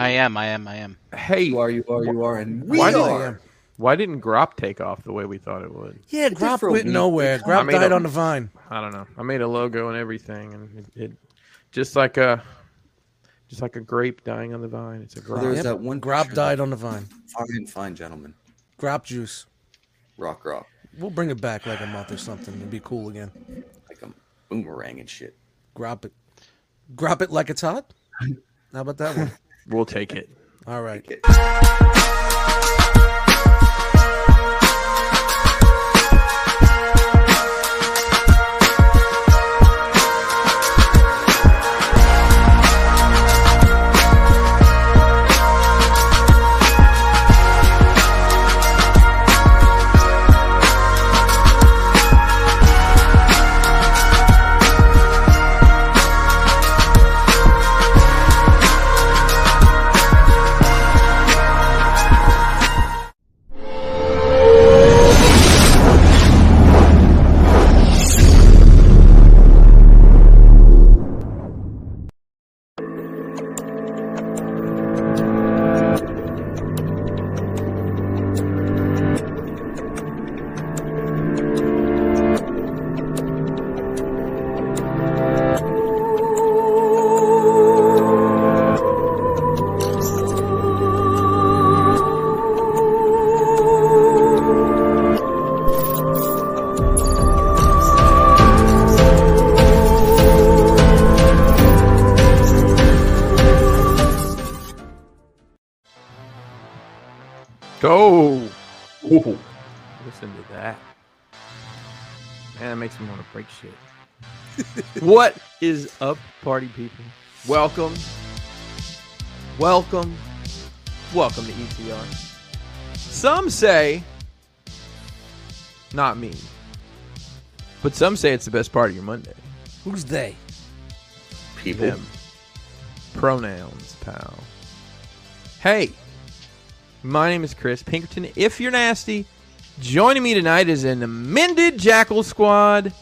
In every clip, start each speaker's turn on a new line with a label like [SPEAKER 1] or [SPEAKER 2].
[SPEAKER 1] am. I am. I am.
[SPEAKER 2] Hey,
[SPEAKER 3] You are, you are, you are, and we
[SPEAKER 2] why did-
[SPEAKER 3] are.
[SPEAKER 2] why didn't Grop take off the way we thought it would?
[SPEAKER 4] Yeah,
[SPEAKER 3] did for
[SPEAKER 4] Grop
[SPEAKER 3] a
[SPEAKER 4] went
[SPEAKER 3] week.
[SPEAKER 4] nowhere.
[SPEAKER 2] I
[SPEAKER 4] Grop
[SPEAKER 2] made
[SPEAKER 4] died
[SPEAKER 2] a-
[SPEAKER 4] on the vine.
[SPEAKER 2] I don't know. I made a logo and everything, and it, it just like a just like a grape dying on the vine. It's a
[SPEAKER 3] Well,
[SPEAKER 2] grape.
[SPEAKER 3] there's
[SPEAKER 4] Yep.
[SPEAKER 3] that one
[SPEAKER 4] Grop died on the vine.
[SPEAKER 3] Fine, fine, gentlemen.
[SPEAKER 4] Grop juice.
[SPEAKER 3] Rock, rock,
[SPEAKER 4] We'll bring it back like a month or something. It'll be cool again.
[SPEAKER 3] like a boomerang and shit.
[SPEAKER 4] Grop it. Grop it like it's hot. How about that one?
[SPEAKER 2] we'll take it.
[SPEAKER 4] All right.
[SPEAKER 2] Go. Listen to that. Man, that makes me want to break shit. what is up, party people? Welcome. Welcome. Welcome to ETR. Some say, not me, but some say it's the best part of your Monday.
[SPEAKER 4] Who's they?
[SPEAKER 3] People,
[SPEAKER 2] Them. Pronouns, pal. Hey, my name is Chris Pinkerton. If you're nasty, joining me tonight is an amended Jackal squad.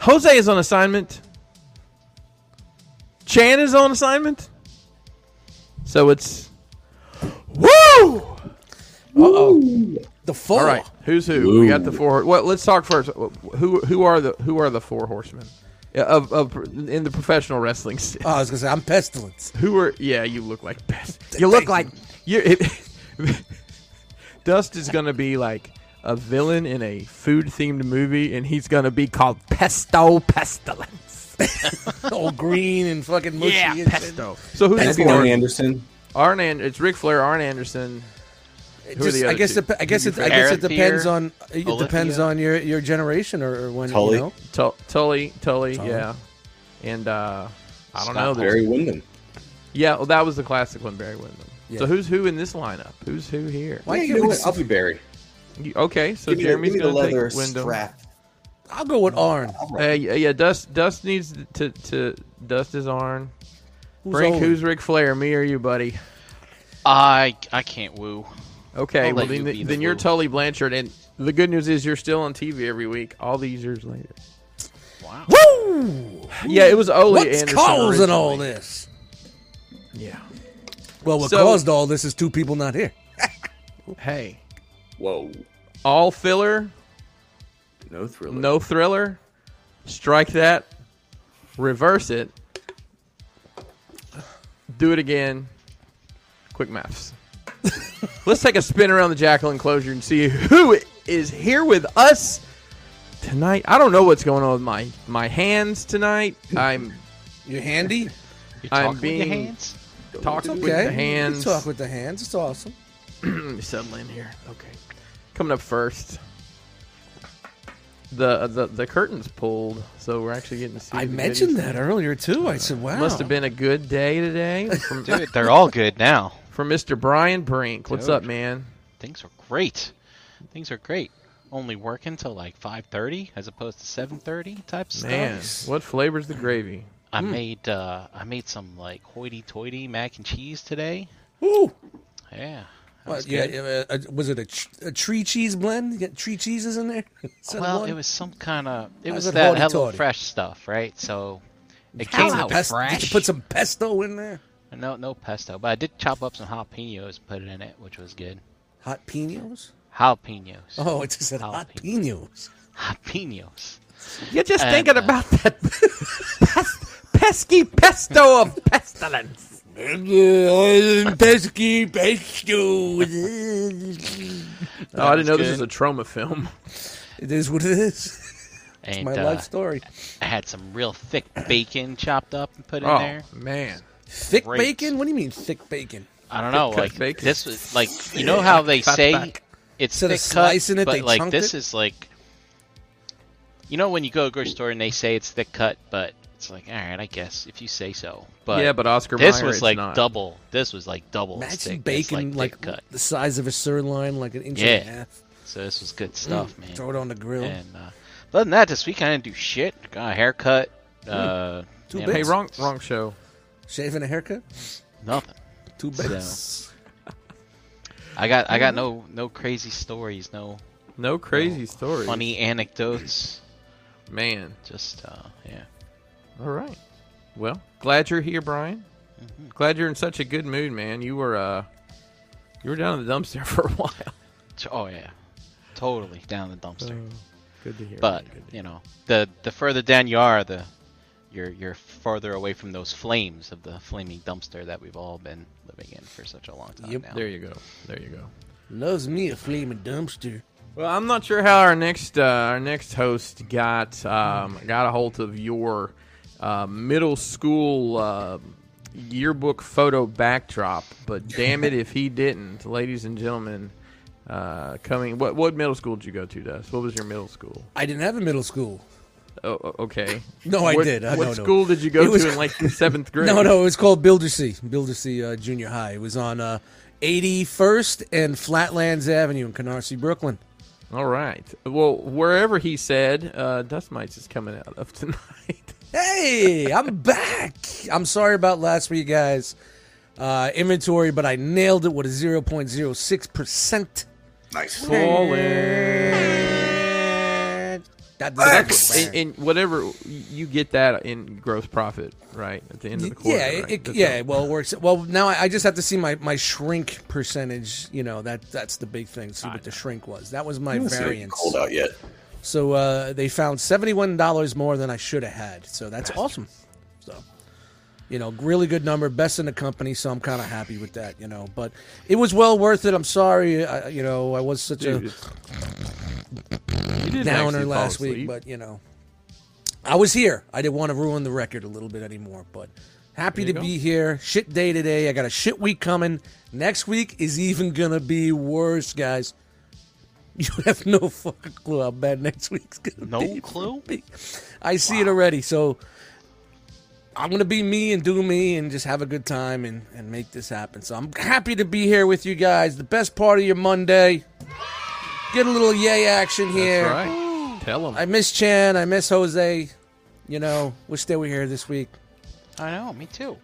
[SPEAKER 2] Jose is on assignment. Chan is on assignment. So it's. Woo!
[SPEAKER 4] The four.
[SPEAKER 2] All right, who's who? We got the four. Well, let's talk first. Who who are the who are the four horsemen Yeah, of, of in the professional wrestling scene?
[SPEAKER 4] Oh, I was gonna say I'm pestilence.
[SPEAKER 2] Who are? Yeah, you look like best. You look like you. It, Dust is gonna be like a villain in a food themed movie, and he's gonna be called Pesto Pestilence.
[SPEAKER 4] All green and fucking mushy.
[SPEAKER 2] yeah,
[SPEAKER 4] and
[SPEAKER 2] Pesto. So who's
[SPEAKER 3] That'd be
[SPEAKER 2] the
[SPEAKER 3] Arn
[SPEAKER 2] four?
[SPEAKER 3] Anderson.
[SPEAKER 2] Arn and it's Ric Flair, Arn Anderson.
[SPEAKER 4] It
[SPEAKER 2] Who are
[SPEAKER 4] just-
[SPEAKER 2] the
[SPEAKER 4] I
[SPEAKER 2] other
[SPEAKER 4] guess
[SPEAKER 2] two?
[SPEAKER 4] it, I guess it, I
[SPEAKER 1] Who's
[SPEAKER 4] guess
[SPEAKER 1] your
[SPEAKER 4] it depends
[SPEAKER 1] favorite?
[SPEAKER 4] on it
[SPEAKER 1] Olivia?
[SPEAKER 4] depends on your your generation or, or when
[SPEAKER 3] Tully.
[SPEAKER 4] you know.
[SPEAKER 2] Tull- Tully, Tully, yeah, and uh, I don't
[SPEAKER 1] Scott
[SPEAKER 2] know. there's-
[SPEAKER 3] Barry Windham.
[SPEAKER 2] Yeah, well, that was the classic one, Barry Windham.
[SPEAKER 4] Yeah.
[SPEAKER 2] So who's who in this lineup? Who's who here?
[SPEAKER 4] Why
[SPEAKER 3] yeah,
[SPEAKER 4] can't
[SPEAKER 3] you know
[SPEAKER 4] we
[SPEAKER 3] what?
[SPEAKER 4] just-
[SPEAKER 3] I'll be Barry.
[SPEAKER 2] You- Okay, so
[SPEAKER 3] Give me, the-
[SPEAKER 2] Jeremy's
[SPEAKER 3] give me the
[SPEAKER 2] going to take
[SPEAKER 3] leather
[SPEAKER 2] Wyndham.
[SPEAKER 3] strap.
[SPEAKER 4] I'll go with Arn.
[SPEAKER 2] Uh, yeah, yeah, Dust. Dust needs to to dust his arm.
[SPEAKER 4] Who's
[SPEAKER 2] Frank,
[SPEAKER 4] older?
[SPEAKER 2] who's Ric Flair? Me or you, buddy?
[SPEAKER 1] I I can't woo.
[SPEAKER 2] Okay,
[SPEAKER 1] I'll
[SPEAKER 2] well
[SPEAKER 1] let
[SPEAKER 2] then,
[SPEAKER 1] you be the
[SPEAKER 2] then you're
[SPEAKER 1] fool.
[SPEAKER 2] Tully Blanchard, and the good news is you're still on TV every week, all these years later.
[SPEAKER 1] Wow.
[SPEAKER 4] Woo!
[SPEAKER 2] Yeah, it was Ole
[SPEAKER 4] What's
[SPEAKER 2] Anderson.
[SPEAKER 4] causing all
[SPEAKER 2] originally.
[SPEAKER 4] this?
[SPEAKER 2] Yeah.
[SPEAKER 4] Well, what
[SPEAKER 2] So-
[SPEAKER 4] caused all this is two people not here.
[SPEAKER 2] Hey,
[SPEAKER 3] Whoa,
[SPEAKER 2] all filler,
[SPEAKER 3] no thriller.
[SPEAKER 2] no thriller. Strike that. Reverse it. Do it again. Quick maths. Let's take a spin around the jackal enclosure and see who is here with us tonight. I don't know what's going on with my my hands tonight. I'm
[SPEAKER 4] You handy?
[SPEAKER 1] You're
[SPEAKER 2] I'm
[SPEAKER 1] talking with your
[SPEAKER 2] being-
[SPEAKER 1] hands.
[SPEAKER 2] talking with
[SPEAKER 4] Okay.
[SPEAKER 2] the
[SPEAKER 4] You
[SPEAKER 2] hands.
[SPEAKER 4] talk with the hands. It's awesome.
[SPEAKER 2] Let me settle in here. Okay. Coming up first. The, the the curtains pulled, so we're actually getting to see.
[SPEAKER 4] I
[SPEAKER 2] the
[SPEAKER 4] mentioned
[SPEAKER 2] goodies.
[SPEAKER 4] that earlier too. I said, "Wow,
[SPEAKER 2] Uh, Must have been a good day today from,
[SPEAKER 1] Dude, they're all good now.
[SPEAKER 2] from Mr. Brian Brink. What's
[SPEAKER 1] Dude.
[SPEAKER 2] up, man?
[SPEAKER 1] Things are great. Things are great. Only working till like 5:30 as opposed to 7:30 type stuff.
[SPEAKER 2] Man, what flavor's the gravy?
[SPEAKER 1] I
[SPEAKER 4] Hmm.
[SPEAKER 1] made uh, I made some like hoity-toity mac and cheese today.
[SPEAKER 4] Ooh,
[SPEAKER 1] Yeah. that
[SPEAKER 4] Well,
[SPEAKER 1] was
[SPEAKER 4] yeah,
[SPEAKER 1] good.
[SPEAKER 4] uh, uh, was it a, ch- a tree cheese blend? You got tree cheeses in there? Instead of
[SPEAKER 1] Well,
[SPEAKER 4] one?
[SPEAKER 1] it was some kind of it
[SPEAKER 4] I
[SPEAKER 1] was
[SPEAKER 4] said
[SPEAKER 1] that
[SPEAKER 4] hoity-toity.
[SPEAKER 1] Hello Fresh stuff, right? So it
[SPEAKER 4] Put
[SPEAKER 1] came
[SPEAKER 4] some
[SPEAKER 1] with
[SPEAKER 4] pes- Did you
[SPEAKER 1] fresh.
[SPEAKER 4] put some pesto in there?
[SPEAKER 1] No, no pesto, but I did chop up some jalapenos and put it in it, which was good.
[SPEAKER 4] Hot pinos?
[SPEAKER 1] Jalapenos.
[SPEAKER 4] Oh, it just said hot pinos.
[SPEAKER 1] Jalapenos.
[SPEAKER 2] You're just
[SPEAKER 1] And,
[SPEAKER 2] thinking
[SPEAKER 1] uh,
[SPEAKER 2] about that pes- pesky pesto of pestilence.
[SPEAKER 4] Pesky pesto.
[SPEAKER 2] Oh, I didn't
[SPEAKER 1] was
[SPEAKER 2] know this
[SPEAKER 1] good.
[SPEAKER 2] was a trauma film.
[SPEAKER 4] It is what it is.
[SPEAKER 1] And
[SPEAKER 4] My
[SPEAKER 1] uh,
[SPEAKER 4] life story.
[SPEAKER 1] I had some real thick bacon chopped up and put in
[SPEAKER 2] Oh
[SPEAKER 1] there.
[SPEAKER 2] man,
[SPEAKER 4] Thick
[SPEAKER 1] great.
[SPEAKER 4] bacon? What do you mean thick bacon?
[SPEAKER 1] I don't know,
[SPEAKER 2] Thick cut
[SPEAKER 1] like
[SPEAKER 2] bacon.
[SPEAKER 1] this was like you know how they
[SPEAKER 2] Cut
[SPEAKER 1] say
[SPEAKER 2] back.
[SPEAKER 1] it's
[SPEAKER 4] Instead of
[SPEAKER 1] thick cut,
[SPEAKER 4] slicing it,
[SPEAKER 1] but
[SPEAKER 4] they
[SPEAKER 1] like
[SPEAKER 4] chunk
[SPEAKER 1] this
[SPEAKER 4] it?
[SPEAKER 1] is like you know when you go to a grocery store and they say it's thick cut, but it's like all right, I guess if you say so. But
[SPEAKER 2] yeah, but Oscar
[SPEAKER 1] this
[SPEAKER 2] Mayer,
[SPEAKER 1] was
[SPEAKER 2] it's
[SPEAKER 1] like
[SPEAKER 2] not.
[SPEAKER 1] double. This was like double. as
[SPEAKER 4] Imagine
[SPEAKER 1] thick as,
[SPEAKER 4] bacon
[SPEAKER 1] like,
[SPEAKER 4] like,
[SPEAKER 1] thick cut.
[SPEAKER 4] the size of a sirloin, like an inch and a
[SPEAKER 1] Yeah.
[SPEAKER 4] half.
[SPEAKER 1] So this was good stuff, man.
[SPEAKER 4] Mm, Throw it on the grill.
[SPEAKER 1] And uh, other than that, this week I didn't do shit. Got a haircut. Uh,
[SPEAKER 4] Mm, Two
[SPEAKER 1] you know,
[SPEAKER 2] Hey,
[SPEAKER 4] bits.
[SPEAKER 2] wrong, wrong show.
[SPEAKER 4] Shaving a haircut?
[SPEAKER 1] Nothing.
[SPEAKER 4] Two
[SPEAKER 1] So-
[SPEAKER 4] bits.
[SPEAKER 1] I got I got no no crazy stories, no
[SPEAKER 2] No crazy story.
[SPEAKER 1] funny anecdotes.
[SPEAKER 2] man.
[SPEAKER 1] Just uh, yeah.
[SPEAKER 2] All right. Well, glad you're here, Brian. Glad you're in such a good mood, man. You were uh, you were down in the dumpster for a while.
[SPEAKER 1] T- Oh yeah, totally down the dumpster.
[SPEAKER 2] Good to hear.
[SPEAKER 1] but you know, the the further down you are, the you're you're farther away from those flames of the flaming dumpster that we've all been living in for such a long time
[SPEAKER 4] Yep.
[SPEAKER 1] now.
[SPEAKER 2] there you go. There you go.
[SPEAKER 4] Loves me a flaming dumpster.
[SPEAKER 2] Well, I'm not sure how our next uh, our next host got um, got a hold of your uh, middle school uh, yearbook photo backdrop, but damn it if he didn't, ladies and gentlemen. Uh, coming, what what middle school did you go to, Dust? What was your middle school?
[SPEAKER 4] I didn't have a middle school.
[SPEAKER 2] Oh, o- okay.
[SPEAKER 4] No, I
[SPEAKER 2] What-
[SPEAKER 4] did. Uh,
[SPEAKER 2] what
[SPEAKER 4] no, no.
[SPEAKER 2] school did you go
[SPEAKER 4] It was-
[SPEAKER 2] to in like the seventh grade?
[SPEAKER 4] No, no, it was called Bildersea, Bildersea uh, Junior High. It was on uh, 81st and Flatlands Avenue in Canarsie, Brooklyn.
[SPEAKER 2] All right. Well, wherever he said, uh, Dust Mites is coming out of tonight.
[SPEAKER 4] Hey, I'm back. I'm sorry about last week, guys. Uh, inventory, but I nailed it with a 0.06%.
[SPEAKER 3] Nice.
[SPEAKER 4] That
[SPEAKER 2] and, and whatever you get that in gross profit, right at the end of the quarter.
[SPEAKER 4] yeah, it,
[SPEAKER 2] right?
[SPEAKER 4] it-
[SPEAKER 2] That's
[SPEAKER 4] yeah.
[SPEAKER 2] all.
[SPEAKER 4] Well, it works. Well, now I, I just have to see my, my shrink percentage. You know that that's the big thing. See what the shrink was. That was my
[SPEAKER 3] It's not
[SPEAKER 4] variance.
[SPEAKER 3] Cold out yet?
[SPEAKER 4] So uh, they found seventy one dollars more than I should have had. So that's awesome. So you know, really good number, best in the company. So I'm kind of happy with that. You know, but it was well worth it. I'm sorry. I, you know, I was such
[SPEAKER 2] Dude,
[SPEAKER 4] a
[SPEAKER 2] it's- You didn't actually
[SPEAKER 4] downer
[SPEAKER 2] fall
[SPEAKER 4] last week,
[SPEAKER 2] asleep.
[SPEAKER 4] but you know, I was here. I didn't want to ruin the record a little bit anymore, but happy to
[SPEAKER 2] you go.
[SPEAKER 4] be here. Shit day today. I got a shit week coming. Next week is even gonna be worse, guys. You have no fucking clue how bad next week's gonna
[SPEAKER 1] No
[SPEAKER 4] be.
[SPEAKER 1] clue?
[SPEAKER 4] I see it already. So I'm gonna be me and do me and just have a good time and, and make this happen. So I'm happy to be here with you guys. The best part of your Monday. Get a little yay action here.
[SPEAKER 2] That's right. Tell him.
[SPEAKER 4] I miss Chan. I miss Jose. You know, wish they were here this week.
[SPEAKER 1] I know, me too.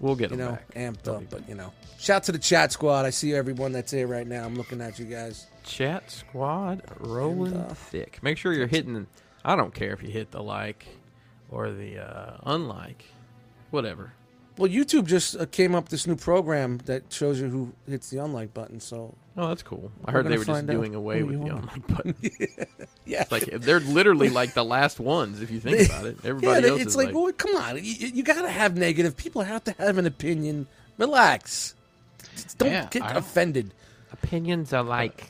[SPEAKER 2] we'll get
[SPEAKER 4] You
[SPEAKER 2] him
[SPEAKER 4] know,
[SPEAKER 2] back.
[SPEAKER 4] amped up, but you know. Shout to the chat squad. I see everyone that's here right now. I'm looking at you guys.
[SPEAKER 2] Chat squad rolling thick. Make sure you're hitting. I don't care if you hit the like or the uh, unlike, whatever.
[SPEAKER 4] Well, YouTube just uh, came up this new program that shows you who hits the unlike button. So
[SPEAKER 2] Oh, that's cool. I
[SPEAKER 4] We're
[SPEAKER 2] heard they
[SPEAKER 4] gonna
[SPEAKER 2] were just
[SPEAKER 4] find out
[SPEAKER 2] doing away
[SPEAKER 4] who
[SPEAKER 2] with
[SPEAKER 4] you
[SPEAKER 2] the
[SPEAKER 4] are.
[SPEAKER 2] unlike button.
[SPEAKER 4] yeah,
[SPEAKER 2] like they're literally like the last ones if you think about it. Everybody
[SPEAKER 4] yeah,
[SPEAKER 2] else
[SPEAKER 4] it's
[SPEAKER 2] is
[SPEAKER 4] like,
[SPEAKER 2] like,
[SPEAKER 4] well, come on, you, you got to have negative. People have to have an opinion. Relax. Just Don't
[SPEAKER 1] Yeah,
[SPEAKER 4] get
[SPEAKER 1] I don't-
[SPEAKER 4] offended.
[SPEAKER 2] opinions are like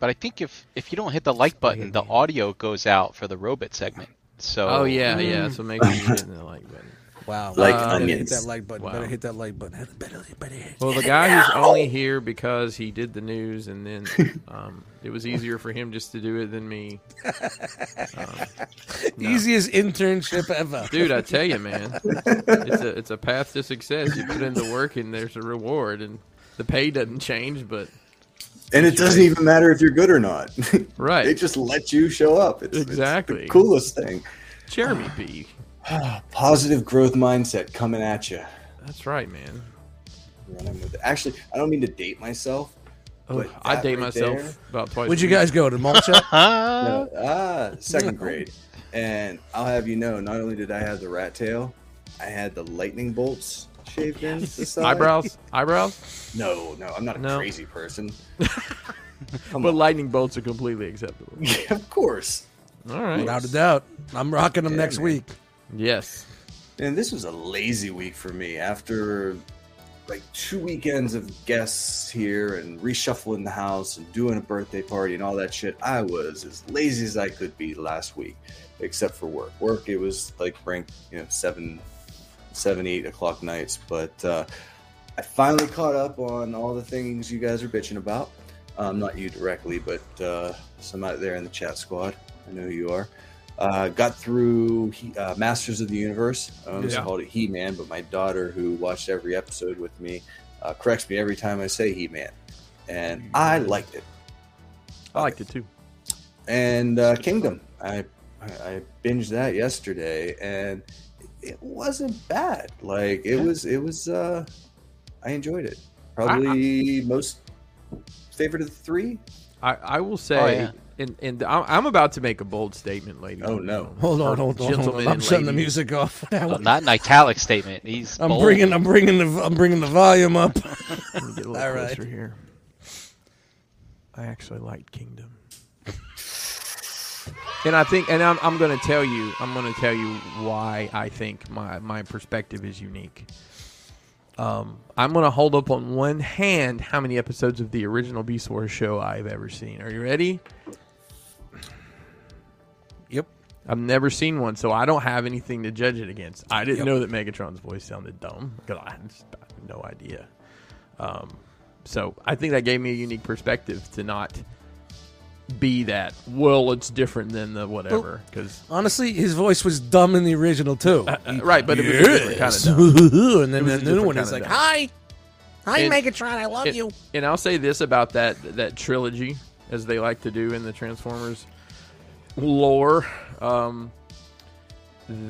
[SPEAKER 1] But I think if if you don't hit the like button, the audio goes out for the robot segment. So
[SPEAKER 2] Oh yeah,
[SPEAKER 4] Mm.
[SPEAKER 2] yeah. So make sure you hit the like button.
[SPEAKER 4] Wow,
[SPEAKER 3] Like
[SPEAKER 4] Better
[SPEAKER 3] onions.
[SPEAKER 4] Hit that like button.
[SPEAKER 2] Wow.
[SPEAKER 4] Better hit that like button. Better, better hit.
[SPEAKER 2] Well, the guy who's only here because he did the news, and then um, it was easier for him just to do it than me.
[SPEAKER 4] Easiest internship ever.
[SPEAKER 2] Dude, I tell you, man, it's a it's a path to success. You put in the work, and there's a reward, and the pay doesn't change. But
[SPEAKER 3] And it doesn't even matter if you're good or not.
[SPEAKER 2] Right.
[SPEAKER 3] they just let you show up. It's, it's
[SPEAKER 2] Exactly.
[SPEAKER 3] the coolest thing.
[SPEAKER 2] Jeremy B,
[SPEAKER 3] Positive growth mindset coming at you.
[SPEAKER 2] that's right, man.
[SPEAKER 3] Running with it. Actually, I don't mean to date myself.
[SPEAKER 2] Oh,
[SPEAKER 3] But
[SPEAKER 2] I
[SPEAKER 3] that
[SPEAKER 2] date
[SPEAKER 3] right
[SPEAKER 2] myself
[SPEAKER 3] there-
[SPEAKER 2] about twice.
[SPEAKER 4] Where'd
[SPEAKER 2] a
[SPEAKER 4] you
[SPEAKER 2] week.
[SPEAKER 4] guys go to malt shop?
[SPEAKER 1] Huh?
[SPEAKER 3] No, ah, second grade. And I'll have you know, not only did I have the rat tail, I had the lightning bolts
[SPEAKER 5] shaved in. Society?
[SPEAKER 2] Eyebrows, eyebrows,
[SPEAKER 5] No, no, I'm not a
[SPEAKER 2] No.
[SPEAKER 5] crazy person. Come
[SPEAKER 2] but
[SPEAKER 5] on.
[SPEAKER 2] lightning bolts are completely acceptable.
[SPEAKER 5] Yeah, of course.
[SPEAKER 2] All right.
[SPEAKER 4] Without a doubt. I'm rocking them
[SPEAKER 5] Yeah,
[SPEAKER 4] next
[SPEAKER 5] man.
[SPEAKER 4] week.
[SPEAKER 2] Yes.
[SPEAKER 5] And this was a lazy week for me after like two weekends of guests here and reshuffling the house and doing a birthday party and all that shit. I was as lazy as I could be last week, except for work. Work it was like rank you know seven, seven eight o'clock nights. But uh, I finally caught up on all the things you guys are bitching about. Um, not you directly, but uh, some out there in the chat squad. I know who you are. Uh, got through he, uh, Masters of the Universe. I almost
[SPEAKER 2] Yeah.
[SPEAKER 5] called it He Man, but my daughter, who watched every episode with me, uh, corrects me every time I say He Man. And I liked it.
[SPEAKER 2] I liked it too.
[SPEAKER 5] And uh, Kingdom. I, I binged that yesterday, and it wasn't bad. Like, it was, it was, uh, I enjoyed it. Probably most favorite of the three.
[SPEAKER 2] I, I will say,
[SPEAKER 1] Oh, yeah.
[SPEAKER 2] and, and I'm, I'm about to make a bold statement, ladies.
[SPEAKER 5] Oh, no.
[SPEAKER 4] Hold
[SPEAKER 2] Or
[SPEAKER 4] on, hold on, hold
[SPEAKER 2] gentlemen
[SPEAKER 4] on. I'm
[SPEAKER 2] and
[SPEAKER 4] shutting the
[SPEAKER 2] ladies.
[SPEAKER 4] music off. Now.
[SPEAKER 1] Well, not an italic statement. He's
[SPEAKER 4] I'm
[SPEAKER 1] bold.
[SPEAKER 4] bringing, I'm bringing the, I'm bringing the volume up.
[SPEAKER 2] Let me get a little
[SPEAKER 4] All right.
[SPEAKER 2] closer here. I actually like Kingdom. And I think, and I'm, I'm going to tell you, I'm going to tell you why I think my, my perspective is unique. Um, I'm going to hold up on one hand how many episodes of the original Beast Wars show I've ever seen. Are you ready?
[SPEAKER 4] yep.
[SPEAKER 2] I've never seen one, so I don't have anything to judge it against. I didn't
[SPEAKER 4] Yep.
[SPEAKER 2] know that Megatron's voice sounded dumb because I had just I had no idea. Um, so I think that gave me a unique perspective to not be that. Well, it's different than the whatever because
[SPEAKER 4] Honestly, his voice was dumb in the original too.
[SPEAKER 1] Uh,
[SPEAKER 2] right, but it was a different kind of dumb.
[SPEAKER 4] and then
[SPEAKER 2] was a
[SPEAKER 4] the new
[SPEAKER 2] different
[SPEAKER 4] one
[SPEAKER 2] kind
[SPEAKER 4] is
[SPEAKER 2] of
[SPEAKER 4] like,
[SPEAKER 2] dumb.
[SPEAKER 4] "Hi, hi,
[SPEAKER 2] And-
[SPEAKER 4] Megatron, I love
[SPEAKER 2] And-
[SPEAKER 4] you."
[SPEAKER 2] And I'll say this about that that trilogy, as they like to do in the Transformers lore, um,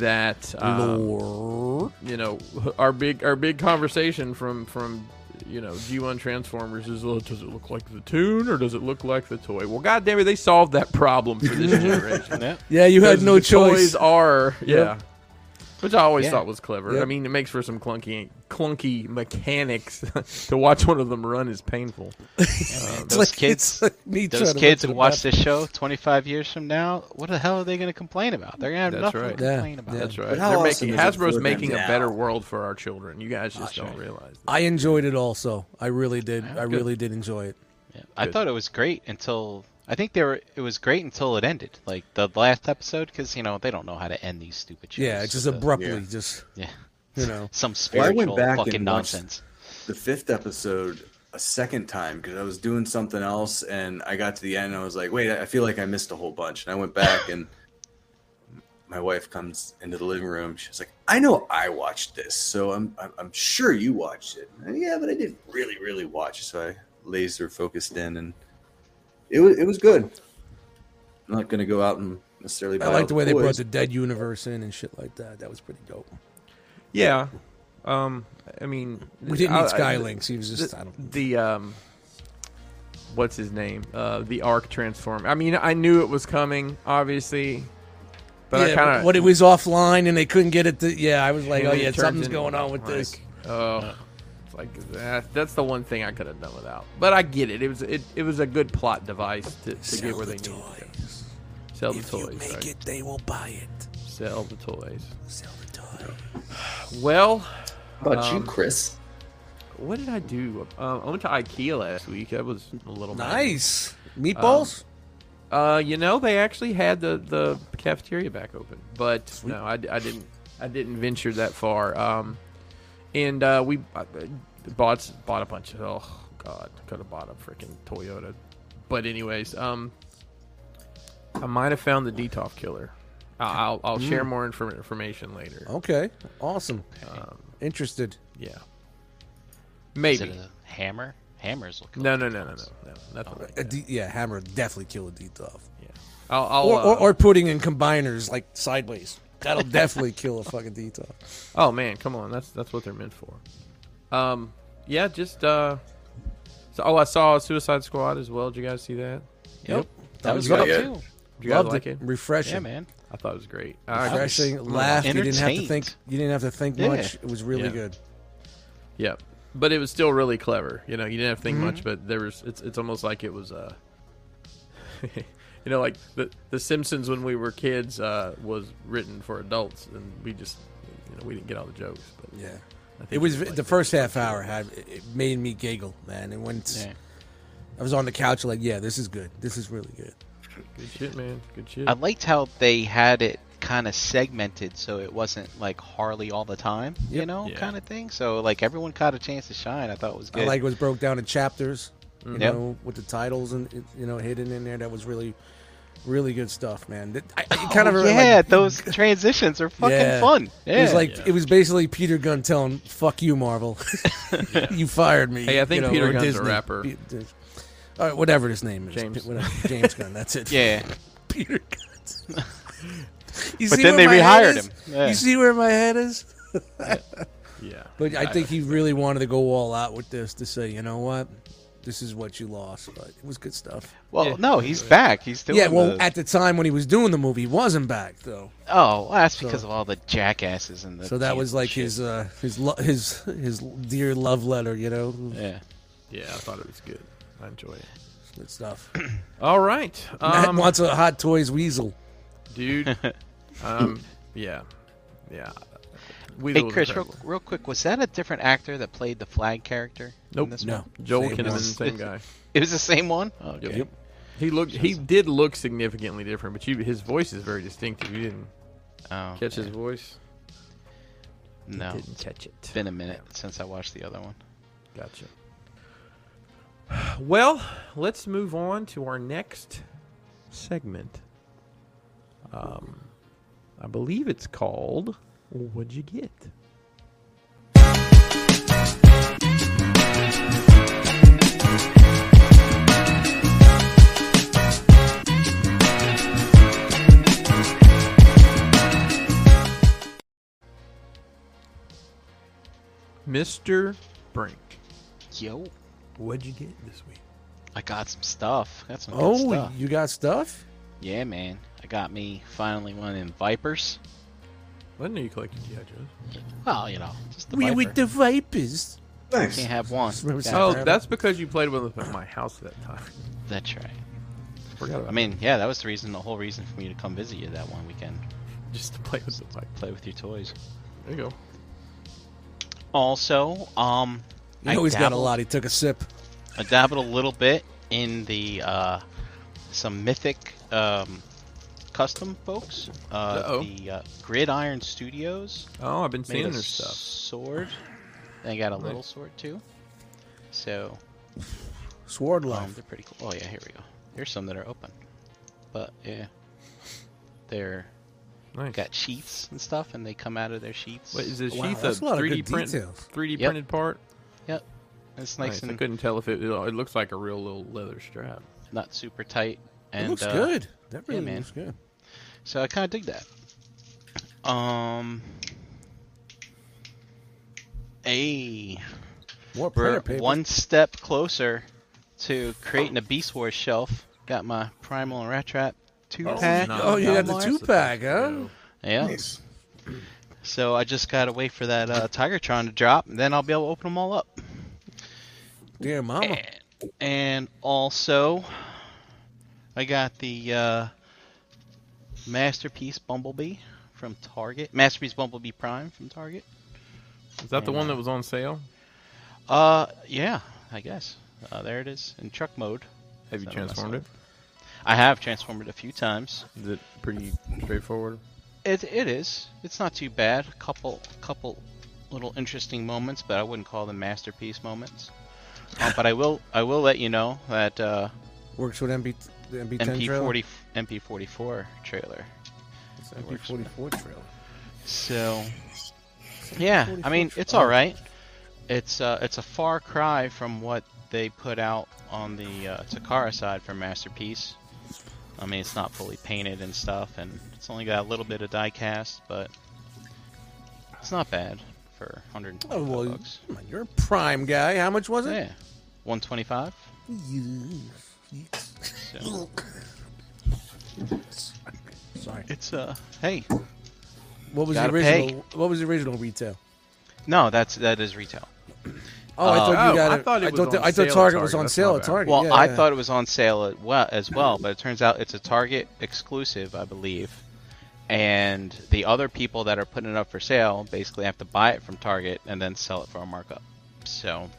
[SPEAKER 2] that um,
[SPEAKER 4] Lore.
[SPEAKER 2] you know our big our big conversation from from you know G1 Transformers is oh, does it look like the tune or does it look like the toy? Well, god damn it, they solved that problem for this generation.
[SPEAKER 1] Yeah.
[SPEAKER 4] Yeah, you had no
[SPEAKER 2] The
[SPEAKER 4] choice.
[SPEAKER 2] Toys are yeah. Which I always
[SPEAKER 1] Yeah.
[SPEAKER 2] thought was clever. I
[SPEAKER 4] Yep.
[SPEAKER 2] mean, it makes for some clunky, clunky mechanics. to watch one of them run is painful.
[SPEAKER 1] Those
[SPEAKER 4] It's like-
[SPEAKER 1] kids,
[SPEAKER 4] it's like me
[SPEAKER 1] those
[SPEAKER 4] trying to
[SPEAKER 1] kids
[SPEAKER 4] look
[SPEAKER 1] who
[SPEAKER 4] at a
[SPEAKER 1] watch
[SPEAKER 4] map.
[SPEAKER 1] this show 25 years from now, what the hell are they going to complain about? They're going to have
[SPEAKER 2] That's
[SPEAKER 1] nothing
[SPEAKER 2] right.
[SPEAKER 1] to
[SPEAKER 4] Yeah.
[SPEAKER 1] complain about.
[SPEAKER 4] Yeah.
[SPEAKER 2] That's right.
[SPEAKER 5] But how
[SPEAKER 2] They're
[SPEAKER 5] awesome
[SPEAKER 2] making
[SPEAKER 5] is it
[SPEAKER 2] Hasbro's
[SPEAKER 5] for them
[SPEAKER 2] making
[SPEAKER 5] now?
[SPEAKER 2] a better world for our children. You guys just don't realize. That.
[SPEAKER 4] I enjoyed it also. I really did. I really did enjoy it.
[SPEAKER 1] Yeah. I thought it was great until I think they were. It was great until it ended, like the last episode, because you know they don't know how to end these stupid shows.
[SPEAKER 4] Yeah, just
[SPEAKER 1] so-
[SPEAKER 4] abruptly,
[SPEAKER 5] Yeah.
[SPEAKER 4] just
[SPEAKER 1] yeah,
[SPEAKER 4] you know.
[SPEAKER 1] some
[SPEAKER 5] Well, I
[SPEAKER 1] spiritual
[SPEAKER 5] went back
[SPEAKER 1] fucking
[SPEAKER 5] and watched-
[SPEAKER 1] nonsense.
[SPEAKER 5] the fifth episode a second time because I was doing something else and I got to the end and I was like, wait, I feel like I missed a whole bunch. And I went back and my wife comes into the living room. She's like, I know I watched this, so I'm I'm, I'm sure you watched it. And, yeah, but I didn't really really watch. it." So I laser focused in and it was it was good. I'm not gonna go out and necessarily. buy
[SPEAKER 4] I
[SPEAKER 5] all
[SPEAKER 4] like the way they brought
[SPEAKER 5] toys.
[SPEAKER 4] the dead universe in and shit like that. That was pretty dope.
[SPEAKER 2] Yeah. Um, I mean,
[SPEAKER 4] We didn't need
[SPEAKER 2] I- I-
[SPEAKER 4] Skylinks. He was just I
[SPEAKER 2] the,
[SPEAKER 4] don't.
[SPEAKER 2] the, um, what's his name? Uh, the Arc Transform. I mean, I knew it was coming, obviously, but I
[SPEAKER 4] Yeah,
[SPEAKER 2] kind of
[SPEAKER 4] what it was offline and they couldn't get it. To, yeah, I was like, oh yeah, something's going on with
[SPEAKER 2] like,
[SPEAKER 4] this.
[SPEAKER 2] Oh, it's like that. That's the one thing I could have done without. But I get it. It was it, it was a good plot device to, to get where they needed to go.
[SPEAKER 4] toys.
[SPEAKER 2] Sell the toys. right?
[SPEAKER 4] it, they will buy it.
[SPEAKER 2] Sell the toys.
[SPEAKER 4] Sell the toy.
[SPEAKER 2] Well, um,
[SPEAKER 5] How about you, Chris?
[SPEAKER 2] what did I do? Um, I went to IKEA last week. That was a little mad.
[SPEAKER 4] Nice
[SPEAKER 2] Um,
[SPEAKER 4] meatballs.
[SPEAKER 2] Uh, you know, they actually had the, the cafeteria back open, but no, I, I didn't. I didn't venture that far. Um, and uh, we uh, bought bought a bunch. Of, oh God, could have bought a freaking Toyota. But anyways, um, I might have found the Detolf killer. I- I'll I'll
[SPEAKER 4] Mm.
[SPEAKER 2] share more inform- information later.
[SPEAKER 4] okay, awesome.
[SPEAKER 2] um,
[SPEAKER 4] Interested.
[SPEAKER 2] Yeah,
[SPEAKER 1] Is
[SPEAKER 2] maybe.
[SPEAKER 1] it a hammer? Hammers look.
[SPEAKER 2] No, no, no, no, no, no, nothing like
[SPEAKER 4] A
[SPEAKER 2] that.
[SPEAKER 4] D- yeah, hammer definitely kill a D dove.
[SPEAKER 2] Yeah. I'll, I'll,
[SPEAKER 4] Or, or,
[SPEAKER 2] uh,
[SPEAKER 4] or putting in combiners like sideways. That'll definitely kill a fucking D dove.
[SPEAKER 2] Oh man, come on, that's that's what they're meant for. Um, yeah, just uh, so oh, I saw Suicide Squad as well. Did you guys see that?
[SPEAKER 4] Yep.
[SPEAKER 1] that was
[SPEAKER 4] good.
[SPEAKER 1] good
[SPEAKER 5] Yeah.
[SPEAKER 1] too.
[SPEAKER 2] Did you guys
[SPEAKER 4] Loved
[SPEAKER 2] like
[SPEAKER 4] it.
[SPEAKER 2] it?
[SPEAKER 4] Refreshing.
[SPEAKER 1] Yeah, man.
[SPEAKER 2] I thought it was great. I,
[SPEAKER 4] Refreshing.
[SPEAKER 1] was
[SPEAKER 4] Laugh. You didn't have to
[SPEAKER 1] entertained.
[SPEAKER 4] think. You didn't have to think
[SPEAKER 1] Yeah.
[SPEAKER 4] much. It was really
[SPEAKER 2] Yeah.
[SPEAKER 4] good.
[SPEAKER 2] Yep. But it was still really clever. You know, you didn't have to think much,
[SPEAKER 4] Mm-hmm.
[SPEAKER 2] but there was it's it's almost like it was uh you know, like the the Simpsons when we were kids uh was written for adults and we just you know, we didn't get all the jokes, but
[SPEAKER 4] Yeah.
[SPEAKER 2] I think
[SPEAKER 4] It was
[SPEAKER 2] like
[SPEAKER 4] the first half hour. Had, it made me giggle, man. And when it's-
[SPEAKER 1] Yeah.
[SPEAKER 4] I was on the couch, like, yeah, this is good. This is really good.
[SPEAKER 2] good shit, man. Good shit.
[SPEAKER 1] I
[SPEAKER 4] Mm-hmm.
[SPEAKER 1] liked how they had it kind of segmented so it wasn't like Harley all the time, you know,
[SPEAKER 2] Yeah.
[SPEAKER 1] kind of thing. So like everyone caught a chance to shine. I thought it was good.
[SPEAKER 4] I like it was broke down in chapters, you
[SPEAKER 1] Yep.
[SPEAKER 4] know, with the titles and you know hidden in there. That was really, really good stuff, man. That- I, I kind of
[SPEAKER 1] Oh,
[SPEAKER 4] remember,
[SPEAKER 1] yeah,
[SPEAKER 4] like,
[SPEAKER 1] those transitions are fucking
[SPEAKER 4] Yeah.
[SPEAKER 1] fun.
[SPEAKER 4] It was
[SPEAKER 1] Yeah.
[SPEAKER 4] like
[SPEAKER 2] Yeah.
[SPEAKER 4] it was basically Peter Gunn telling "fuck you, Marvel, you fired me."
[SPEAKER 2] Hey, I think
[SPEAKER 4] you know,
[SPEAKER 2] Peter
[SPEAKER 4] or
[SPEAKER 2] Gunn's a
[SPEAKER 4] Disney.
[SPEAKER 2] rapper.
[SPEAKER 4] Pe- Dis- All right, whatever his name is,
[SPEAKER 2] James.
[SPEAKER 4] Pe- whatever. James Gunn. That's it.
[SPEAKER 1] yeah.
[SPEAKER 4] Peter Gunn. You
[SPEAKER 1] But
[SPEAKER 4] see
[SPEAKER 1] then
[SPEAKER 4] where
[SPEAKER 1] they
[SPEAKER 4] my head
[SPEAKER 1] rehired
[SPEAKER 4] is?
[SPEAKER 1] him. Yeah.
[SPEAKER 4] You see where my head is?
[SPEAKER 2] yeah.
[SPEAKER 4] But I think he really wanted to go all out with this to say, you know what, this is what you lost. But it was good stuff.
[SPEAKER 1] Well,
[SPEAKER 2] Yeah.
[SPEAKER 1] no, he's back. He's still.
[SPEAKER 4] Yeah,
[SPEAKER 1] in
[SPEAKER 4] well,
[SPEAKER 1] the-
[SPEAKER 4] at the time when he was doing the movie, he wasn't back though.
[SPEAKER 1] oh, well, that's because
[SPEAKER 4] so-
[SPEAKER 1] of all the jackasses and the.
[SPEAKER 4] So that was like
[SPEAKER 1] shit.
[SPEAKER 4] his uh, his lo- his his dear love letter, you know,
[SPEAKER 1] Yeah.
[SPEAKER 2] Yeah, I thought it was good. I enjoy it.
[SPEAKER 4] good stuff.
[SPEAKER 2] All right.
[SPEAKER 4] Matt
[SPEAKER 2] Um,
[SPEAKER 4] wants a Hot Toys weasel.
[SPEAKER 2] dude. Um, yeah. Yeah. We
[SPEAKER 1] Hey, Chris, real, real quick, was that a different actor that played the flag character?
[SPEAKER 2] Nope.
[SPEAKER 1] In this
[SPEAKER 4] No,
[SPEAKER 1] One?
[SPEAKER 2] Joel
[SPEAKER 4] Same
[SPEAKER 2] Kinnaman,
[SPEAKER 4] one.
[SPEAKER 2] same guy.
[SPEAKER 1] It was the same one. Oh, okay.
[SPEAKER 2] Yep. He looked. He did look significantly different, but you, his voice is very distinctive. You didn't
[SPEAKER 1] Oh,
[SPEAKER 2] catch
[SPEAKER 1] yeah.
[SPEAKER 2] his voice.
[SPEAKER 1] No, it's
[SPEAKER 2] Didn't catch it.
[SPEAKER 1] been a minute since I watched the other one.
[SPEAKER 2] Gotcha. Well, let's move on to our next segment. Um, I believe it's called "What'd You Get." Mr. Brink.
[SPEAKER 1] Yo,
[SPEAKER 2] What'd you get this week?
[SPEAKER 1] I got some stuff. Got some. good
[SPEAKER 4] Oh,
[SPEAKER 1] stuff.
[SPEAKER 4] you got stuff?
[SPEAKER 1] yeah, man. I got me finally one in Vipers.
[SPEAKER 2] I didn't know you collected GI Joes.
[SPEAKER 1] Well, you know, just the
[SPEAKER 4] we
[SPEAKER 1] Viper.
[SPEAKER 4] with the Vipers.
[SPEAKER 3] Nice.
[SPEAKER 1] Can't have one.
[SPEAKER 4] Remember
[SPEAKER 1] Gotta
[SPEAKER 2] Oh,
[SPEAKER 4] Saturday?
[SPEAKER 2] that's because you played with them at my house that time.
[SPEAKER 1] That's right.
[SPEAKER 2] Forgot about
[SPEAKER 1] I mean, yeah, that was the reason, the whole reason for me to come visit you that one weekend,
[SPEAKER 2] that. just to play with the mic.
[SPEAKER 1] play with your toys.
[SPEAKER 2] There you go.
[SPEAKER 1] Also, um,
[SPEAKER 4] You know he's got a
[SPEAKER 1] dabbled-
[SPEAKER 4] lot. He took a sip.
[SPEAKER 1] I dabbled a little bit in the uh, some mythic um, custom folks. Uh,
[SPEAKER 2] Uh-oh.
[SPEAKER 1] The uh, Gridiron Studios
[SPEAKER 2] Oh, I've been
[SPEAKER 1] made
[SPEAKER 2] seeing
[SPEAKER 1] a
[SPEAKER 2] their stuff.
[SPEAKER 1] sword. They got a little sword too. So
[SPEAKER 4] Sword
[SPEAKER 1] um,
[SPEAKER 4] love.
[SPEAKER 1] they're pretty cool. Oh yeah, here we go. Here's some that are open, but yeah, they're
[SPEAKER 2] Nice.
[SPEAKER 1] got sheaths and stuff, and they come out of their sheaths.
[SPEAKER 2] Wait, is the
[SPEAKER 4] Wow,
[SPEAKER 2] sheath a
[SPEAKER 4] that's a lot of
[SPEAKER 2] 3D
[SPEAKER 4] good
[SPEAKER 2] print,
[SPEAKER 4] details.
[SPEAKER 2] 3D
[SPEAKER 1] Yep.
[SPEAKER 2] printed part?
[SPEAKER 1] Yep. It's nice,
[SPEAKER 2] Nice. I
[SPEAKER 1] and
[SPEAKER 2] couldn't tell if it. It it looks like a real little leather strap.
[SPEAKER 1] not super tight. And
[SPEAKER 4] it looks
[SPEAKER 1] uh,
[SPEAKER 4] good. That really
[SPEAKER 1] man.
[SPEAKER 4] looks good.
[SPEAKER 1] So I kind of dig that. Um. A
[SPEAKER 4] More
[SPEAKER 1] we're
[SPEAKER 4] printer paper.
[SPEAKER 1] one step closer to creating a Beast Wars shelf. Got my Primal and Rat Trap two pack.
[SPEAKER 4] nice. Oh, you got the
[SPEAKER 1] Walmart.
[SPEAKER 4] two- two-pack, huh?
[SPEAKER 1] Yeah.
[SPEAKER 3] Nice.
[SPEAKER 1] So I just gotta wait for that uh, Tigertron to drop, and then I'll be able to open them all up.
[SPEAKER 4] Dear mama.
[SPEAKER 1] Eh. And also, I got the uh, Masterpiece Bumblebee from Target. Masterpiece Bumblebee Prime from Target.
[SPEAKER 2] Is that the one that was on sale?
[SPEAKER 1] Uh, yeah, I guess. Uh, there it is in truck mode.
[SPEAKER 2] Have you
[SPEAKER 1] Is that on my
[SPEAKER 2] transformed it?
[SPEAKER 1] I have transformed it a few times.
[SPEAKER 2] Is it pretty straightforward?
[SPEAKER 1] It it is. It's not too bad. A couple couple little interesting moments, but I wouldn't call them masterpiece moments. Uh, but I will I will let you know that uh,
[SPEAKER 4] Works with MP, the MP10 trailer.
[SPEAKER 1] MP40 MP44 trailer.
[SPEAKER 4] It's MP44 trailer.
[SPEAKER 1] So yeah, I mean it's all right. It's uh, it's a far cry from what they put out on the uh, Takara side for Masterpiece. I mean it's not fully painted and stuff, and it's only got a little bit of die cast, but it's not bad for 125
[SPEAKER 4] Oh, well,
[SPEAKER 1] bucks.
[SPEAKER 4] come on, you're a prime guy. How much was it?
[SPEAKER 1] Yeah, 125. So
[SPEAKER 4] Sorry.
[SPEAKER 1] it's uh hey,
[SPEAKER 4] What was the
[SPEAKER 1] Gotta
[SPEAKER 4] original? What was the original retail?
[SPEAKER 1] no that's that is retail.
[SPEAKER 4] Oh, I thought
[SPEAKER 2] Oh,
[SPEAKER 4] you got
[SPEAKER 2] I
[SPEAKER 4] it.
[SPEAKER 2] thought it was
[SPEAKER 4] thought,
[SPEAKER 2] on
[SPEAKER 4] I
[SPEAKER 2] sale
[SPEAKER 4] thought
[SPEAKER 2] at
[SPEAKER 4] Target was
[SPEAKER 2] Target.
[SPEAKER 4] on
[SPEAKER 2] That's
[SPEAKER 4] sale
[SPEAKER 2] my
[SPEAKER 4] at
[SPEAKER 2] bad.
[SPEAKER 4] Target.
[SPEAKER 1] Well,
[SPEAKER 4] yeah,
[SPEAKER 1] I
[SPEAKER 4] yeah.
[SPEAKER 1] thought it was on sale at well, as well, but it turns out it's a Target exclusive, I believe. And the other people that are putting it up for sale basically have to buy it from Target and then sell it for a markup. So,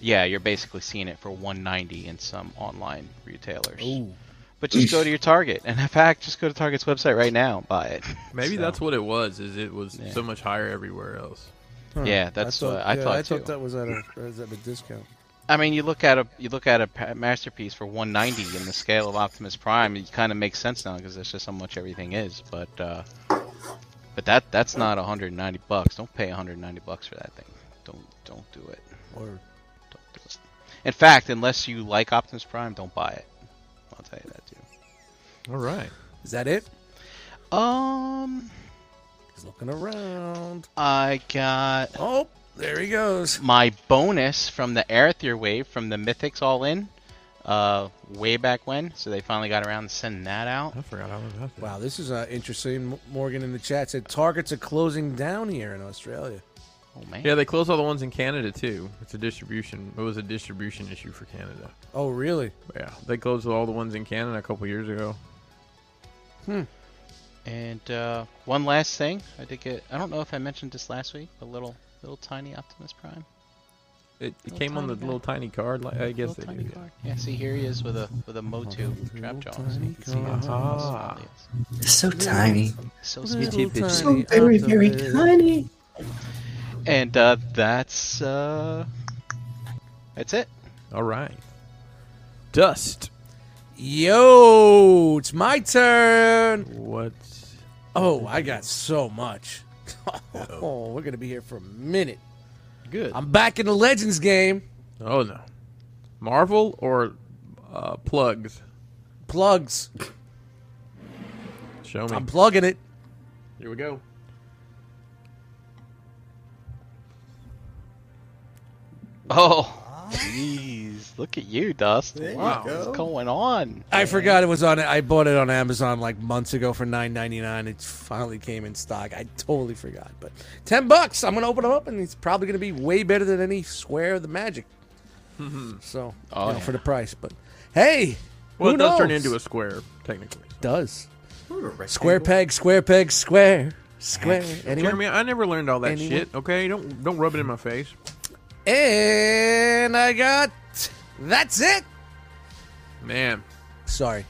[SPEAKER 1] yeah, you're basically seeing it for 190 in some online retailers.
[SPEAKER 4] Ooh.
[SPEAKER 1] But just go to your Target, and in fact, just go to Target's website right now, and buy it.
[SPEAKER 2] Maybe
[SPEAKER 1] So,
[SPEAKER 2] that's what it was. Is it was
[SPEAKER 1] Yeah.
[SPEAKER 2] so much higher everywhere else?
[SPEAKER 4] Huh.
[SPEAKER 1] Yeah, that's
[SPEAKER 4] I
[SPEAKER 1] what I
[SPEAKER 4] yeah,
[SPEAKER 1] thought
[SPEAKER 4] I thought
[SPEAKER 1] too.
[SPEAKER 4] that was at a, was at a discount.
[SPEAKER 1] I mean, you look at a you look at a pa- masterpiece for 190 in the scale of Optimus Prime. It kind of makes sense now because that's just how much everything is. But uh, but that that's not 190 bucks. Don't pay 190 bucks for that thing. Don't don't do it.
[SPEAKER 4] Or
[SPEAKER 1] Don't do it. In fact, unless you like Optimus Prime, don't buy it. I'll tell you that too.
[SPEAKER 2] All right.
[SPEAKER 4] is that it?
[SPEAKER 1] Um,
[SPEAKER 4] He's looking around.
[SPEAKER 1] I got
[SPEAKER 4] Oh, there he goes.
[SPEAKER 1] my bonus from the Aether Wave from the Mythics All In, uh, way back when. So they finally got around to sending that out.
[SPEAKER 2] I forgot all about that.
[SPEAKER 4] Wow, this is uh, interesting. M- Morgan in the chat said Targets are closing down here in Australia.
[SPEAKER 1] Oh man.
[SPEAKER 2] Yeah, they closed all the ones in Canada too. It's a distribution. It was a distribution issue for Canada.
[SPEAKER 4] Oh, really?
[SPEAKER 2] Yeah, they closed all the ones in Canada a couple years ago.
[SPEAKER 1] And uh, one last thing, I did get. I don't know if I mentioned this last week, but little little tiny Optimus Prime.
[SPEAKER 2] It, it
[SPEAKER 1] Little
[SPEAKER 2] came on the
[SPEAKER 1] tiny guy.
[SPEAKER 2] little tiny card. Like, I guess
[SPEAKER 1] little
[SPEAKER 2] they
[SPEAKER 1] tiny
[SPEAKER 2] did.
[SPEAKER 1] card. Yeah, see here he is with a with a Motu trap jaw. So you can see
[SPEAKER 4] tiny
[SPEAKER 1] how small
[SPEAKER 2] card.
[SPEAKER 1] he is.
[SPEAKER 5] It's so tiny.
[SPEAKER 1] So
[SPEAKER 4] Little
[SPEAKER 1] small.
[SPEAKER 2] bitty.
[SPEAKER 4] tiny Optimus.
[SPEAKER 5] tiny.
[SPEAKER 1] And uh, that's uh, that's it.
[SPEAKER 2] All right. Dust.
[SPEAKER 4] Yo, it's my turn.
[SPEAKER 2] What?
[SPEAKER 4] Oh, I got so much. Oh, we're gonna be here for a minute.
[SPEAKER 2] Good.
[SPEAKER 4] I'm back in the Legends game.
[SPEAKER 2] oh no. Marvel or uh, plugs?
[SPEAKER 4] Plugs.
[SPEAKER 2] Show me.
[SPEAKER 4] I'm plugging it.
[SPEAKER 2] Here we go.
[SPEAKER 1] Oh, jeez, look at you, Dust.
[SPEAKER 5] There you
[SPEAKER 1] wow,
[SPEAKER 5] go.
[SPEAKER 1] what's going on?
[SPEAKER 4] I forgot it was on. I bought it on Amazon like months ago for nine ninety nine. It finally came in stock. I totally forgot, but ten bucks. I'm gonna open them up, and it's probably gonna be way better than any Swear of the Magic. so,
[SPEAKER 1] Oh,
[SPEAKER 4] you
[SPEAKER 1] yeah.
[SPEAKER 4] know, for the price, but hey,
[SPEAKER 2] Mm-hmm. Well,
[SPEAKER 4] who
[SPEAKER 2] it does turn
[SPEAKER 4] knows?
[SPEAKER 2] into a square technically.
[SPEAKER 4] does square peg, square peg, square, square. Anyone?
[SPEAKER 2] Jeremy, I never learned all that
[SPEAKER 4] Anyone?
[SPEAKER 2] shit. Okay, don't don't rub it in my face.
[SPEAKER 4] And I got. That's it.
[SPEAKER 2] Man,
[SPEAKER 4] Sorry,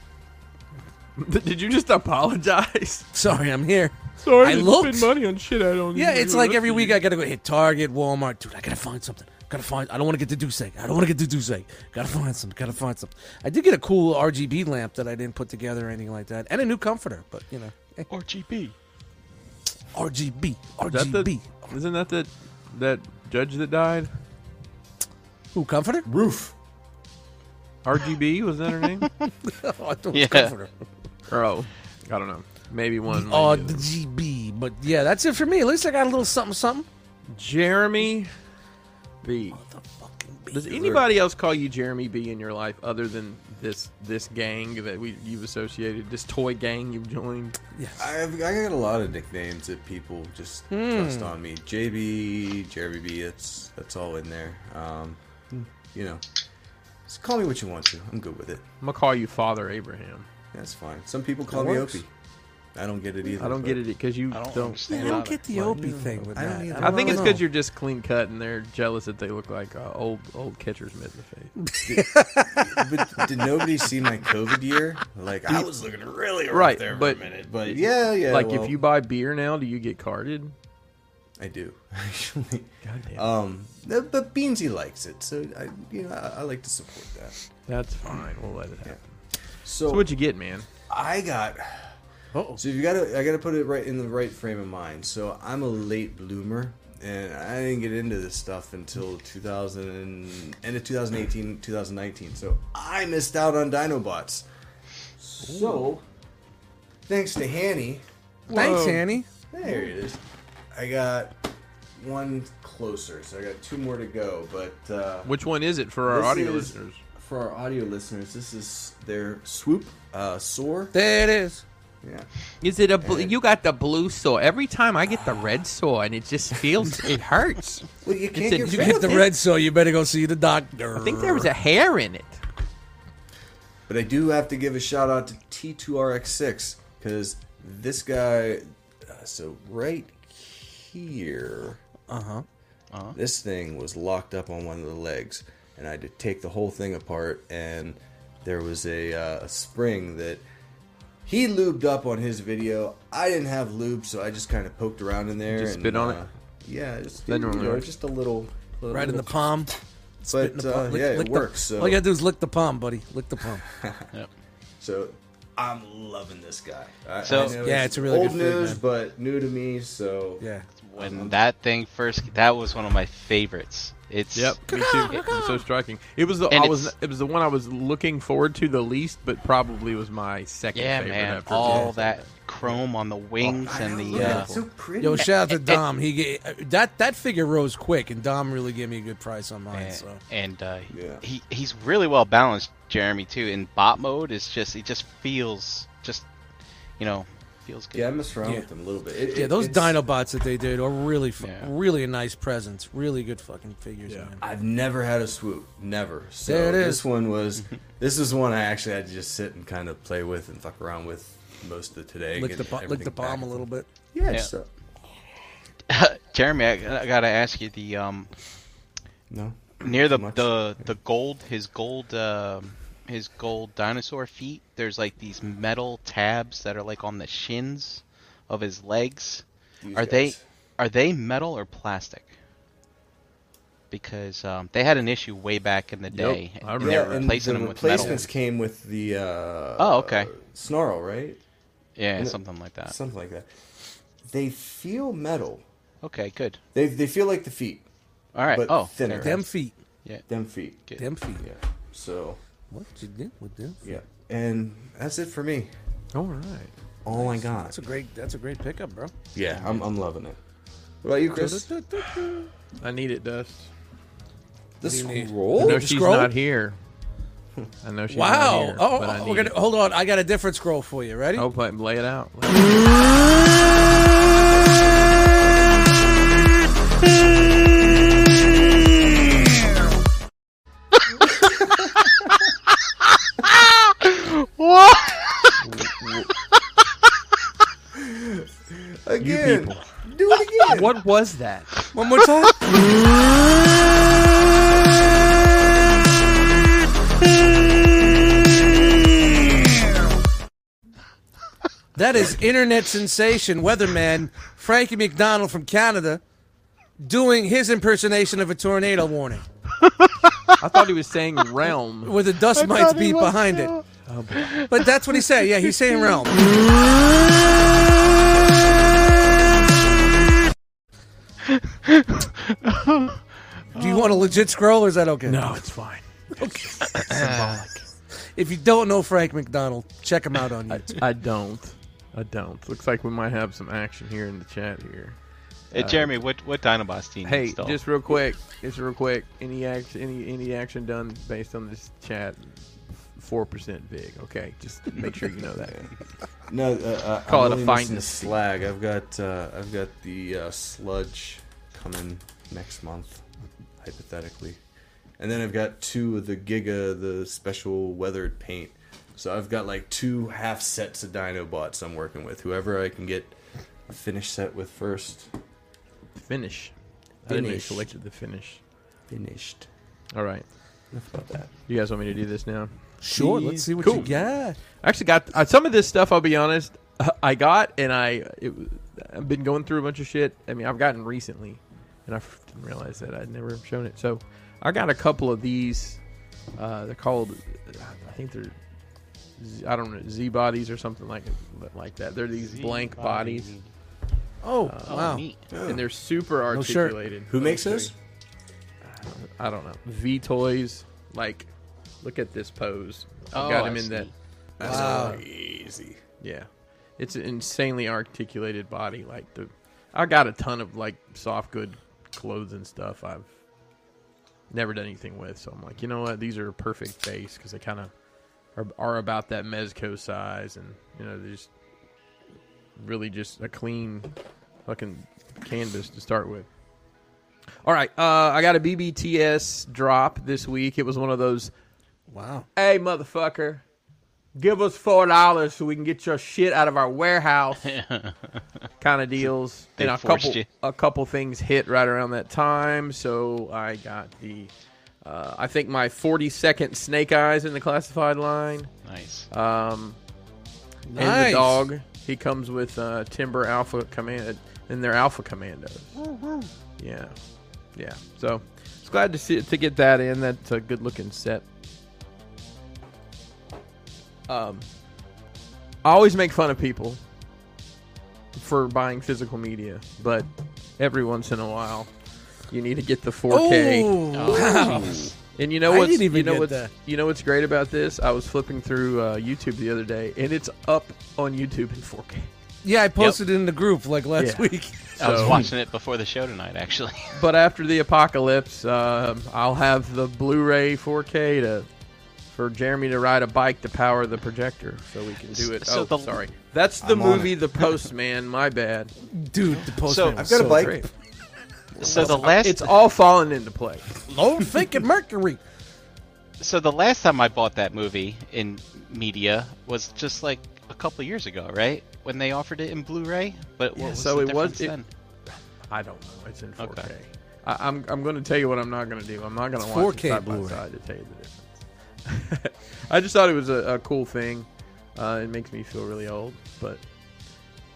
[SPEAKER 2] did you just apologize?
[SPEAKER 4] sorry. I'm here.
[SPEAKER 2] Sorry,
[SPEAKER 4] I
[SPEAKER 2] didn't
[SPEAKER 4] looked.
[SPEAKER 2] money on shit I don't.
[SPEAKER 4] Yeah,
[SPEAKER 2] even
[SPEAKER 4] it's
[SPEAKER 2] know
[SPEAKER 4] like
[SPEAKER 2] that's
[SPEAKER 4] every
[SPEAKER 2] for
[SPEAKER 4] week
[SPEAKER 2] you.
[SPEAKER 4] I gotta go hit Target, Walmart. Dude, I gotta find something. Gotta find. I don't want to get the goose egg. I don't want to get the goose egg. Gotta find something. Gotta find something. I did get a cool RGB lamp that I didn't put together or anything like that, and a new comforter. But you know, eh,
[SPEAKER 1] RGB.
[SPEAKER 4] RGB,
[SPEAKER 2] Is that
[SPEAKER 4] RGB.
[SPEAKER 2] the, isn't that the that judge that died?
[SPEAKER 4] Who comforter?
[SPEAKER 5] Roof.
[SPEAKER 2] RGB was that her name?
[SPEAKER 4] oh, I thought it was
[SPEAKER 1] Yeah.
[SPEAKER 4] comforter.
[SPEAKER 2] or oh, I don't know. Maybe one. maybe the other.
[SPEAKER 4] RGB. But yeah, that's it for me. At least I got a little something, something.
[SPEAKER 2] Jeremy B.
[SPEAKER 4] The fucking beat.
[SPEAKER 2] Does anybody else call you Jeremy B in your life other than this this gang that we you've associated, this toy gang you've joined?
[SPEAKER 4] Yes.
[SPEAKER 5] I've, I got a lot of nicknames that people just trust
[SPEAKER 2] Hmm.
[SPEAKER 5] on me. JB, Jeremy B. It's that's all in there. Um, you know, just call me what you want to. I'm good with it.
[SPEAKER 2] I'm gonna call you Father Abraham.
[SPEAKER 5] That's fine. Some people call
[SPEAKER 4] It
[SPEAKER 5] me
[SPEAKER 4] works.
[SPEAKER 5] Opie. I don't get it either.
[SPEAKER 2] I don't
[SPEAKER 5] but
[SPEAKER 2] get it because you
[SPEAKER 1] I don't
[SPEAKER 2] don't
[SPEAKER 1] understand.
[SPEAKER 4] I don't get the Opie thing with
[SPEAKER 5] I don't
[SPEAKER 4] that.
[SPEAKER 5] either.
[SPEAKER 2] I think it's
[SPEAKER 4] know.
[SPEAKER 2] because you're just clean cut, and they're jealous that they look like uh, old old catcher's mitt in the face.
[SPEAKER 5] But did nobody see my COVID year? Like I was looking really rough
[SPEAKER 2] Right,
[SPEAKER 5] there for
[SPEAKER 2] but-
[SPEAKER 5] a minute. But yeah, yeah.
[SPEAKER 2] like
[SPEAKER 5] well,
[SPEAKER 2] if you buy beer now, do you get carded? Uh,
[SPEAKER 5] I do actually.
[SPEAKER 2] Goddamn,
[SPEAKER 5] Um, no, but Beansy likes it, so I, you know, I, I like to support that.
[SPEAKER 2] that's fine. We'll let it happen.
[SPEAKER 5] So,
[SPEAKER 2] So what'd you get, man?
[SPEAKER 5] I got.
[SPEAKER 4] Uh-oh.
[SPEAKER 5] So you gotta, I gotta put it right in the right frame of mind. So I'm a late bloomer, and I didn't get into this stuff until 2000, and- end of 2018, 2019. So I missed out on Dinobots. So, thanks to Hanny,
[SPEAKER 4] Thanks,
[SPEAKER 2] Whoa.
[SPEAKER 4] Annie.
[SPEAKER 5] there it is. I got one closer, so I got two more to go. But uh,
[SPEAKER 2] Which one is it for our
[SPEAKER 5] This
[SPEAKER 2] audio
[SPEAKER 5] is-
[SPEAKER 2] listeners?
[SPEAKER 5] for our audio listeners, this is their swoop, uh, soar.
[SPEAKER 4] There it is.
[SPEAKER 5] Yeah.
[SPEAKER 2] Is it a blue? You got the blue sore. Every time I get the red sore, and it just feels it hurts.
[SPEAKER 5] Well, you can't
[SPEAKER 2] a-
[SPEAKER 5] get
[SPEAKER 2] you
[SPEAKER 4] You
[SPEAKER 5] rid
[SPEAKER 4] get
[SPEAKER 5] of
[SPEAKER 4] the
[SPEAKER 5] it.
[SPEAKER 4] red, so you better go see the doctor.
[SPEAKER 2] I think there was a hair in it.
[SPEAKER 5] But I do have to give a shout out to T2RX6 because this guy. Uh, so right here,
[SPEAKER 4] Uh huh.
[SPEAKER 5] this thing was locked up on one of the legs, and I had to take the whole thing apart. And there was a, uh, a spring that he lubed up on his video. I didn't have lube, so I just kind of poked around in there.
[SPEAKER 2] Just
[SPEAKER 5] and,
[SPEAKER 2] spit on it?
[SPEAKER 5] uh, Yeah, just,
[SPEAKER 2] That
[SPEAKER 5] you
[SPEAKER 2] normally
[SPEAKER 5] know,
[SPEAKER 2] works.
[SPEAKER 5] just a little. little
[SPEAKER 4] Right in the
[SPEAKER 5] little-
[SPEAKER 4] palm.
[SPEAKER 5] But
[SPEAKER 4] The
[SPEAKER 5] uh,
[SPEAKER 4] palm. Lick-
[SPEAKER 5] yeah,
[SPEAKER 4] lick
[SPEAKER 5] it
[SPEAKER 4] the-
[SPEAKER 5] works. So,
[SPEAKER 4] All you gotta do is lick the palm, buddy. Lick the palm.
[SPEAKER 1] Yep.
[SPEAKER 5] So I'm loving this guy. I,
[SPEAKER 1] So-
[SPEAKER 5] I know
[SPEAKER 4] Yeah, it's a really
[SPEAKER 5] old
[SPEAKER 4] good food,
[SPEAKER 5] news,
[SPEAKER 4] man.
[SPEAKER 5] but new to me. So
[SPEAKER 4] Yeah.
[SPEAKER 1] When that thing first, that was one of my favorites. It's
[SPEAKER 2] Yep, me too. It was so striking. It was the
[SPEAKER 1] And
[SPEAKER 2] I was
[SPEAKER 1] it's-
[SPEAKER 2] it was the one I was looking forward to the least, but probably was my second.
[SPEAKER 1] yeah,
[SPEAKER 2] favorite
[SPEAKER 1] man.
[SPEAKER 2] After
[SPEAKER 1] All
[SPEAKER 2] Jaws.
[SPEAKER 1] that chrome on the wings
[SPEAKER 5] Oh, I
[SPEAKER 1] and
[SPEAKER 5] know,
[SPEAKER 1] the
[SPEAKER 5] look at
[SPEAKER 1] uh,
[SPEAKER 5] it, so pretty.
[SPEAKER 4] Yo, shout out to Dom. He ga- that that figure rose quick, and Dom really gave me a good price on mine.
[SPEAKER 1] and,
[SPEAKER 4] So
[SPEAKER 1] and, uh,
[SPEAKER 5] Yeah.
[SPEAKER 1] he he's really well balanced, Jeremy too. In bot mode, it's just it just feels just you know feels good.
[SPEAKER 5] yeah, I mess around
[SPEAKER 4] Yeah.
[SPEAKER 5] with them a little bit. It-
[SPEAKER 4] yeah,
[SPEAKER 5] it-
[SPEAKER 4] those
[SPEAKER 5] it's-
[SPEAKER 4] Dinobots that they did are really, fu-
[SPEAKER 1] Yeah.
[SPEAKER 4] really a nice presence. Really good fucking figures, man.
[SPEAKER 5] I've never had a swoop, never. So
[SPEAKER 4] There it is.
[SPEAKER 5] this one was, this is one I actually had to just sit and kind of play with and fuck around with most of today.
[SPEAKER 4] Lick
[SPEAKER 5] get
[SPEAKER 4] the bo- lick
[SPEAKER 5] everything
[SPEAKER 4] the palm a
[SPEAKER 5] back.
[SPEAKER 4] little bit.
[SPEAKER 5] Yeah,
[SPEAKER 1] Yeah.
[SPEAKER 5] just uh,
[SPEAKER 1] Jeremy, I, I gotta ask you the um
[SPEAKER 5] no.
[SPEAKER 1] near the
[SPEAKER 5] Too much.
[SPEAKER 1] the the gold his gold um his gold dinosaur feet. There's like these metal tabs that are like on the shins of his legs.
[SPEAKER 5] These
[SPEAKER 1] are they
[SPEAKER 5] guys.
[SPEAKER 1] are they metal or plastic? Because um, they had an issue way back in the day,
[SPEAKER 2] I
[SPEAKER 1] and
[SPEAKER 2] remember.
[SPEAKER 1] they're
[SPEAKER 5] Yeah, and
[SPEAKER 1] replacing
[SPEAKER 5] the
[SPEAKER 1] them with metal.
[SPEAKER 5] replacements came with the. Uh,
[SPEAKER 1] Oh, okay.
[SPEAKER 5] Snarl, right?
[SPEAKER 1] Yeah,
[SPEAKER 5] and the-
[SPEAKER 1] something like
[SPEAKER 4] Uh,
[SPEAKER 1] that.
[SPEAKER 5] Something like that. They feel metal.
[SPEAKER 1] Okay, good.
[SPEAKER 5] They they feel like the feet,
[SPEAKER 1] All right.
[SPEAKER 5] But
[SPEAKER 1] oh,
[SPEAKER 5] thinner.
[SPEAKER 1] there
[SPEAKER 4] Them
[SPEAKER 1] it is.
[SPEAKER 4] feet.
[SPEAKER 1] Yeah.
[SPEAKER 5] them feet.
[SPEAKER 1] Good.
[SPEAKER 4] Them feet.
[SPEAKER 5] Yeah. So
[SPEAKER 4] What you did with them?
[SPEAKER 5] yeah, and that's it for me.
[SPEAKER 2] All right.
[SPEAKER 5] All I got.
[SPEAKER 4] That's a great. That's a great pickup, bro.
[SPEAKER 5] Yeah, I'm I'm loving it. What about you, Chris?
[SPEAKER 2] I need it, Dust.
[SPEAKER 5] The
[SPEAKER 4] do you need?
[SPEAKER 2] I
[SPEAKER 5] scroll.
[SPEAKER 2] know
[SPEAKER 4] the
[SPEAKER 2] she's
[SPEAKER 4] scroll?
[SPEAKER 2] not here. I know she's
[SPEAKER 4] Wow.
[SPEAKER 2] not here.
[SPEAKER 4] oh,
[SPEAKER 2] but I
[SPEAKER 4] oh,
[SPEAKER 2] need
[SPEAKER 4] we're gonna
[SPEAKER 2] it.
[SPEAKER 4] hold on. I got a different scroll for you. Ready?
[SPEAKER 2] Oh, play, lay it out.
[SPEAKER 1] What?
[SPEAKER 5] Again. Do it again.
[SPEAKER 2] what was that?
[SPEAKER 4] One more time. that is internet sensation weatherman Frankie McDonald from Canada doing his impersonation of a tornado warning
[SPEAKER 2] I thought he was saying realm.
[SPEAKER 4] where the dust mites beat behind it. Oh, But that's what he's saying. Yeah, he's saying realm. Do you want a legit scroll or is that okay?
[SPEAKER 2] No, it's fine.
[SPEAKER 4] If you don't know Frank McDonald, check him out on YouTube.
[SPEAKER 2] I don't. I don't. Looks like we might have some action here in the chat here.
[SPEAKER 1] Hey, Jeremy, what what Dinobots do you need
[SPEAKER 2] Hey,
[SPEAKER 1] still?
[SPEAKER 2] just real quick, just real quick. Any action, any any action done based on this chat, four percent big. Okay, just make sure you know that.
[SPEAKER 5] No, uh, uh,
[SPEAKER 2] Call it
[SPEAKER 5] I'm
[SPEAKER 2] a
[SPEAKER 5] really
[SPEAKER 2] find
[SPEAKER 5] missing
[SPEAKER 2] the
[SPEAKER 5] the
[SPEAKER 2] feet.
[SPEAKER 5] slag. I've got uh, I've got the uh, sludge coming next month, hypothetically, and then I've got two of the Giga, the special weathered paint. So I've got like two half sets of Dinobots I'm working with. Whoever I can get a finish set with first,
[SPEAKER 2] Finish. I didn't even
[SPEAKER 5] Finished.
[SPEAKER 2] selected the finish.
[SPEAKER 5] finished.
[SPEAKER 2] All right.
[SPEAKER 5] Enough about that.
[SPEAKER 2] You guys want me to do this now?
[SPEAKER 4] Sure, let's see what
[SPEAKER 2] Cool.
[SPEAKER 4] you got.
[SPEAKER 2] I actually got uh, some of this stuff. I'll be honest, I got and I it, was- I've been going through a bunch of shit. I mean, I've gotten recently, and I f- didn't realize that I'd never shown it. So I got a couple of these. Uh, they're called, I think they're, Z- I don't know, Z bodies or something like like that. They're these blank bodies,
[SPEAKER 4] Oh,
[SPEAKER 1] Oh,
[SPEAKER 4] wow.
[SPEAKER 1] neat.
[SPEAKER 2] and they're super
[SPEAKER 4] No shirt.
[SPEAKER 2] articulated.
[SPEAKER 5] Who makes this?
[SPEAKER 2] I don't know. V toys. Like, look at this pose. I
[SPEAKER 1] Oh,
[SPEAKER 2] got
[SPEAKER 1] I
[SPEAKER 2] him in
[SPEAKER 1] see.
[SPEAKER 2] that.
[SPEAKER 5] That's
[SPEAKER 4] Wow.
[SPEAKER 5] crazy.
[SPEAKER 2] Yeah, it's an insanely articulated body. Like the, I got a ton of like soft good clothes and stuff. I've never done anything with, so I'm like, you know what? These are a perfect base because they kind of are, are about that mezco size, and you know, they just really just a clean fucking canvas to start with. All right, uh, I got a BBTS drop this week. It was one of those
[SPEAKER 4] Wow.
[SPEAKER 2] hey motherfucker give us four dollars so we can get your shit out of our warehouse kind of deals
[SPEAKER 1] They
[SPEAKER 2] and a
[SPEAKER 1] forced
[SPEAKER 2] couple
[SPEAKER 1] you.
[SPEAKER 2] a couple things hit right around that time so i got the uh, i think my 40 second snake eyes in the classified line
[SPEAKER 1] Nice. Oh,
[SPEAKER 2] um
[SPEAKER 4] Nice.
[SPEAKER 2] and the dog he comes with uh, timber alpha command and their alpha commandos yeah yeah so it's glad to see to get that in that's a good looking set um i always make fun of people for buying physical media but every once in a while you need to get the 4k
[SPEAKER 4] Oh,
[SPEAKER 1] Oh,
[SPEAKER 4] wow.
[SPEAKER 1] jeez.
[SPEAKER 2] and you know
[SPEAKER 4] I
[SPEAKER 2] what's
[SPEAKER 4] didn't even
[SPEAKER 2] you know
[SPEAKER 4] get
[SPEAKER 2] what's
[SPEAKER 4] that.
[SPEAKER 2] you know what's great about this? I was flipping through uh, YouTube the other day, and it's up on YouTube in 4K.
[SPEAKER 4] Yeah, I posted it in the group like last
[SPEAKER 2] Yeah.
[SPEAKER 4] week.
[SPEAKER 1] I was
[SPEAKER 2] So-
[SPEAKER 1] watching it before the show tonight, actually.
[SPEAKER 2] But after the apocalypse, um, I'll have the Blu-ray 4K to for Jeremy to ride a bike to power the projector, so we can do it.
[SPEAKER 1] So
[SPEAKER 2] oh,
[SPEAKER 1] the-
[SPEAKER 2] sorry, that's the
[SPEAKER 3] I'm on
[SPEAKER 2] movie The Postman. My bad.
[SPEAKER 4] Dude, the post
[SPEAKER 1] So-
[SPEAKER 4] man was
[SPEAKER 3] I've got a
[SPEAKER 4] so
[SPEAKER 3] bike.
[SPEAKER 4] great.
[SPEAKER 2] Great.
[SPEAKER 1] so the last
[SPEAKER 2] It's all falling into place.
[SPEAKER 4] Low thinking mercury.
[SPEAKER 1] so the last time I bought that movie in media was just like a couple years ago, right? When they offered it in Blu-ray, but what
[SPEAKER 2] Yeah,
[SPEAKER 1] was
[SPEAKER 2] so
[SPEAKER 1] the
[SPEAKER 2] it was-
[SPEAKER 1] difference
[SPEAKER 2] it-
[SPEAKER 1] then?
[SPEAKER 2] I don't know. It's in 4K.
[SPEAKER 1] Okay.
[SPEAKER 2] I, I'm I'm going to tell you what I'm not going to do. I'm not going to
[SPEAKER 4] It's
[SPEAKER 2] watch
[SPEAKER 4] 4K
[SPEAKER 2] it side
[SPEAKER 4] Blu-ray.
[SPEAKER 2] by side to tell you the difference. I just thought it was a, a cool thing. Uh, it makes me feel really old, but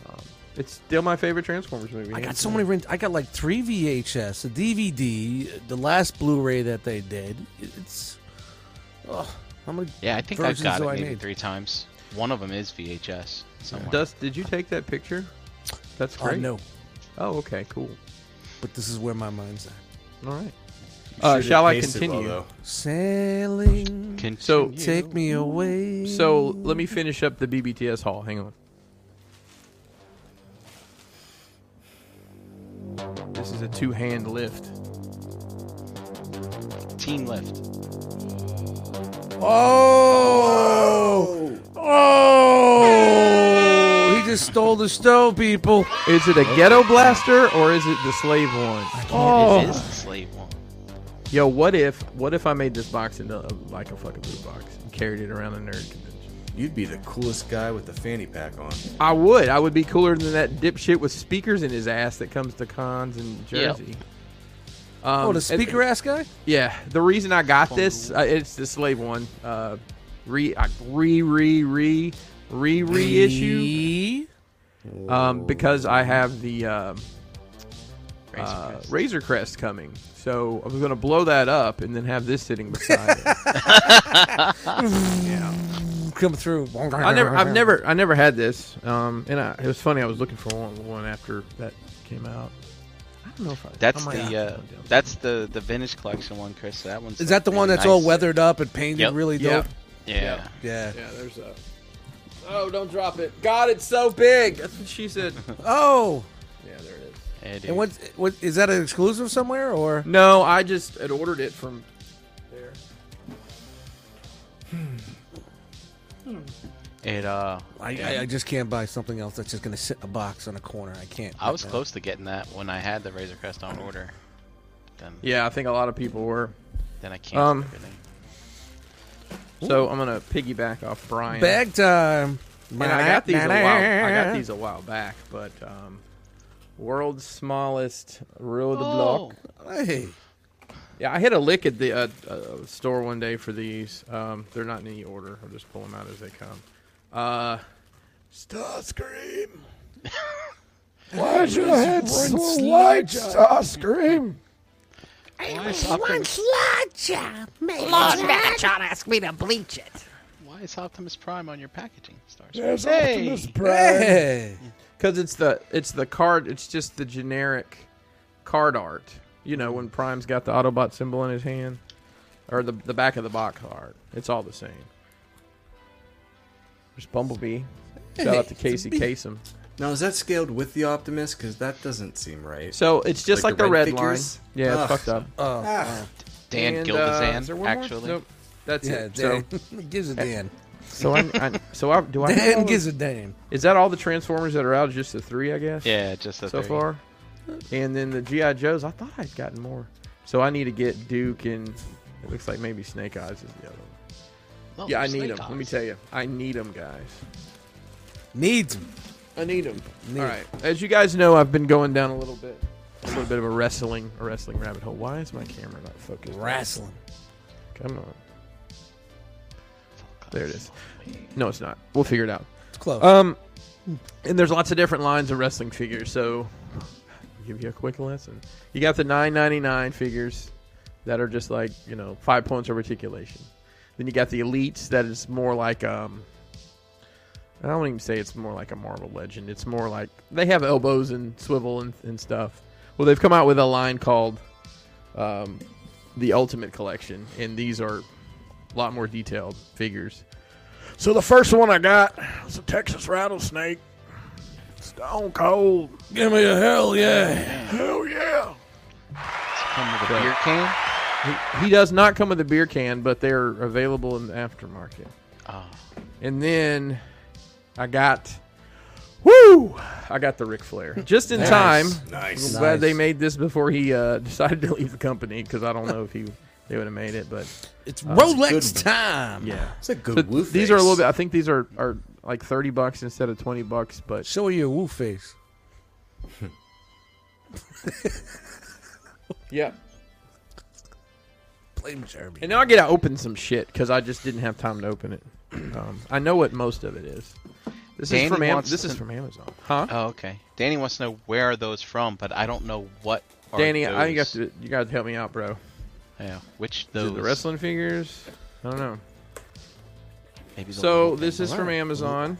[SPEAKER 2] um, it's still my favorite Transformers movie.
[SPEAKER 4] I got
[SPEAKER 2] hands
[SPEAKER 4] so
[SPEAKER 2] down.
[SPEAKER 4] many rent. I got like three VHS, a DVD, the last Blu-ray that they did. It's oh, how many?
[SPEAKER 1] Yeah, I think I've
[SPEAKER 4] versions
[SPEAKER 1] got it
[SPEAKER 4] do I
[SPEAKER 1] maybe
[SPEAKER 4] need?
[SPEAKER 1] three times. One of them is VHS somewhere.
[SPEAKER 2] Dust, did you take that picture? That's
[SPEAKER 4] Oh
[SPEAKER 2] great.
[SPEAKER 4] no,
[SPEAKER 2] Oh, okay, cool.
[SPEAKER 4] but this is where my mind's at.
[SPEAKER 2] All right. Uh,
[SPEAKER 3] Sure did
[SPEAKER 2] shall I
[SPEAKER 3] pace it well,
[SPEAKER 2] continue?
[SPEAKER 3] though.
[SPEAKER 4] Sailing,
[SPEAKER 1] Can
[SPEAKER 2] So-
[SPEAKER 4] take me away.
[SPEAKER 2] so let me finish up the BBTS haul. Hang on. This is a two-hand lift.
[SPEAKER 1] team lift.
[SPEAKER 4] oh,
[SPEAKER 3] Oh,
[SPEAKER 4] oh, he just stole the stove, people.
[SPEAKER 2] Is it a ghetto blaster or is it the slave one?
[SPEAKER 4] Oh.
[SPEAKER 1] It is the slave one.
[SPEAKER 2] Yo, what if what if I made this box into a, like a fucking boot box and carried it around a nerd convention?
[SPEAKER 3] you'd be the coolest guy with the fanny pack on.
[SPEAKER 2] I would. I would be cooler than that dipshit with speakers in his ass that comes to cons in
[SPEAKER 1] Yep.
[SPEAKER 2] Jersey. Um,
[SPEAKER 4] oh, the
[SPEAKER 2] and-
[SPEAKER 4] speaker ass guy.
[SPEAKER 2] Yeah, the reason I got this, uh, it's the slave one. Uh, re, I, re, re, re, re, reissue. Um, because I have the um, uh,
[SPEAKER 1] Razor
[SPEAKER 2] Razor Crest coming, so I was gonna blow that up and then have this sitting beside it.
[SPEAKER 4] Come through.
[SPEAKER 2] I never, I've never, I never had this. Um, and I, it was funny. I was looking for one, one after that came out. I don't know if I.
[SPEAKER 1] That's
[SPEAKER 2] I might have
[SPEAKER 1] the uh,
[SPEAKER 2] one down.
[SPEAKER 1] that's the the vintage collection one, Chris. That one's
[SPEAKER 4] Is
[SPEAKER 1] like,
[SPEAKER 4] that the one
[SPEAKER 1] really
[SPEAKER 4] that's all
[SPEAKER 1] nice.
[SPEAKER 4] weathered up and painted
[SPEAKER 1] Yep.
[SPEAKER 4] really
[SPEAKER 2] Yeah.
[SPEAKER 4] dope?
[SPEAKER 1] Yeah.
[SPEAKER 4] Yeah.
[SPEAKER 2] Yeah, there's a. Oh, don't drop it! God, it's so big. That's what she said.
[SPEAKER 4] Oh,
[SPEAKER 2] yeah, there it is.
[SPEAKER 1] yeah. dude.
[SPEAKER 4] and what, what is that an exclusive somewhere or?
[SPEAKER 2] No, I just had ordered it from there.
[SPEAKER 1] It uh,
[SPEAKER 4] I,
[SPEAKER 1] yeah.
[SPEAKER 4] I, I just can't buy something else that's just gonna sit in a box on a corner. I can't.
[SPEAKER 1] I was close to getting that when I had the Razor Crest on order. Then
[SPEAKER 2] Yeah, I think a lot of people were.
[SPEAKER 1] then I canceled
[SPEAKER 2] Um,
[SPEAKER 1] everything.
[SPEAKER 2] So I'm gonna piggyback off Brian.
[SPEAKER 4] Bag time.
[SPEAKER 2] And I got these a while. I got these a while back, but um, world's smallest road block.
[SPEAKER 4] Hey,
[SPEAKER 2] Yeah, I hit a lick at the uh, uh, store one day for these. Um, they're not in any order. I'll just pull them out as they come. Uh, Starscream! Why is your head so wide, Starscream?
[SPEAKER 1] Why is Optimus,
[SPEAKER 6] Lord Megatron asked me to bleach it.
[SPEAKER 1] why is Optimus Prime on your packaging? Stars.
[SPEAKER 4] hey.
[SPEAKER 2] Because it's the it's the card. It's just the generic card art. You know when Prime's got the Autobot symbol in his hand, or the the back of the box art. It's all the same. There's Bumblebee. Shout out to
[SPEAKER 4] Hey, it's
[SPEAKER 2] Casey
[SPEAKER 4] a bee.
[SPEAKER 2] Kasem.
[SPEAKER 3] Now is that scaled with the Optimus? Because that doesn't seem right.
[SPEAKER 2] So it's just like,
[SPEAKER 3] Like
[SPEAKER 2] the,
[SPEAKER 3] the
[SPEAKER 2] red,
[SPEAKER 3] red
[SPEAKER 2] line.
[SPEAKER 3] figures?
[SPEAKER 2] Yeah, it's
[SPEAKER 3] Ugh.
[SPEAKER 2] fucked up.
[SPEAKER 4] Oh,
[SPEAKER 3] Ah.
[SPEAKER 1] Dan
[SPEAKER 2] And, uh, is there
[SPEAKER 1] Gildazan,
[SPEAKER 2] one more?
[SPEAKER 1] actually.
[SPEAKER 2] Nope. That's
[SPEAKER 4] yeah.
[SPEAKER 2] it.
[SPEAKER 4] Dan.
[SPEAKER 2] So
[SPEAKER 4] gives a Dan.
[SPEAKER 2] So I, I so I, do I? have all
[SPEAKER 4] Damn
[SPEAKER 2] the-
[SPEAKER 4] gives a damn.
[SPEAKER 2] is that all the Transformers that are out? Just the three, I guess.
[SPEAKER 1] Yeah, just the
[SPEAKER 2] so
[SPEAKER 1] three.
[SPEAKER 2] far. And then the GI Joes. I thought I'd gotten more. So I need to get Duke and it looks like maybe Snake Eyes is the other one.
[SPEAKER 1] No,
[SPEAKER 2] yeah, I need
[SPEAKER 1] Oh, Snake
[SPEAKER 2] them. Let me
[SPEAKER 1] Eyes.
[SPEAKER 2] tell you, I need them, guys.
[SPEAKER 4] Needs 'em.
[SPEAKER 2] I need them.
[SPEAKER 4] Need
[SPEAKER 2] All right. As you guys know, I've been going down a little bit, a little bit of a wrestling, a wrestling rabbit hole. Why is my camera not focused?
[SPEAKER 4] Wrestling.
[SPEAKER 2] Come on. There it is. No, it's not. We'll figure it out.
[SPEAKER 4] It's close.
[SPEAKER 2] Um, and there's lots of different lines of wrestling figures. So, I'll give you a quick lesson. You got the 9.99 figures that are just like you know five points of articulation. Then you got the elites that is more like um. I don't even say it's more like a Marvel Legend. It's more like they have elbows and swivel and, and stuff. Well, they've come out with a line called um, the Ultimate Collection, and these are a lot more detailed figures. So the first one I got was a Texas rattlesnake. Stone cold.
[SPEAKER 4] Give me a hell yeah.
[SPEAKER 2] Hell yeah.
[SPEAKER 1] Come with a beer can.
[SPEAKER 2] He, he does not come with a beer can, but they're available in the aftermarket.
[SPEAKER 1] Oh,
[SPEAKER 2] And then I got Woo! I got the Ric Flair. Just in time. I'm
[SPEAKER 3] Nice.
[SPEAKER 2] glad
[SPEAKER 4] Nice.
[SPEAKER 2] they made this before he uh, decided to leave the company because I don't know if he they would have made it, but
[SPEAKER 4] It's
[SPEAKER 2] uh,
[SPEAKER 4] Rolex
[SPEAKER 3] good.
[SPEAKER 4] time.
[SPEAKER 2] yeah.
[SPEAKER 3] It's a good
[SPEAKER 2] So
[SPEAKER 3] woo
[SPEAKER 2] these are a little bit. I think these are are like thirty bucks instead of twenty bucks, but
[SPEAKER 4] Show her your woo face.
[SPEAKER 2] yeah.
[SPEAKER 4] Blame Jeremy.
[SPEAKER 2] And now I get to open some shit because I just didn't have time to open it. Um, I know what most of it is. This
[SPEAKER 1] Danny
[SPEAKER 2] is from Am-
[SPEAKER 1] wants
[SPEAKER 2] this is
[SPEAKER 1] to-
[SPEAKER 2] from Amazon, huh?
[SPEAKER 1] oh, okay. Danny wants to know where are those from, but I don't know what. Are
[SPEAKER 2] Danny,
[SPEAKER 1] those.
[SPEAKER 2] I you got to you got to help me out, bro.
[SPEAKER 1] Yeah, which
[SPEAKER 2] Is
[SPEAKER 1] those?
[SPEAKER 2] it the wrestling figures? I don't know.
[SPEAKER 1] Maybe the
[SPEAKER 2] So
[SPEAKER 1] little
[SPEAKER 2] this
[SPEAKER 1] thing.
[SPEAKER 2] is from Amazon.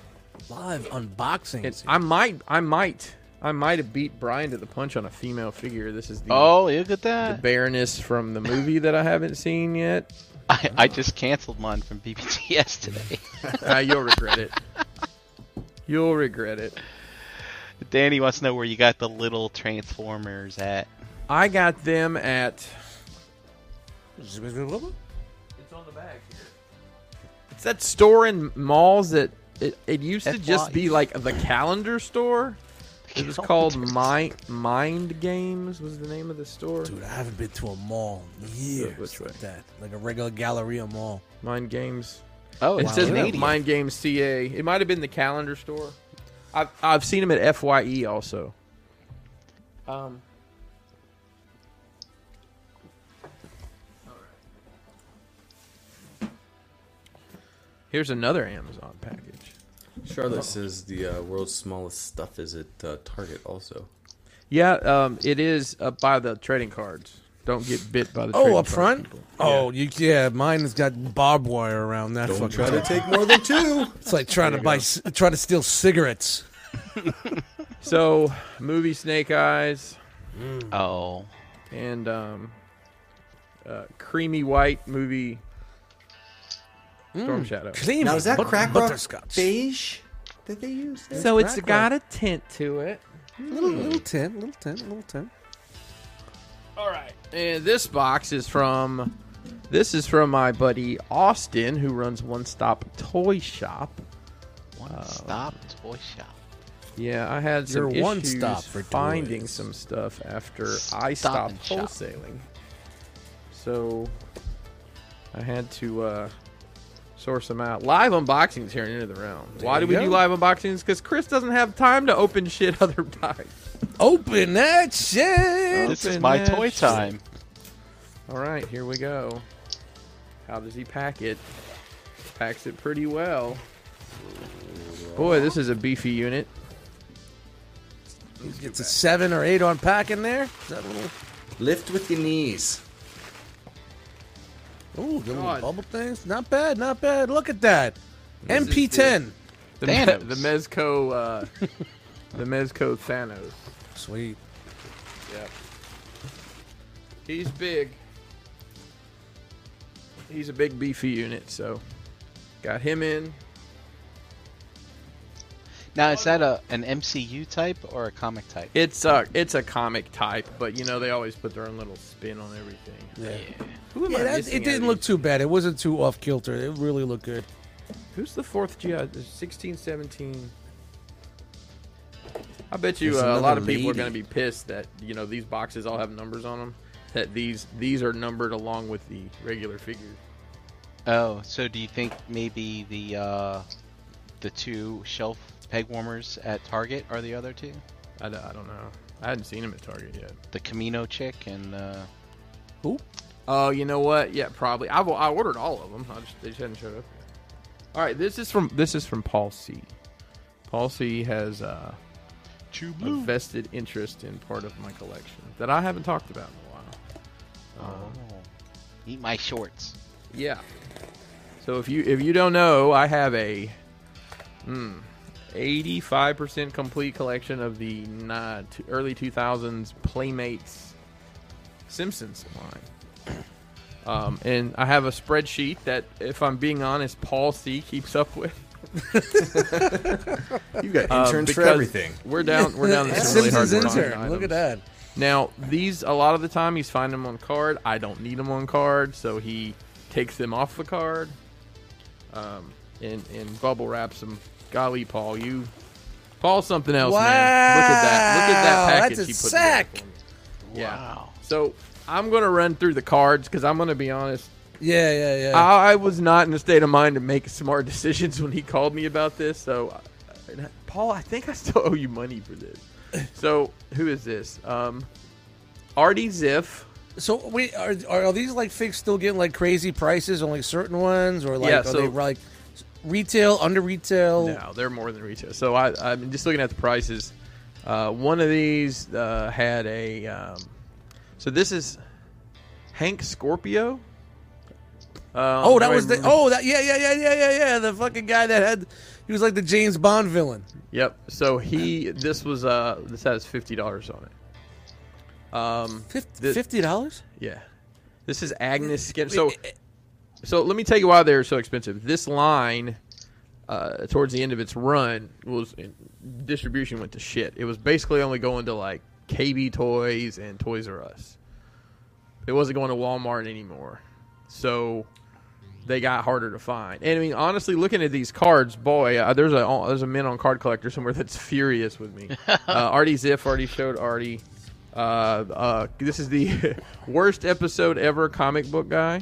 [SPEAKER 4] Live unboxing.
[SPEAKER 2] And I might, I might, I might have beat Brian to the punch on a female figure. This is the
[SPEAKER 1] Oh, look at
[SPEAKER 2] the
[SPEAKER 1] that!
[SPEAKER 2] Baroness from the movie that I haven't seen yet.
[SPEAKER 1] I, I just canceled mine from BBTS today.
[SPEAKER 2] Ah, you'll regret it. You'll regret it.
[SPEAKER 1] Danny wants to know where you got the little Transformers at.
[SPEAKER 2] I got them at It's on the back here. It's that store in malls that it, it used to
[SPEAKER 1] That's
[SPEAKER 2] just
[SPEAKER 1] why.
[SPEAKER 2] be like the calendar store. It was called Mind Mind Games was the name of the store.
[SPEAKER 4] Dude, I haven't been to a mall in years.
[SPEAKER 2] Which way?
[SPEAKER 4] Like that. Like a regular Galleria mall.
[SPEAKER 2] Mind Games.
[SPEAKER 1] Oh,
[SPEAKER 2] It
[SPEAKER 1] it's
[SPEAKER 2] says
[SPEAKER 1] Canadian.
[SPEAKER 2] Mind Games CA. It might have been the calendar store. I've I've seen them at Fye also. Um. Here's another Amazon package.
[SPEAKER 5] Charlotte says the uh, world's smallest stuff is at uh, Target also.
[SPEAKER 2] Yeah, um, it is up by the trading cards. Don't get bit by the.
[SPEAKER 4] Oh,
[SPEAKER 2] trading
[SPEAKER 4] up
[SPEAKER 2] card
[SPEAKER 4] front?
[SPEAKER 2] people.
[SPEAKER 4] Oh, you yeah, mine has got barbed wire around that
[SPEAKER 5] Don't
[SPEAKER 4] fucking
[SPEAKER 5] try to
[SPEAKER 4] thing.
[SPEAKER 5] take more than two.
[SPEAKER 4] It's like trying to buy c- trying to steal cigarettes.
[SPEAKER 2] So, movie Snake Eyes
[SPEAKER 1] Oh,
[SPEAKER 2] and um, uh, creamy white movie
[SPEAKER 4] Hmm.
[SPEAKER 2] Storm Shadow.
[SPEAKER 4] Clean
[SPEAKER 5] Now is that
[SPEAKER 4] but-
[SPEAKER 5] crack rock
[SPEAKER 4] butterscotch.
[SPEAKER 5] beige that they use?
[SPEAKER 2] So
[SPEAKER 4] it's Crackle. got
[SPEAKER 2] a tint to it.
[SPEAKER 4] Little little tin, little tin, little tin.
[SPEAKER 2] And this box is from this is from my buddy Austin who runs One Stop Toy Shop.
[SPEAKER 1] one
[SPEAKER 2] Oh.
[SPEAKER 1] stop toy shop.
[SPEAKER 2] Yeah, I had some
[SPEAKER 4] Your one
[SPEAKER 2] issues
[SPEAKER 4] stop for
[SPEAKER 2] finding
[SPEAKER 4] toys.
[SPEAKER 2] some stuff after I
[SPEAKER 1] Stop
[SPEAKER 2] stopped
[SPEAKER 1] and shop.
[SPEAKER 2] wholesaling. So I had to uh, source them out. Live unboxings here in End of the Realm. Why do we
[SPEAKER 4] you
[SPEAKER 2] do
[SPEAKER 4] go.
[SPEAKER 2] live unboxings? Because Chris doesn't have time to open shit other times.
[SPEAKER 4] Open that shit.
[SPEAKER 1] This is
[SPEAKER 2] Open
[SPEAKER 1] my
[SPEAKER 2] that
[SPEAKER 1] toy
[SPEAKER 2] shit.
[SPEAKER 1] time.
[SPEAKER 2] All right, here we go. How does he pack it? Packs it pretty well. Boy, this is a beefy unit.
[SPEAKER 4] It's a seven or eight on pack in there. Is that a little
[SPEAKER 3] Lift with your knees.
[SPEAKER 4] Oh, the little
[SPEAKER 2] God.
[SPEAKER 4] bubble things. Not bad, not bad. Look at that. MP10.
[SPEAKER 2] The,
[SPEAKER 1] Thanos.
[SPEAKER 2] the Mezco, uh, the Mezco Thanos.
[SPEAKER 4] Sweet.
[SPEAKER 2] Yep. He's big. He's a big beefy unit, so got him in.
[SPEAKER 1] Now, is that a an MCU type or a comic type?
[SPEAKER 2] It's a it's a comic type, but you know they always put their own little spin on everything.
[SPEAKER 4] Yeah.
[SPEAKER 2] Who am
[SPEAKER 4] Yeah,
[SPEAKER 2] I
[SPEAKER 4] that,
[SPEAKER 2] missing
[SPEAKER 4] it
[SPEAKER 2] out
[SPEAKER 4] didn't
[SPEAKER 2] of
[SPEAKER 4] look
[SPEAKER 2] these?
[SPEAKER 4] too bad. It wasn't too off kilter. It really looked good.
[SPEAKER 2] Who's the fourth uh, GI? 16, 17. I bet you
[SPEAKER 5] There's
[SPEAKER 2] uh, a lot
[SPEAKER 5] another
[SPEAKER 2] of people are
[SPEAKER 5] lady.
[SPEAKER 2] going to be pissed that you know these boxes all have numbers on them. That these these are numbered along with the regular figures.
[SPEAKER 1] Oh, so do you think maybe the uh, the two shelf peg warmers at Target are the other two?
[SPEAKER 2] I, d- I don't know. I hadn't seen them at Target yet.
[SPEAKER 1] The Camino chick and uh,
[SPEAKER 2] Oh, you know what? Yeah, probably. I, I ordered all of them. I just, they just hadn't showed up. Yet. All right, this is from this is from Paul C. Paul C. has uh, a vested interest in part of my collection that I haven't talked about in a while.
[SPEAKER 1] Oh. eat my shorts.
[SPEAKER 2] Yeah. So if you if you don't know, I have a eighty five percent complete collection of the ni- t- early two thousands Playmates Simpsons line. Um, and I have a spreadsheet that, if I'm being honest, Paul C keeps up with.
[SPEAKER 3] You got
[SPEAKER 2] uh,
[SPEAKER 3] interns for
[SPEAKER 2] because
[SPEAKER 3] everything.
[SPEAKER 2] We're down. We're down. to
[SPEAKER 4] That's
[SPEAKER 2] some really hard
[SPEAKER 4] Simpsons intern. Look at that.
[SPEAKER 2] now, these a lot of the time he's finding them on card. I don't need them on card, so he takes them off the card, um, and and bubble wraps them. Golly, Paul, you, Paul, something else, man. Look at that! Look at
[SPEAKER 4] Wow,
[SPEAKER 2] that package
[SPEAKER 4] that's a
[SPEAKER 2] he put
[SPEAKER 4] sack.
[SPEAKER 2] together for me. Yeah. So I'm gonna run through the cards because I'm gonna be honest.
[SPEAKER 4] Yeah, yeah, yeah.
[SPEAKER 2] I was not in a state of mind to make smart decisions when he called me about this. So, uh, and I- Paul, I think I still owe you money for this. So, who is this? Um, Artie Ziff.
[SPEAKER 4] so wait, are, are are these like figs still getting like crazy prices on like certain ones, or like
[SPEAKER 2] Yeah,
[SPEAKER 4] are
[SPEAKER 2] so-
[SPEAKER 4] they like retail under retail?
[SPEAKER 2] No, they're more than retail. So I, I'm just looking at the prices. Uh, one of these uh, had a. Um, so this is Hank Scorpio. Uh,
[SPEAKER 4] Oh, that was the
[SPEAKER 2] wait,
[SPEAKER 4] oh that yeah yeah yeah yeah yeah yeah the fucking guy that had he was like the James Bond villain.
[SPEAKER 2] Yep. So he. This was. Uh, this has fifty dollars on it. Um. The-
[SPEAKER 4] Fifty dollars? eh,
[SPEAKER 2] Yeah. This is Agnes Skin. So, so let me tell you why they're so expensive. This line, uh, towards the end of its run, was distribution went to shit. It was basically only going to like KB Toys and Toys R Us. It wasn't going to Walmart anymore. So they got harder to find. And I mean, honestly, looking at these cards, boy, uh, there's a there's a man on card collector somewhere that's furious with me. Uh, Artie Ziff already showed Artie. Uh, uh, this is the worst episode ever. Comic book guy.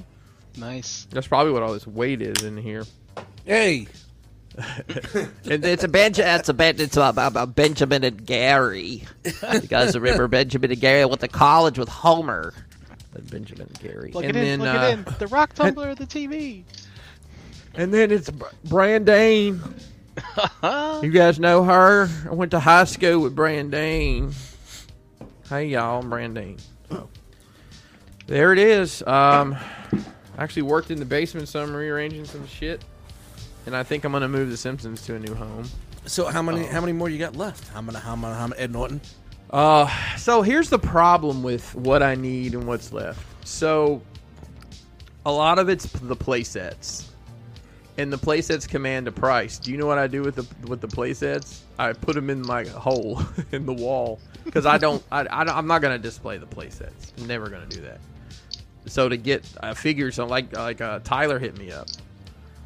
[SPEAKER 1] Nice.
[SPEAKER 2] That's probably what all this weight is in here.
[SPEAKER 4] Hey,
[SPEAKER 2] And
[SPEAKER 7] It's a bench. It's a bench. It's a, a, a Benjamin and Gary. You guys remember Benjamin and Gary? I went to college with Homer. But Benjamin and Gary.
[SPEAKER 1] Plug
[SPEAKER 2] And
[SPEAKER 1] it in.
[SPEAKER 2] then,
[SPEAKER 1] Plug
[SPEAKER 2] uh,
[SPEAKER 1] it in. The rock tumbler of the TV.
[SPEAKER 2] and then it's Br- Brandane. you guys know her. I went to high school with Brandane. Hey y'all, I'm Brandane. There it is. Um, I actually worked in the basement some rearranging some shit, and I think I'm gonna move The Simpsons to a new home.
[SPEAKER 4] so how many
[SPEAKER 2] Oh.
[SPEAKER 4] how many more you got left? How many how many how many Ed Norton?
[SPEAKER 2] Uh, so here's the problem with what I need and what's left. So, a lot of it's p- the playsets, and the playsets command a price. Do you know what I do with the with the playsets? I put them in my hole in the wall because I don't. I, I don't- I'm not gonna display the playsets. I'm never gonna do that. So to get a figure, so like like uh, Tyler hit me up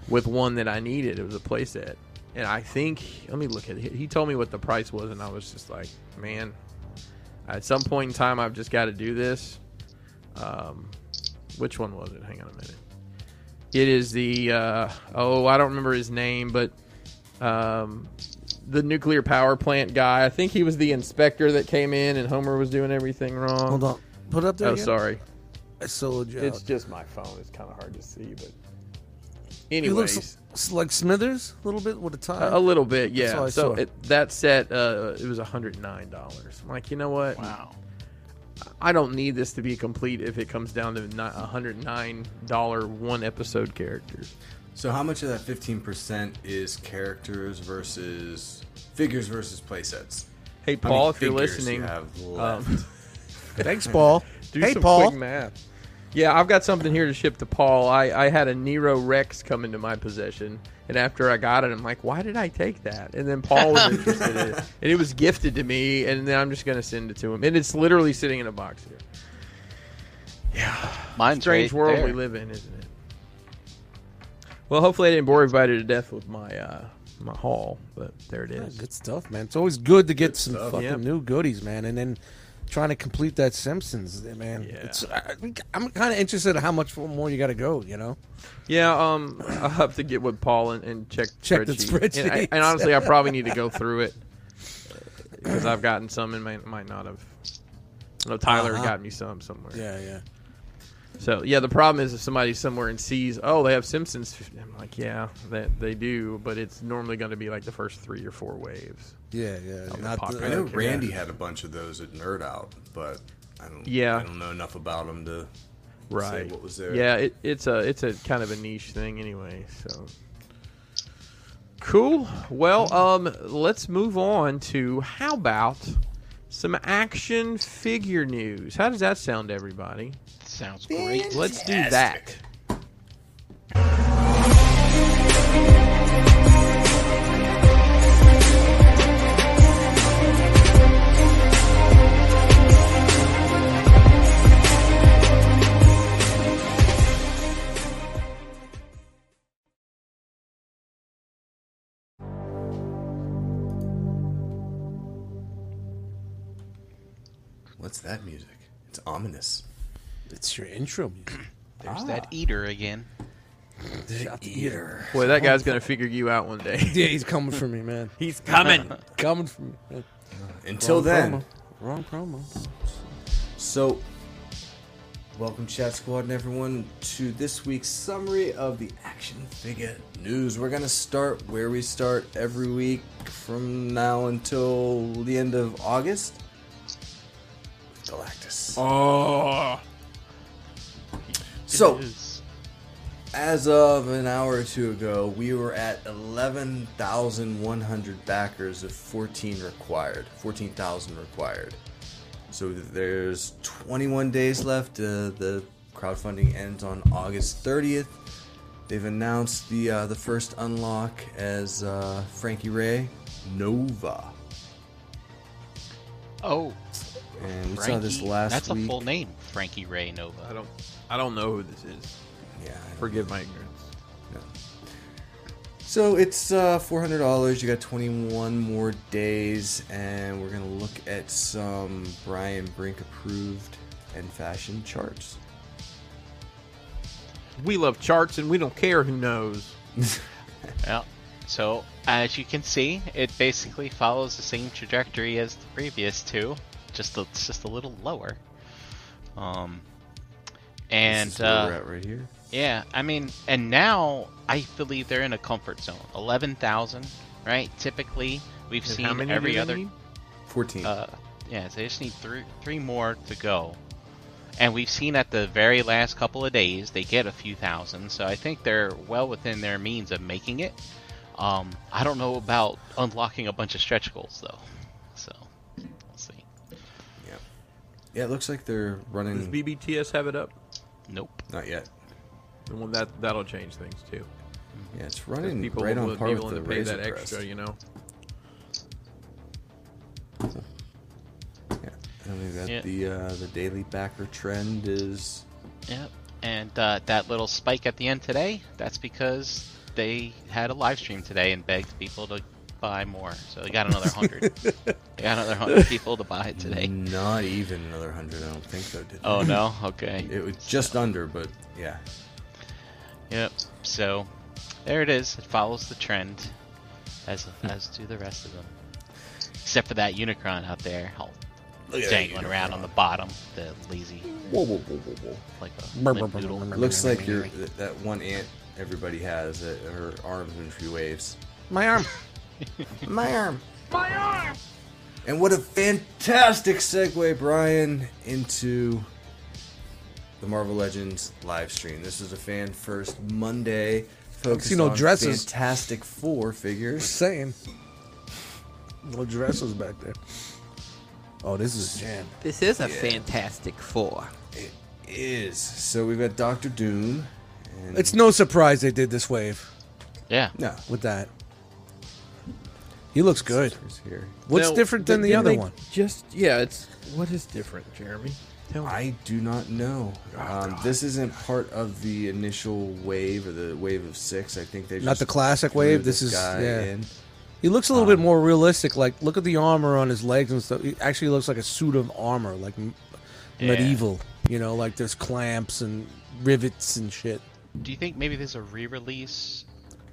[SPEAKER 2] with one that I needed. It was a playset. And I think, let me look at it. He told me what the price was, and I was just like, man, at some point in time, I've just got to do this. Um, which one was it? Hang on a minute. It is the, uh, oh, I don't remember his name, but um, the nuclear power plant guy. I think he was the inspector that came in, and Homer was doing everything wrong.
[SPEAKER 4] Hold on, put it up there.
[SPEAKER 2] Oh,
[SPEAKER 4] again.
[SPEAKER 2] sorry.
[SPEAKER 4] I sold you.
[SPEAKER 2] It's
[SPEAKER 4] out.
[SPEAKER 2] just my phone. It's kind of hard to see, but.
[SPEAKER 4] He
[SPEAKER 2] Anyways. Uh, oh.
[SPEAKER 4] looks s- like Smithers a little bit with a tie.
[SPEAKER 2] A a little bit, yeah.
[SPEAKER 4] That's all I
[SPEAKER 2] so
[SPEAKER 4] saw.
[SPEAKER 2] it, that set, uh, it was hundred nine dollars. I'm like, you know what?
[SPEAKER 1] Wow.
[SPEAKER 2] I don't need this to be complete if it comes down to not hundred nine dollar one episode characters.
[SPEAKER 5] So how much of that fifteen percent is characters versus figures versus playsets?
[SPEAKER 2] Hey
[SPEAKER 5] How many
[SPEAKER 2] Paul, if you're
[SPEAKER 5] figures do
[SPEAKER 2] listening, um,
[SPEAKER 5] you have left?
[SPEAKER 4] Thanks, Paul.
[SPEAKER 2] do
[SPEAKER 4] hey,
[SPEAKER 2] some
[SPEAKER 4] Paul.
[SPEAKER 2] quick math. Yeah, I've got something here to ship to Paul. I, I had a Nero Rex come into my possession, and after I got it, I'm like, why did I take that? And then Paul was interested in it, and it was gifted to me, and then I'm just gonna send it to him, and it's literally sitting in a box here.
[SPEAKER 1] Mine's
[SPEAKER 2] strange
[SPEAKER 1] right
[SPEAKER 2] world
[SPEAKER 1] there.
[SPEAKER 2] we live in, isn't it? Well, hopefully I didn't bore everybody to death with my uh, my haul, but there it
[SPEAKER 4] Yeah,
[SPEAKER 2] is.
[SPEAKER 4] good stuff, man. It's always good to get some fucking
[SPEAKER 2] yeah.
[SPEAKER 4] new goodies, man. And then trying to complete that Simpsons, eh, man.
[SPEAKER 2] Yeah.
[SPEAKER 4] It's, I, I'm kind of interested in how much more you got to go. You know,
[SPEAKER 2] Yeah, um, I'll have to get with Paul and, and check
[SPEAKER 4] Check the
[SPEAKER 2] And, I-
[SPEAKER 4] spreadsheets.
[SPEAKER 2] and honestly, I probably need to go through it because I've gotten some and might, might not have. I know Tyler
[SPEAKER 4] Uh-huh.
[SPEAKER 2] got me some somewhere.
[SPEAKER 4] yeah, yeah.
[SPEAKER 2] So yeah, the problem is if somebody's somewhere and sees, oh, they have Simpsons. I'm like, yeah, that they do, but it's normally going to be like the first three or four waves.
[SPEAKER 4] Yeah, yeah.
[SPEAKER 2] the
[SPEAKER 4] Not
[SPEAKER 2] pocket.
[SPEAKER 4] the-
[SPEAKER 5] I know
[SPEAKER 2] Okay.
[SPEAKER 5] Randy had a bunch of those at Nerd Out, but I don't.
[SPEAKER 2] Yeah.
[SPEAKER 5] I don't know enough about them to
[SPEAKER 2] Right.
[SPEAKER 5] say what was there.
[SPEAKER 2] Yeah, it, it's a it's a kind of a niche thing anyway. So cool. Well, um, let's move on to how about some action figure news? How does that sound, to everybody?
[SPEAKER 1] Sounds great.
[SPEAKER 2] Let's do that.
[SPEAKER 5] What's that music? It's ominous.
[SPEAKER 4] It's your intro music.
[SPEAKER 1] There's that eater again.
[SPEAKER 4] Shout to you.
[SPEAKER 2] Boy, that guy's gonna figure you out one day.
[SPEAKER 4] Yeah, he's coming for me, man.
[SPEAKER 2] He's coming.
[SPEAKER 4] coming for me. man.
[SPEAKER 5] Until then.
[SPEAKER 4] Promo. Wrong promo.
[SPEAKER 5] So, welcome, Chat Squad, and everyone, to this week's summary of the action figure news. We're going to start where we start every week from now until the end of August Galactus.
[SPEAKER 2] Oh,
[SPEAKER 5] so,
[SPEAKER 1] Is-
[SPEAKER 5] as of an hour or two ago, we were at 11,100 backers of 14 required, 14,000 required. So there's 21 days left. Uh, the crowdfunding ends on August 30th. They've announced the uh, the first unlock as uh, Frankie Ray Nova,
[SPEAKER 1] Oh,
[SPEAKER 5] and we
[SPEAKER 1] Frankie.
[SPEAKER 5] saw this last
[SPEAKER 1] that's
[SPEAKER 5] week.
[SPEAKER 1] a full name, Frankie Ray Nova.
[SPEAKER 2] I don't I don't know who this is.
[SPEAKER 5] Yeah, I don't-
[SPEAKER 2] Forgive my ignorance.
[SPEAKER 5] So it's uh, four hundred dollars. You got twenty-one more days, and we're gonna look at some Brian Brink approved and fashion charts.
[SPEAKER 2] We love charts and we don't care who knows.
[SPEAKER 1] Yeah. So, as you can see, it basically follows the same trajectory as the previous two, just a, it's just a little lower. Um, and
[SPEAKER 5] this is where
[SPEAKER 1] uh,
[SPEAKER 5] we're at right here.
[SPEAKER 1] yeah, I mean, and now I believe they're in a comfort zone. Eleven thousand, right? Typically, we've
[SPEAKER 2] And
[SPEAKER 1] seen
[SPEAKER 2] how many do
[SPEAKER 1] every
[SPEAKER 2] they
[SPEAKER 1] other.
[SPEAKER 2] need?
[SPEAKER 5] Fourteen.
[SPEAKER 1] Uh, yeah, so they just need three three more to go. And we've seen at the very last couple of days they get a few thousand, so I think they're well within their means of making it. Um, I don't know about unlocking a bunch of stretch goals though, so we'll see.
[SPEAKER 5] yeah. Yeah, it looks like they're
[SPEAKER 2] Does
[SPEAKER 5] running.
[SPEAKER 2] BBTS have it up?
[SPEAKER 1] Nope.
[SPEAKER 5] Not yet.
[SPEAKER 2] And well, that that'll change things too.
[SPEAKER 5] Yeah, it's
[SPEAKER 2] 'Cause
[SPEAKER 5] running
[SPEAKER 2] people
[SPEAKER 5] right
[SPEAKER 2] will
[SPEAKER 5] on
[SPEAKER 2] be
[SPEAKER 5] par with
[SPEAKER 2] willing
[SPEAKER 5] the
[SPEAKER 2] to pay
[SPEAKER 5] Razor
[SPEAKER 2] that
[SPEAKER 5] Crest.
[SPEAKER 2] extra, you know.
[SPEAKER 5] Yeah, and we've got
[SPEAKER 1] Yeah.
[SPEAKER 5] the uh, the daily backer trend is
[SPEAKER 1] Yep. And uh, that little spike at the end today, that's because they had a live stream today and begged people to buy more. So they got another hundred. they got another hundred people to buy it today.
[SPEAKER 5] not even another hundred. I don't think though. Did
[SPEAKER 1] Oh no. Okay.
[SPEAKER 5] it was just under, but yeah.
[SPEAKER 1] Yep. So there it is. It follows the trend, as as do the rest of them, except for that Unicron out there, all
[SPEAKER 5] Look at that
[SPEAKER 1] dangling around on the bottom, the lazy
[SPEAKER 5] Whoa, whoa, whoa, whoa, whoa.
[SPEAKER 1] like a
[SPEAKER 4] Brr,
[SPEAKER 1] limp
[SPEAKER 4] brr, brr,
[SPEAKER 1] noodle.
[SPEAKER 4] brr, brr.
[SPEAKER 5] Looks like you're, that, that one ant everybody has. That her arms when she waves.
[SPEAKER 4] My arm.
[SPEAKER 5] My arm. My arm. And what a fantastic segue, Brian, into the Marvel Legends live stream. This is a fan first Monday. Focused
[SPEAKER 4] no
[SPEAKER 5] on
[SPEAKER 4] dresses.
[SPEAKER 5] Fantastic Four figures.
[SPEAKER 4] Saying. No dress was back there. Oh, this is jam.
[SPEAKER 7] This is a Fantastic Four.
[SPEAKER 5] It is. So we've got Doctor Doom. And
[SPEAKER 4] It's no surprise they did this wave
[SPEAKER 1] Yeah.
[SPEAKER 5] no.
[SPEAKER 4] with that. He looks good.
[SPEAKER 5] It's here.
[SPEAKER 4] What's
[SPEAKER 2] Now,
[SPEAKER 4] different than
[SPEAKER 2] but
[SPEAKER 4] the
[SPEAKER 2] didn't
[SPEAKER 4] other
[SPEAKER 2] they
[SPEAKER 4] one?
[SPEAKER 2] Just yeah, it's what is different, Jeremy. Tell me.
[SPEAKER 5] I do not know. Um, this isn't part of the initial wave or the wave of six. I think they just
[SPEAKER 4] Not the classic
[SPEAKER 5] threw
[SPEAKER 4] wave, this is-
[SPEAKER 5] guy
[SPEAKER 4] yeah.
[SPEAKER 5] in.
[SPEAKER 4] He looks a little bit more realistic. Like, look at the armor on his legs and stuff. He actually looks like a suit of armor, like m-
[SPEAKER 1] Yeah.
[SPEAKER 4] medieval. You know, like there's clamps and rivets and shit.
[SPEAKER 1] Do you think maybe there's a re-release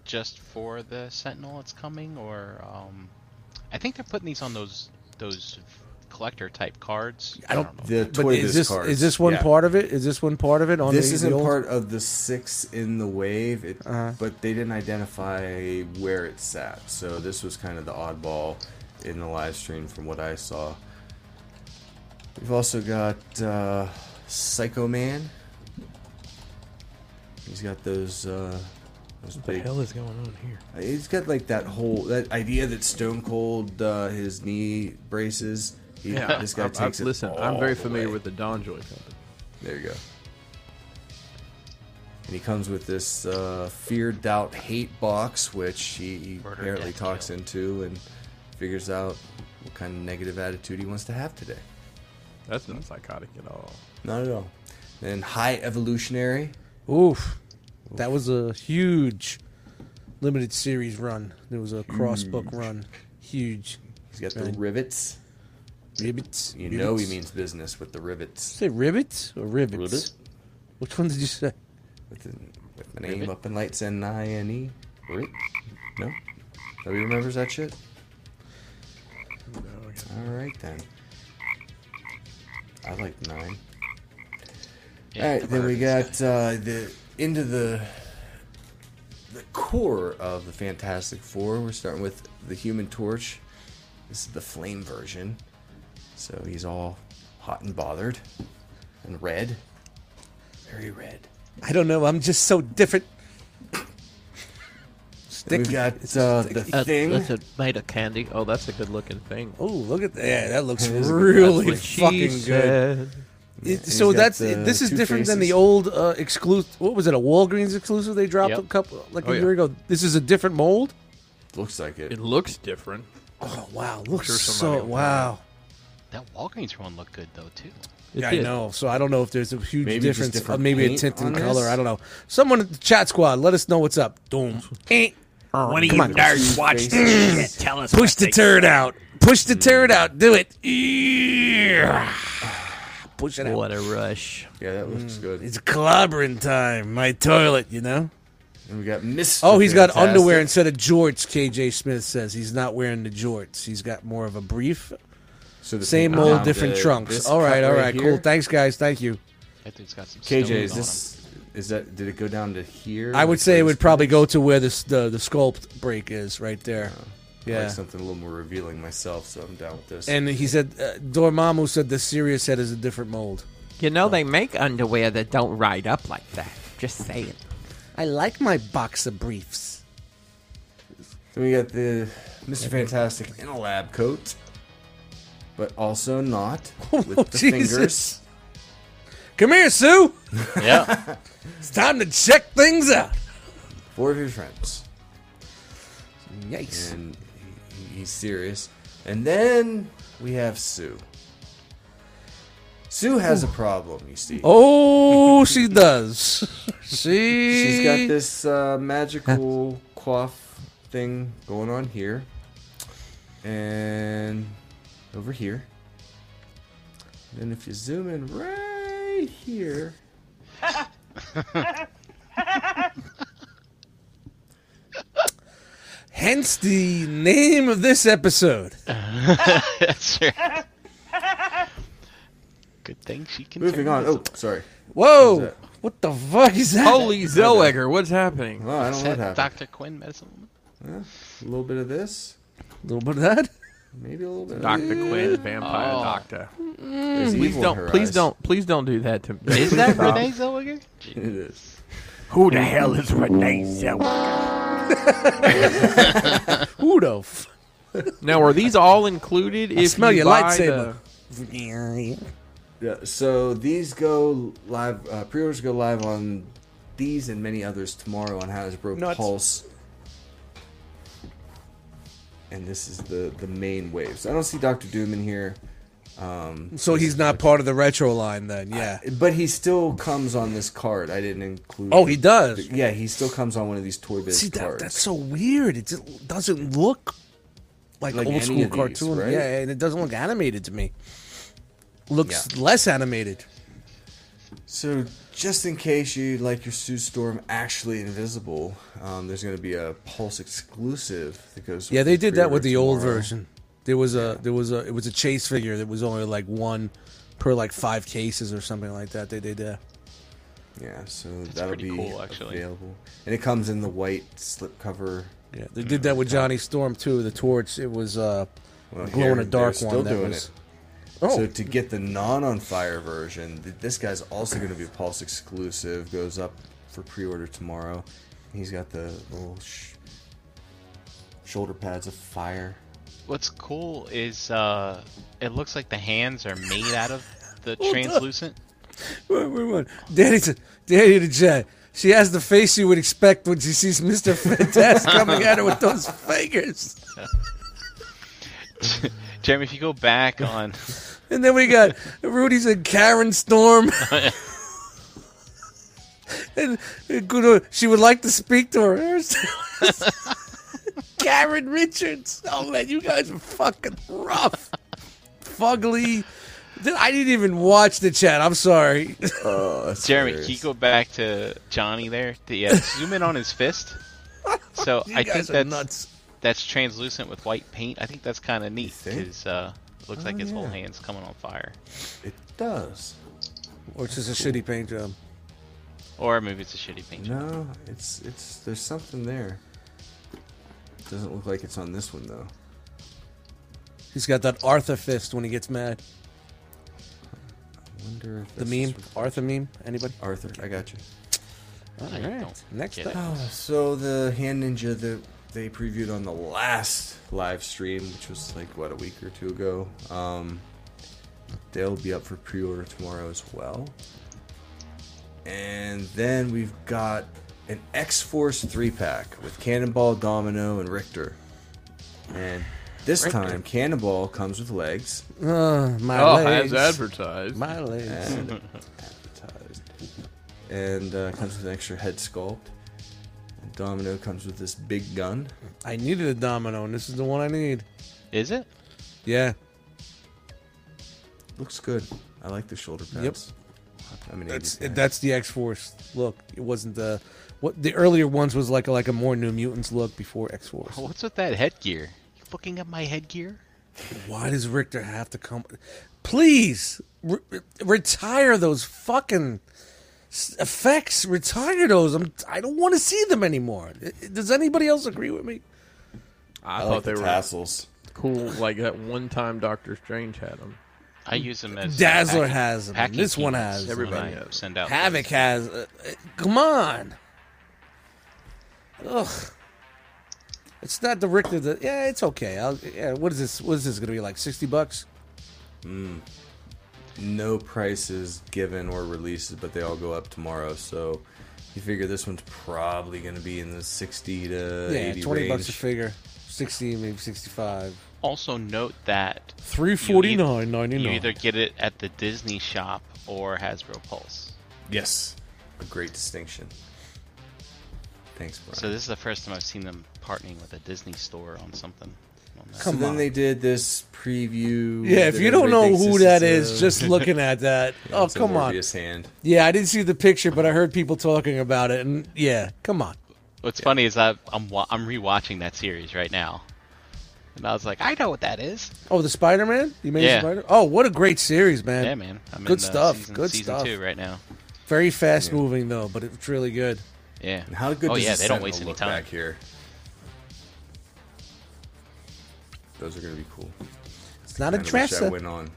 [SPEAKER 1] just for the Sentinel that's coming, or um, I think they're putting these on those those collector type cards.
[SPEAKER 4] I don't-
[SPEAKER 1] know.
[SPEAKER 5] The
[SPEAKER 4] But
[SPEAKER 5] toy
[SPEAKER 4] is this
[SPEAKER 5] cards.
[SPEAKER 4] is this one
[SPEAKER 5] Yeah.
[SPEAKER 4] part of it? Is this one part of it? On
[SPEAKER 5] This
[SPEAKER 4] the,
[SPEAKER 5] isn't
[SPEAKER 4] the old-
[SPEAKER 5] part of the six in the wave, it,
[SPEAKER 4] Uh-huh.
[SPEAKER 5] but they didn't identify where it sat. So this was kind of the oddball in the live stream from what I saw. We've also got uh, Psycho Man. He's got those uh, those
[SPEAKER 2] What the
[SPEAKER 5] big
[SPEAKER 2] hell is going on here?
[SPEAKER 5] He's got like that whole that idea that Stone Cold uh, his knee braces. He, this guy
[SPEAKER 2] I- I-
[SPEAKER 5] takes it
[SPEAKER 2] listen, I'm
[SPEAKER 5] all
[SPEAKER 2] very
[SPEAKER 5] the
[SPEAKER 2] familiar
[SPEAKER 5] way.
[SPEAKER 2] with the Don Joy company.
[SPEAKER 5] There you go. And he comes with this uh, fear, doubt, hate box, which he
[SPEAKER 1] Murder,
[SPEAKER 5] apparently
[SPEAKER 1] death,
[SPEAKER 5] talks
[SPEAKER 1] kill.
[SPEAKER 5] into and figures out what kind of negative attitude he wants to have today.
[SPEAKER 2] That's not psychotic at all.
[SPEAKER 5] Not at all. Then high evolutionary.
[SPEAKER 4] Oof, that was a huge limited series run. There was a crossbook run, huge.
[SPEAKER 5] He's got the
[SPEAKER 4] Right.
[SPEAKER 5] rivets.
[SPEAKER 4] Rivets.
[SPEAKER 5] You know he
[SPEAKER 4] rivets.
[SPEAKER 5] means business with the rivets.
[SPEAKER 4] Say rivets or rivets?
[SPEAKER 5] Rivet.
[SPEAKER 4] Which one did you say?
[SPEAKER 5] With, the, with my name up in lights N I N E. Right? No. Nobody remembers that shit. All right then. I like nine. All right, then we got uh, the into the the core of the Fantastic Four. We're starting with the Human Torch. This is the flame version, so he's all hot and bothered and red, very red.
[SPEAKER 4] I don't know. I'm just so different.
[SPEAKER 5] Then
[SPEAKER 4] Sticky.
[SPEAKER 5] we've got uh, the
[SPEAKER 7] Uh,
[SPEAKER 5] thing.
[SPEAKER 7] That's a made of candy.
[SPEAKER 2] Oh, that's a good looking thing.
[SPEAKER 4] Oh, look at that! Yeah, that looks
[SPEAKER 5] is a good-
[SPEAKER 4] really
[SPEAKER 5] that's
[SPEAKER 2] She
[SPEAKER 4] fucking good.
[SPEAKER 2] said-
[SPEAKER 4] It-
[SPEAKER 5] he's
[SPEAKER 4] so
[SPEAKER 5] got
[SPEAKER 4] that's
[SPEAKER 5] the
[SPEAKER 4] this is
[SPEAKER 5] two
[SPEAKER 4] different than
[SPEAKER 5] faces.
[SPEAKER 4] the old uh, exclusive. What was it? A Walgreens exclusive they dropped
[SPEAKER 1] Yep.
[SPEAKER 4] a couple like
[SPEAKER 2] Oh,
[SPEAKER 4] a
[SPEAKER 2] yeah.
[SPEAKER 4] year ago. This is a different mold.
[SPEAKER 5] Looks like it.
[SPEAKER 2] It looks different.
[SPEAKER 4] Oh wow, looks
[SPEAKER 2] sure somebody
[SPEAKER 4] so
[SPEAKER 2] will
[SPEAKER 4] wow.
[SPEAKER 1] That Walgreens one looked good though too.
[SPEAKER 2] It
[SPEAKER 4] Yeah, I
[SPEAKER 2] did.
[SPEAKER 4] know. So I don't know if there's a huge
[SPEAKER 5] Maybe just
[SPEAKER 4] difference. uh,
[SPEAKER 5] different
[SPEAKER 4] maybe a
[SPEAKER 5] paint
[SPEAKER 4] tint in
[SPEAKER 5] on this?
[SPEAKER 4] color. I don't know. Someone at the chat squad, let us know what's up. Boom. Eh.
[SPEAKER 6] What do you
[SPEAKER 4] Come on.
[SPEAKER 6] nerds watch this shit? Tell us.
[SPEAKER 4] Mm. Push
[SPEAKER 6] what
[SPEAKER 4] the
[SPEAKER 6] they-
[SPEAKER 4] turd out. Push the turd out. Do it. Yeah. Push it out.
[SPEAKER 7] What a rush.
[SPEAKER 5] Yeah, that looks good.
[SPEAKER 4] mm, It's clobbering time. My toilet, you know.
[SPEAKER 5] And we got Mr.
[SPEAKER 4] Oh, he's got
[SPEAKER 5] Fantastic.
[SPEAKER 4] underwear instead of jorts. KJ Smith says he's not wearing the jorts. He's got more of a brief,
[SPEAKER 5] So the
[SPEAKER 4] same
[SPEAKER 5] thing
[SPEAKER 4] old,
[SPEAKER 5] around
[SPEAKER 4] different
[SPEAKER 5] the-
[SPEAKER 4] trunks.
[SPEAKER 5] this
[SPEAKER 4] All right,
[SPEAKER 5] cut
[SPEAKER 4] all
[SPEAKER 5] right
[SPEAKER 4] right, cool.
[SPEAKER 5] here.
[SPEAKER 4] Thanks, guys. Thank you.
[SPEAKER 1] That dude's got some
[SPEAKER 5] KJ,
[SPEAKER 1] stones
[SPEAKER 5] is
[SPEAKER 1] on
[SPEAKER 5] this is that? Did it go down to here?
[SPEAKER 4] I would
[SPEAKER 5] Like
[SPEAKER 4] say it
[SPEAKER 5] where
[SPEAKER 4] would
[SPEAKER 5] his
[SPEAKER 4] probably go
[SPEAKER 5] penis-
[SPEAKER 4] to where this the the sculpt break is right there.
[SPEAKER 5] I
[SPEAKER 4] Yeah.
[SPEAKER 5] like something a little more revealing myself, so I'm down with this.
[SPEAKER 4] And he said, uh, Dormammu said the Sirius head is a different mold.
[SPEAKER 7] You know they make underwear that don't ride up like that. Just saying.
[SPEAKER 4] I like my boxer briefs.
[SPEAKER 5] then we got the Mr. Fantastic in a lab coat, but also not with the
[SPEAKER 4] Oh, Jesus.
[SPEAKER 5] fingers.
[SPEAKER 4] Come here, Sue.
[SPEAKER 1] them. Yeah,
[SPEAKER 4] It's time to check things out.
[SPEAKER 5] Four of his friends,
[SPEAKER 4] Yikes.
[SPEAKER 5] and he, he- he's serious. And then we have Sue. Sue has a problem, you see.
[SPEAKER 4] Oh, she does. She.
[SPEAKER 5] She's got this uh, magical quaff thing going on here, and over here. And if you zoom in right here,
[SPEAKER 4] Hence the name of this episode.
[SPEAKER 1] that's right. Good thing she can.
[SPEAKER 5] moving
[SPEAKER 1] turn
[SPEAKER 5] on.
[SPEAKER 1] this
[SPEAKER 5] Oh, sorry. What
[SPEAKER 4] Whoa!
[SPEAKER 5] is that?
[SPEAKER 4] What the fuck is that?
[SPEAKER 2] Holy Zellweger, what's happening?
[SPEAKER 5] Well, Oh, I
[SPEAKER 1] Is
[SPEAKER 5] don't know what
[SPEAKER 1] that
[SPEAKER 5] happened.
[SPEAKER 1] Dr. Quinn medicine woman?
[SPEAKER 5] A little bit of this,
[SPEAKER 4] A little bit of that.
[SPEAKER 5] maybe a little bit.
[SPEAKER 2] Doctor Quinn, vampire
[SPEAKER 1] Oh.
[SPEAKER 2] doctor.
[SPEAKER 5] Of
[SPEAKER 2] Please don't, please don't, please don't do that Mm. to me.
[SPEAKER 1] Is
[SPEAKER 2] Please
[SPEAKER 1] that
[SPEAKER 2] stop.
[SPEAKER 1] Renee Zellweger?
[SPEAKER 5] It is.
[SPEAKER 6] Who the hell is Renee Zellweger?
[SPEAKER 4] Who the f-
[SPEAKER 2] Now, are these all included? If
[SPEAKER 4] smell
[SPEAKER 2] you
[SPEAKER 4] your
[SPEAKER 2] buy
[SPEAKER 4] lightsaber.
[SPEAKER 2] the-
[SPEAKER 5] Yeah. So these go live. Uh, pre-orders go live on these and many others tomorrow on Hasbro
[SPEAKER 4] Nuts.
[SPEAKER 5] Pulse. And this is the the main wave. So I don't see Doctor Doom in here.
[SPEAKER 4] So he's not part of the retro line then, yeah.
[SPEAKER 5] But he still comes on this card. I didn't include.
[SPEAKER 4] Oh, he does.
[SPEAKER 5] Yeah, he still comes on one of these toy biz
[SPEAKER 4] See, that,
[SPEAKER 5] cards.
[SPEAKER 4] that's so weird. It just doesn't look like,
[SPEAKER 5] Like
[SPEAKER 4] old
[SPEAKER 5] any
[SPEAKER 4] school
[SPEAKER 5] of these,
[SPEAKER 4] cartoon.
[SPEAKER 5] right?
[SPEAKER 4] Yeah, and it doesn't look animated to me. Looks less animated.
[SPEAKER 5] So, just in case you like your Sue Storm actually invisible, um, there's going to be a Pulse exclusive that goes.
[SPEAKER 4] Yeah, they
[SPEAKER 5] with
[SPEAKER 4] did that with the
[SPEAKER 5] pre-order
[SPEAKER 4] old
[SPEAKER 5] tomorrow.
[SPEAKER 4] version. There was a there was a it was a chase figure that was only like one per like five cases or something like that. They did that.
[SPEAKER 5] Yeah, so that'll
[SPEAKER 1] pretty
[SPEAKER 5] be
[SPEAKER 1] cool, actually.
[SPEAKER 5] available, and it comes in the white slipcover.
[SPEAKER 4] Yeah, they did that with Johnny Storm too. The torch. It was uh,
[SPEAKER 5] Mm-hmm. Well,
[SPEAKER 4] glow
[SPEAKER 5] here
[SPEAKER 4] in the
[SPEAKER 5] they're
[SPEAKER 4] dark
[SPEAKER 5] still
[SPEAKER 4] one. That
[SPEAKER 5] doing
[SPEAKER 4] was.
[SPEAKER 5] it.
[SPEAKER 4] Oh,
[SPEAKER 5] So to get the non-on fire version, th- this guy's also going to be a Pulse exclusive. Goes up for pre-order tomorrow. He's got the little sh- shoulder pads of fire.
[SPEAKER 1] What's cool is uh, it looks like the hands are made out of the translucent.
[SPEAKER 4] Wait, wait, wait. Danny, to, Danny to Jet. She has the face you would expect when she sees Mr. Fantastic coming at her with those fingers.
[SPEAKER 1] Jeremy, if you go back on,
[SPEAKER 4] And then we got Rudy's and Karen Storm.
[SPEAKER 1] Oh,
[SPEAKER 4] and and Gudo- she would like to speak to her. Karen Richards. Oh, man, you guys are fucking rough. Fugly. Dude, I didn't even watch the chat. I'm sorry.
[SPEAKER 5] Oh, that's
[SPEAKER 1] Jeremy,
[SPEAKER 5] hilarious.
[SPEAKER 1] can you go back to Johnny there? The- Yeah, zoom in on his fist. So
[SPEAKER 4] You
[SPEAKER 1] I
[SPEAKER 4] guys
[SPEAKER 1] think
[SPEAKER 4] are
[SPEAKER 1] that's
[SPEAKER 4] nuts.
[SPEAKER 1] that's translucent with white paint. I think that's kind of neat
[SPEAKER 5] think? Oh,
[SPEAKER 1] because uh, looks like his whole
[SPEAKER 5] yeah.
[SPEAKER 1] hand's coming on fire.
[SPEAKER 5] It does.
[SPEAKER 4] Or it's just a shitty paint job.
[SPEAKER 1] Or maybe it's a shitty paint. job.
[SPEAKER 5] No, it's it's there's something there. Doesn't look like it's on this one though.
[SPEAKER 4] He's got that Arthur fist when he gets mad.
[SPEAKER 5] I wonder if
[SPEAKER 4] The
[SPEAKER 5] that's
[SPEAKER 4] meme,
[SPEAKER 5] just what-
[SPEAKER 4] Arthur meme. Anybody?
[SPEAKER 5] Arthur, I got you.
[SPEAKER 4] All
[SPEAKER 1] you don't
[SPEAKER 4] Next
[SPEAKER 1] get
[SPEAKER 4] up.
[SPEAKER 5] Ah, So the hand ninja that they previewed on the last live stream, which was like what a week or two ago, um, they'll be up for pre-order tomorrow as well. And then we've got an X Force three pack with Cannonball, Domino, and Richter. And this time, Cannonball comes with legs.
[SPEAKER 4] Uh, my
[SPEAKER 2] Oh,
[SPEAKER 4] legs.
[SPEAKER 2] as advertised.
[SPEAKER 4] My legs.
[SPEAKER 5] and advertised. And uh, comes with an extra head sculpt. And Domino comes with this big gun.
[SPEAKER 4] I needed a domino, and this is the one I need.
[SPEAKER 1] Is it?
[SPEAKER 4] Yeah.
[SPEAKER 5] Looks good. I like the shoulder pads. Yep. I mean,
[SPEAKER 4] That's
[SPEAKER 5] eighties guy.
[SPEAKER 4] that's the X Force look. It wasn't the what the earlier ones was like like a more New Mutants look before X Force.
[SPEAKER 1] What's with that headgear? You looking at my headgear?
[SPEAKER 4] Why does Richter have to come? Please re- re- retire those fucking s- effects. Retire those. I'm. I don't want to see them anymore. I- I- Does anybody else agree with me?
[SPEAKER 2] I,
[SPEAKER 5] I
[SPEAKER 2] thought
[SPEAKER 5] like
[SPEAKER 2] they
[SPEAKER 5] the
[SPEAKER 2] were
[SPEAKER 5] tassels.
[SPEAKER 2] cool. Like that one time Doctor Strange had them.
[SPEAKER 1] I use them as
[SPEAKER 4] Dazzler
[SPEAKER 1] packing-
[SPEAKER 4] has them.
[SPEAKER 1] packing
[SPEAKER 4] This one
[SPEAKER 1] peanuts when
[SPEAKER 4] has them.
[SPEAKER 2] Everybody
[SPEAKER 1] I
[SPEAKER 2] has.
[SPEAKER 1] Send out
[SPEAKER 4] Havoc has. Uh, uh, come on. Ugh. It's not the Richter. That, yeah, it's okay. I'll, yeah, what is this? What is this going to be like? Sixty bucks?
[SPEAKER 5] No prices given or releases, but they all go up tomorrow. So you figure this one's probably going to be in the 60 to
[SPEAKER 4] yeah,
[SPEAKER 5] 80
[SPEAKER 4] twenty
[SPEAKER 5] range.
[SPEAKER 4] bucks a figure. Sixty, maybe sixty-five.
[SPEAKER 1] Also note that
[SPEAKER 4] Three
[SPEAKER 1] You either get it at the Disney shop or Hasbro Pulse.
[SPEAKER 5] yes. A great distinction. Thanks, Brian.
[SPEAKER 1] So this is the first time I've seen them partnering with a Disney store on something. on that.
[SPEAKER 4] Come
[SPEAKER 5] so then
[SPEAKER 4] on.
[SPEAKER 5] they did this preview.
[SPEAKER 4] Yeah, if
[SPEAKER 5] that
[SPEAKER 4] you don't
[SPEAKER 5] everybody
[SPEAKER 4] know
[SPEAKER 5] thinks
[SPEAKER 4] who
[SPEAKER 5] this
[SPEAKER 4] that
[SPEAKER 5] is,
[SPEAKER 1] uh,
[SPEAKER 4] is,
[SPEAKER 5] a-
[SPEAKER 4] just looking at that. oh,
[SPEAKER 5] it's a
[SPEAKER 4] come on.
[SPEAKER 5] Morbius hand.
[SPEAKER 4] Yeah, I didn't see the picture, but I heard people talking about it, and yeah, come on.
[SPEAKER 1] What's funny is I, I'm wa- I'm rewatching that series right now, and I was like, I know what that is.
[SPEAKER 4] Oh, the Spider Man? You made
[SPEAKER 1] Yeah.
[SPEAKER 4] Spider? Oh, what a great series, man.
[SPEAKER 1] Yeah, man. I'm
[SPEAKER 4] Good
[SPEAKER 1] in, uh,
[SPEAKER 4] stuff,
[SPEAKER 1] Season,
[SPEAKER 4] good
[SPEAKER 1] season
[SPEAKER 4] stuff.
[SPEAKER 1] two right now.
[SPEAKER 4] Very fast moving though, but it's really good.
[SPEAKER 1] Yeah.
[SPEAKER 5] And how good
[SPEAKER 1] oh
[SPEAKER 5] does
[SPEAKER 1] yeah,
[SPEAKER 5] the
[SPEAKER 1] they don't
[SPEAKER 5] Sentinel
[SPEAKER 1] waste any
[SPEAKER 5] look
[SPEAKER 1] time.
[SPEAKER 5] back here? Those are going to be cool.
[SPEAKER 4] It's not a
[SPEAKER 5] Kinda wish I
[SPEAKER 4] dresser.
[SPEAKER 5] went on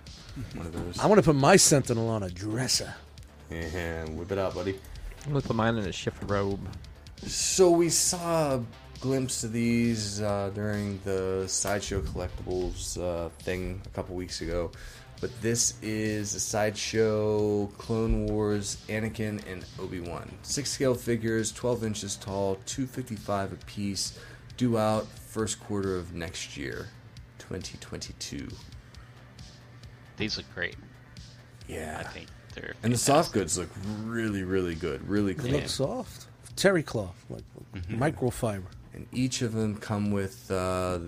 [SPEAKER 5] one of those.
[SPEAKER 4] I want to put my sentinel on a dresser.
[SPEAKER 5] Yeah, whip it out, buddy.
[SPEAKER 2] I'm gonna put mine in a shift robe.
[SPEAKER 5] So we saw a glimpse of these uh, during the sideshow collectibles uh, thing a couple weeks ago, but this is a sideshow Clone Wars Anakin and Obi Wan. Six scale figures, 12 inches tall, 255 apiece, due out first quarter of next year, 2022.
[SPEAKER 1] These look great. I
[SPEAKER 5] Yeah.
[SPEAKER 1] think they're
[SPEAKER 5] And the soft goods look really, really good, really
[SPEAKER 4] They
[SPEAKER 5] clean.
[SPEAKER 4] look soft. Terry cloth, like
[SPEAKER 5] Mm-hmm.
[SPEAKER 4] microfiber.
[SPEAKER 5] and each of them come with uh,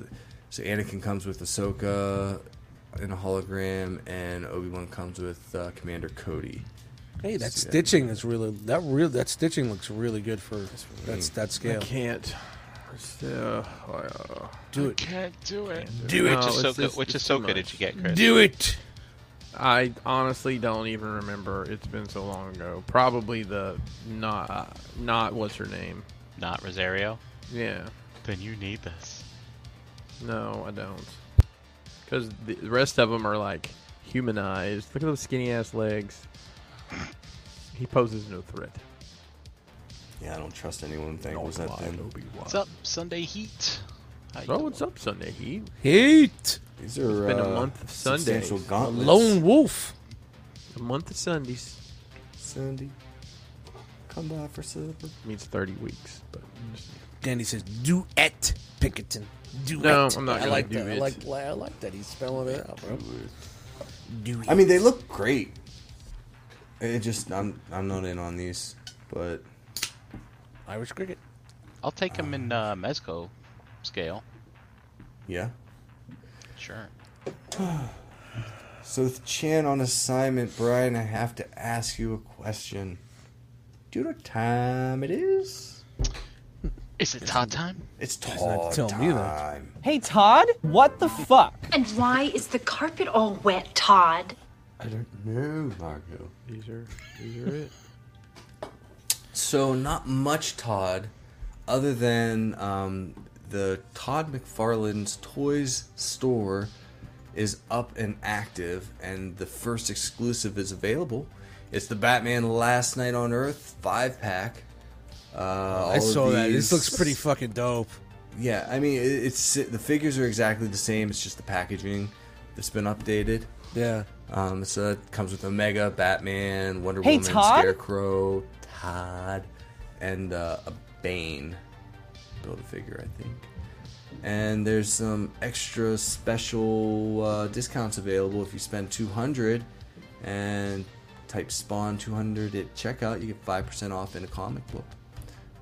[SPEAKER 5] so Anakin comes with Ahsoka in a hologram, and Obi Wan comes with uh, Commander Cody.
[SPEAKER 4] Hey, that
[SPEAKER 5] See that.
[SPEAKER 4] stitching is really that real. That stitching looks really good for that's that
[SPEAKER 2] I
[SPEAKER 4] scale.
[SPEAKER 2] can't. Still, uh,
[SPEAKER 4] Do it.
[SPEAKER 1] Can't do it.
[SPEAKER 2] Do
[SPEAKER 1] Which
[SPEAKER 5] Oh,
[SPEAKER 2] it. No, it's
[SPEAKER 1] Ahsoka,
[SPEAKER 2] just-
[SPEAKER 1] which
[SPEAKER 2] it's too
[SPEAKER 1] Ahsoka did
[SPEAKER 2] much.
[SPEAKER 1] you get, Chris?
[SPEAKER 4] Do it.
[SPEAKER 2] I honestly don't even remember. It's been so long ago. Probably the not uh, not what's her name.
[SPEAKER 1] Not Rosario.
[SPEAKER 2] Yeah.
[SPEAKER 1] Then you need this.
[SPEAKER 2] No, I don't. Because the the rest of them are like humanized. Look at those skinny ass legs. He poses no threat.
[SPEAKER 5] Yeah, I don't trust anyone. Thing was that
[SPEAKER 2] Why,
[SPEAKER 5] thin.
[SPEAKER 2] Obi-Wan?
[SPEAKER 1] What's up, Sunday Heat? How you
[SPEAKER 2] Oh,
[SPEAKER 1] doing?
[SPEAKER 2] what's up, Sunday Heat?
[SPEAKER 4] Heat.
[SPEAKER 5] These are it's
[SPEAKER 2] been a month of
[SPEAKER 5] Substantial
[SPEAKER 2] Sundays.
[SPEAKER 4] A
[SPEAKER 5] gauntlets.
[SPEAKER 4] lone wolf.
[SPEAKER 2] A month of Sundays
[SPEAKER 5] Sunday, come by for supper.
[SPEAKER 2] means 30 weeks. But
[SPEAKER 4] Danny says, "Do it, Pinkerton. Do
[SPEAKER 2] No,
[SPEAKER 4] it."
[SPEAKER 2] I'm not
[SPEAKER 4] I
[SPEAKER 2] gonna
[SPEAKER 4] like
[SPEAKER 2] do
[SPEAKER 4] that. I
[SPEAKER 2] it.
[SPEAKER 4] like, I like that. He's spelling it out, bro. Do it.
[SPEAKER 5] I mean, they look great. It just I'm I'm not in on these, but
[SPEAKER 4] Irish cricket.
[SPEAKER 1] I'll take him in uh, Mezco scale.
[SPEAKER 5] yeah.
[SPEAKER 1] Sure.
[SPEAKER 5] So with Chan on assignment, Brian, I have to ask you a question. Do you know what time it is?
[SPEAKER 1] Is it Todd time?
[SPEAKER 5] It's Todd
[SPEAKER 4] tell
[SPEAKER 5] time.
[SPEAKER 4] me that.
[SPEAKER 8] Hey, Todd, what the fuck?
[SPEAKER 9] And why is the carpet all wet, Todd?
[SPEAKER 5] I don't know, Margot.
[SPEAKER 2] these are these are it.
[SPEAKER 5] So not much Todd, other than um, the Todd McFarlane's Toys store is up and active, and the first exclusive is available. It's the Batman Last Night on Earth five pack. Uh, all
[SPEAKER 4] I
[SPEAKER 5] of
[SPEAKER 4] saw that. This
[SPEAKER 5] these-
[SPEAKER 4] looks pretty fucking dope.
[SPEAKER 5] Yeah, I mean, it, it's the figures are exactly the same. It's just the packaging that's been updated.
[SPEAKER 4] Yeah.
[SPEAKER 5] Um, so it comes with Omega, Batman, Wonder
[SPEAKER 8] Hey,
[SPEAKER 5] Woman,
[SPEAKER 8] Todd?
[SPEAKER 5] Scarecrow, Todd, and uh, a Bane. Build a figure, I think. And there's some extra special uh, discounts available if you spend 200 and type spawn 200 at checkout. You get 5% off in a comic book.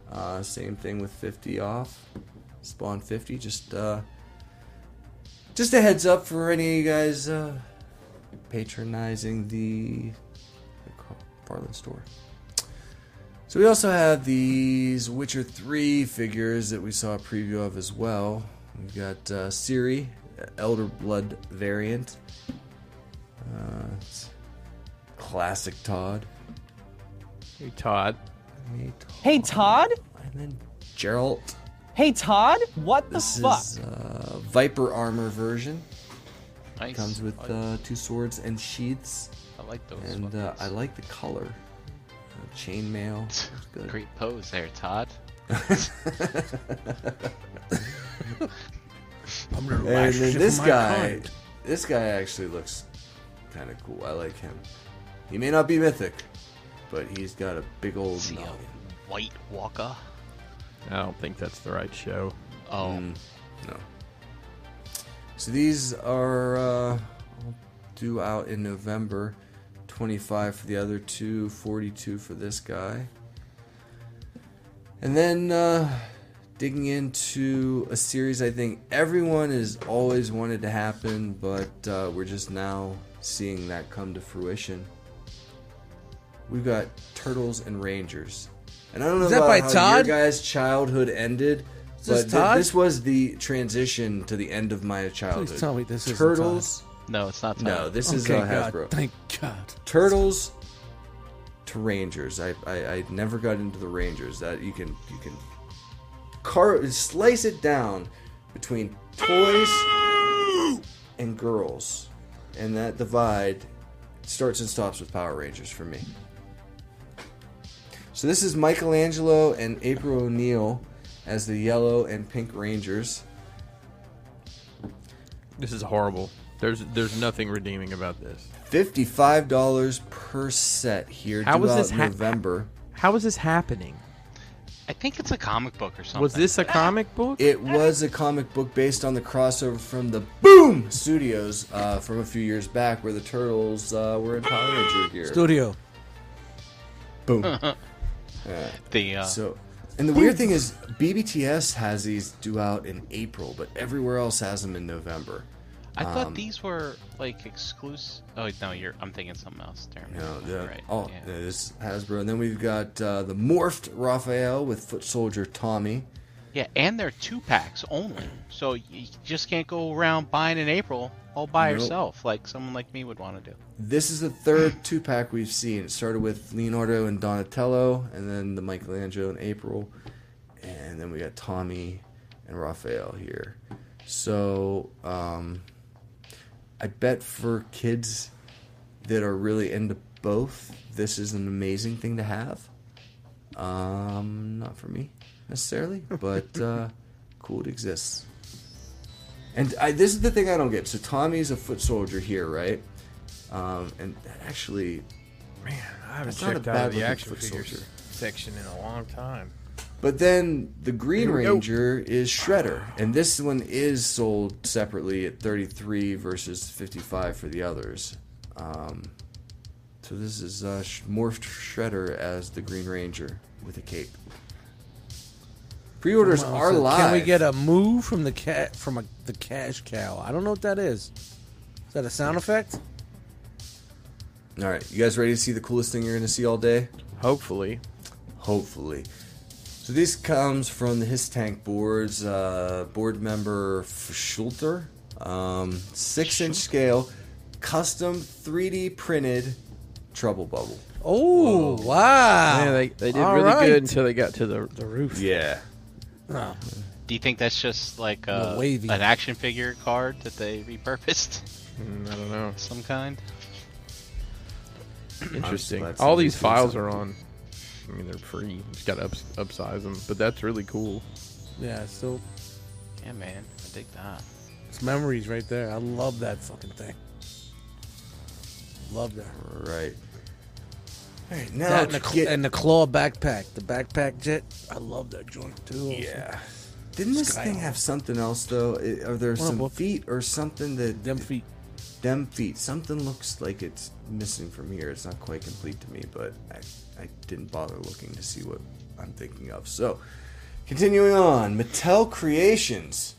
[SPEAKER 5] Uh, same thing with 50 off, spawn 50. Just uh, just a heads up for any of you guys. Uh, patronizing the, the Farland store. So we also have these Witcher 3 figures that we saw a preview of as well. We've got uh, Siri, Elder Blood variant. Uh, it's classic Todd.
[SPEAKER 2] Hey, Todd.
[SPEAKER 5] Hey,
[SPEAKER 8] Hey, Todd?
[SPEAKER 5] Todd. And then Gerald.
[SPEAKER 8] Hey, Todd, what the
[SPEAKER 5] This
[SPEAKER 8] fuck?
[SPEAKER 5] is uh, Viper armor version.
[SPEAKER 1] Nice.
[SPEAKER 5] Comes with
[SPEAKER 1] I,
[SPEAKER 5] uh, two swords and sheaths.
[SPEAKER 1] I like those.
[SPEAKER 5] And uh,
[SPEAKER 1] weapons.
[SPEAKER 5] I like the color. Uh, Chainmail. It's good.
[SPEAKER 1] Great pose there, Todd.
[SPEAKER 4] I'm gonna
[SPEAKER 5] And
[SPEAKER 4] lash
[SPEAKER 5] then
[SPEAKER 4] shit
[SPEAKER 5] this
[SPEAKER 4] from my
[SPEAKER 5] guy,
[SPEAKER 4] cunt.
[SPEAKER 5] this guy actually looks kind of cool. I like him. He may not be mythic, but he's got a big old
[SPEAKER 1] See
[SPEAKER 5] noggin.
[SPEAKER 1] a White Walker.
[SPEAKER 2] I don't think that's the right show.
[SPEAKER 1] Oh,
[SPEAKER 5] No. So these are uh, due out in November. 25 for the other two, 42 for this guy. And then uh, digging into a series I think everyone has always wanted to happen, but uh, we're just now seeing that come to fruition. We've got Turtles and Rangers. And I don't know
[SPEAKER 4] that
[SPEAKER 5] about
[SPEAKER 4] by
[SPEAKER 5] how
[SPEAKER 4] Todd?
[SPEAKER 5] your guys' childhood ended, but
[SPEAKER 4] this
[SPEAKER 5] thi-
[SPEAKER 4] Todd?
[SPEAKER 5] this was the transition to the end of my childhood.
[SPEAKER 4] tell me this isn't
[SPEAKER 5] Turtles.
[SPEAKER 1] no, it's not Todd.
[SPEAKER 5] No, this is
[SPEAKER 4] Okay,
[SPEAKER 5] uh,
[SPEAKER 4] God,
[SPEAKER 5] Hasbro.
[SPEAKER 4] thank God.
[SPEAKER 5] Turtles to Rangers. I, I I never got into the Rangers. That you can you can car slice it down between toys and girls, and that divide starts and stops with Power Rangers for me. So this is Michelangelo and April O'Neil as the yellow and pink Rangers.
[SPEAKER 2] This is horrible. There's there's nothing redeeming about this.
[SPEAKER 5] Fifty-five dollars per set here.
[SPEAKER 2] How
[SPEAKER 5] due
[SPEAKER 2] was
[SPEAKER 5] out
[SPEAKER 2] this
[SPEAKER 5] in
[SPEAKER 2] ha-
[SPEAKER 5] November?
[SPEAKER 2] How is this happening?
[SPEAKER 1] I think it's a comic book or something.
[SPEAKER 2] Was this a comic book?
[SPEAKER 5] It was a comic book based on the crossover from the Boom Studios uh, from a few years back, where the turtles uh, were in Power Ranger gear.
[SPEAKER 4] Studio.
[SPEAKER 5] Boom.
[SPEAKER 1] the uh,
[SPEAKER 5] So, and the weird thing is, BBTS has these due out in April, but everywhere else has them in November.
[SPEAKER 1] I thought
[SPEAKER 5] um,
[SPEAKER 1] these were like exclusive. Oh wait, no, you're. I'm thinking something else. There.
[SPEAKER 5] You know,
[SPEAKER 1] You're
[SPEAKER 5] the,
[SPEAKER 1] right.
[SPEAKER 5] oh,
[SPEAKER 1] yeah.
[SPEAKER 5] this Hasbro, and then we've got uh, the morphed Raphael with Foot Soldier Tommy.
[SPEAKER 1] Yeah, and they're two packs only, so you just can't go around buying in April all by
[SPEAKER 5] Nope.
[SPEAKER 1] yourself, like someone like me would want to do.
[SPEAKER 5] This is the third two pack we've seen. It started with Leonardo and Donatello, and then the Michelangelo in April, and then we got Tommy and Raphael here. So, um, I bet for kids that are really into both, this is an amazing thing to have. Um, not for me necessarily, but uh, cool it exists. And I, this is the thing I don't get. So Tommy's a foot soldier here, right? Um, and actually,
[SPEAKER 10] Man, I haven't
[SPEAKER 5] That's not a
[SPEAKER 10] checked
[SPEAKER 5] bad
[SPEAKER 10] out of the
[SPEAKER 5] looking
[SPEAKER 10] action
[SPEAKER 5] foot
[SPEAKER 10] figures
[SPEAKER 5] soldier.
[SPEAKER 10] section in a long time.
[SPEAKER 5] but then the Green
[SPEAKER 10] we go.
[SPEAKER 5] Ranger is Shredder, and this one is sold separately at 33 versus 55 for the others. Um, so this is uh, Sh- morphed Shredder as the Green Ranger with a cape. Pre-orders
[SPEAKER 4] Well,
[SPEAKER 5] are
[SPEAKER 4] so
[SPEAKER 5] live.
[SPEAKER 4] Can we get a moo from the cat from a, the cash cow? I don't know what that is. Is that a sound effect?
[SPEAKER 5] All right, you guys ready to see the coolest thing you're going to see all day?
[SPEAKER 2] Hopefully.
[SPEAKER 5] hopefully. So this comes from the His Tank boards, uh, board member F- Schulter. Um, six inch scale, custom 3D printed trouble bubble.
[SPEAKER 4] Oh wow!
[SPEAKER 2] Yeah, they, they did
[SPEAKER 4] All
[SPEAKER 2] really
[SPEAKER 4] right.
[SPEAKER 2] good until they got to the, the roof.
[SPEAKER 5] Yeah.
[SPEAKER 4] Oh,
[SPEAKER 1] Do you think that's just like a,
[SPEAKER 4] wavy.
[SPEAKER 1] an action figure card that they repurposed
[SPEAKER 2] Mm, I don't know.
[SPEAKER 1] of some kind?
[SPEAKER 2] Interesting.
[SPEAKER 5] glad
[SPEAKER 2] All
[SPEAKER 5] somebody
[SPEAKER 2] these
[SPEAKER 5] did
[SPEAKER 2] files
[SPEAKER 5] something.
[SPEAKER 2] are on. I mean, they're free. You just got to ups, upsize them. But that's really cool.
[SPEAKER 4] yeah, so
[SPEAKER 1] Yeah, man, I dig that.
[SPEAKER 4] it's memories right there. I love that fucking thing. Love that.
[SPEAKER 5] All right. All right, now
[SPEAKER 4] that and, the
[SPEAKER 5] to
[SPEAKER 4] cl-
[SPEAKER 5] get-
[SPEAKER 4] and the claw backpack, the backpack jet. I love that joint too.
[SPEAKER 5] yeah. Didn't this
[SPEAKER 4] Sky
[SPEAKER 5] thing
[SPEAKER 4] Hawk.
[SPEAKER 5] have something else though? I- Are there
[SPEAKER 4] What
[SPEAKER 5] some
[SPEAKER 4] about-
[SPEAKER 5] feet or something that
[SPEAKER 4] Them feet.
[SPEAKER 5] them feet? Something looks like it's missing from here. It's not quite complete to me, but I, I didn't bother looking to see what I'm thinking of. So, continuing on, Mattel Creations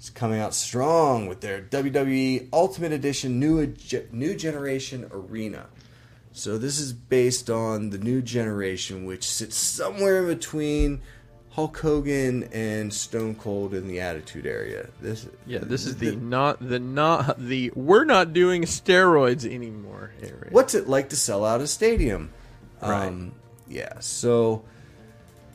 [SPEAKER 5] is coming out strong with their WWE Ultimate Edition New Ag- New Generation Arena. So this is based on the New Generation, which sits somewhere in between. Hulk Hogan and Stone Cold in the Attitude area. This
[SPEAKER 2] Yeah, this is the not the not the we're not doing steroids anymore area.
[SPEAKER 5] what's it like to sell out a stadium? Um, yeah, so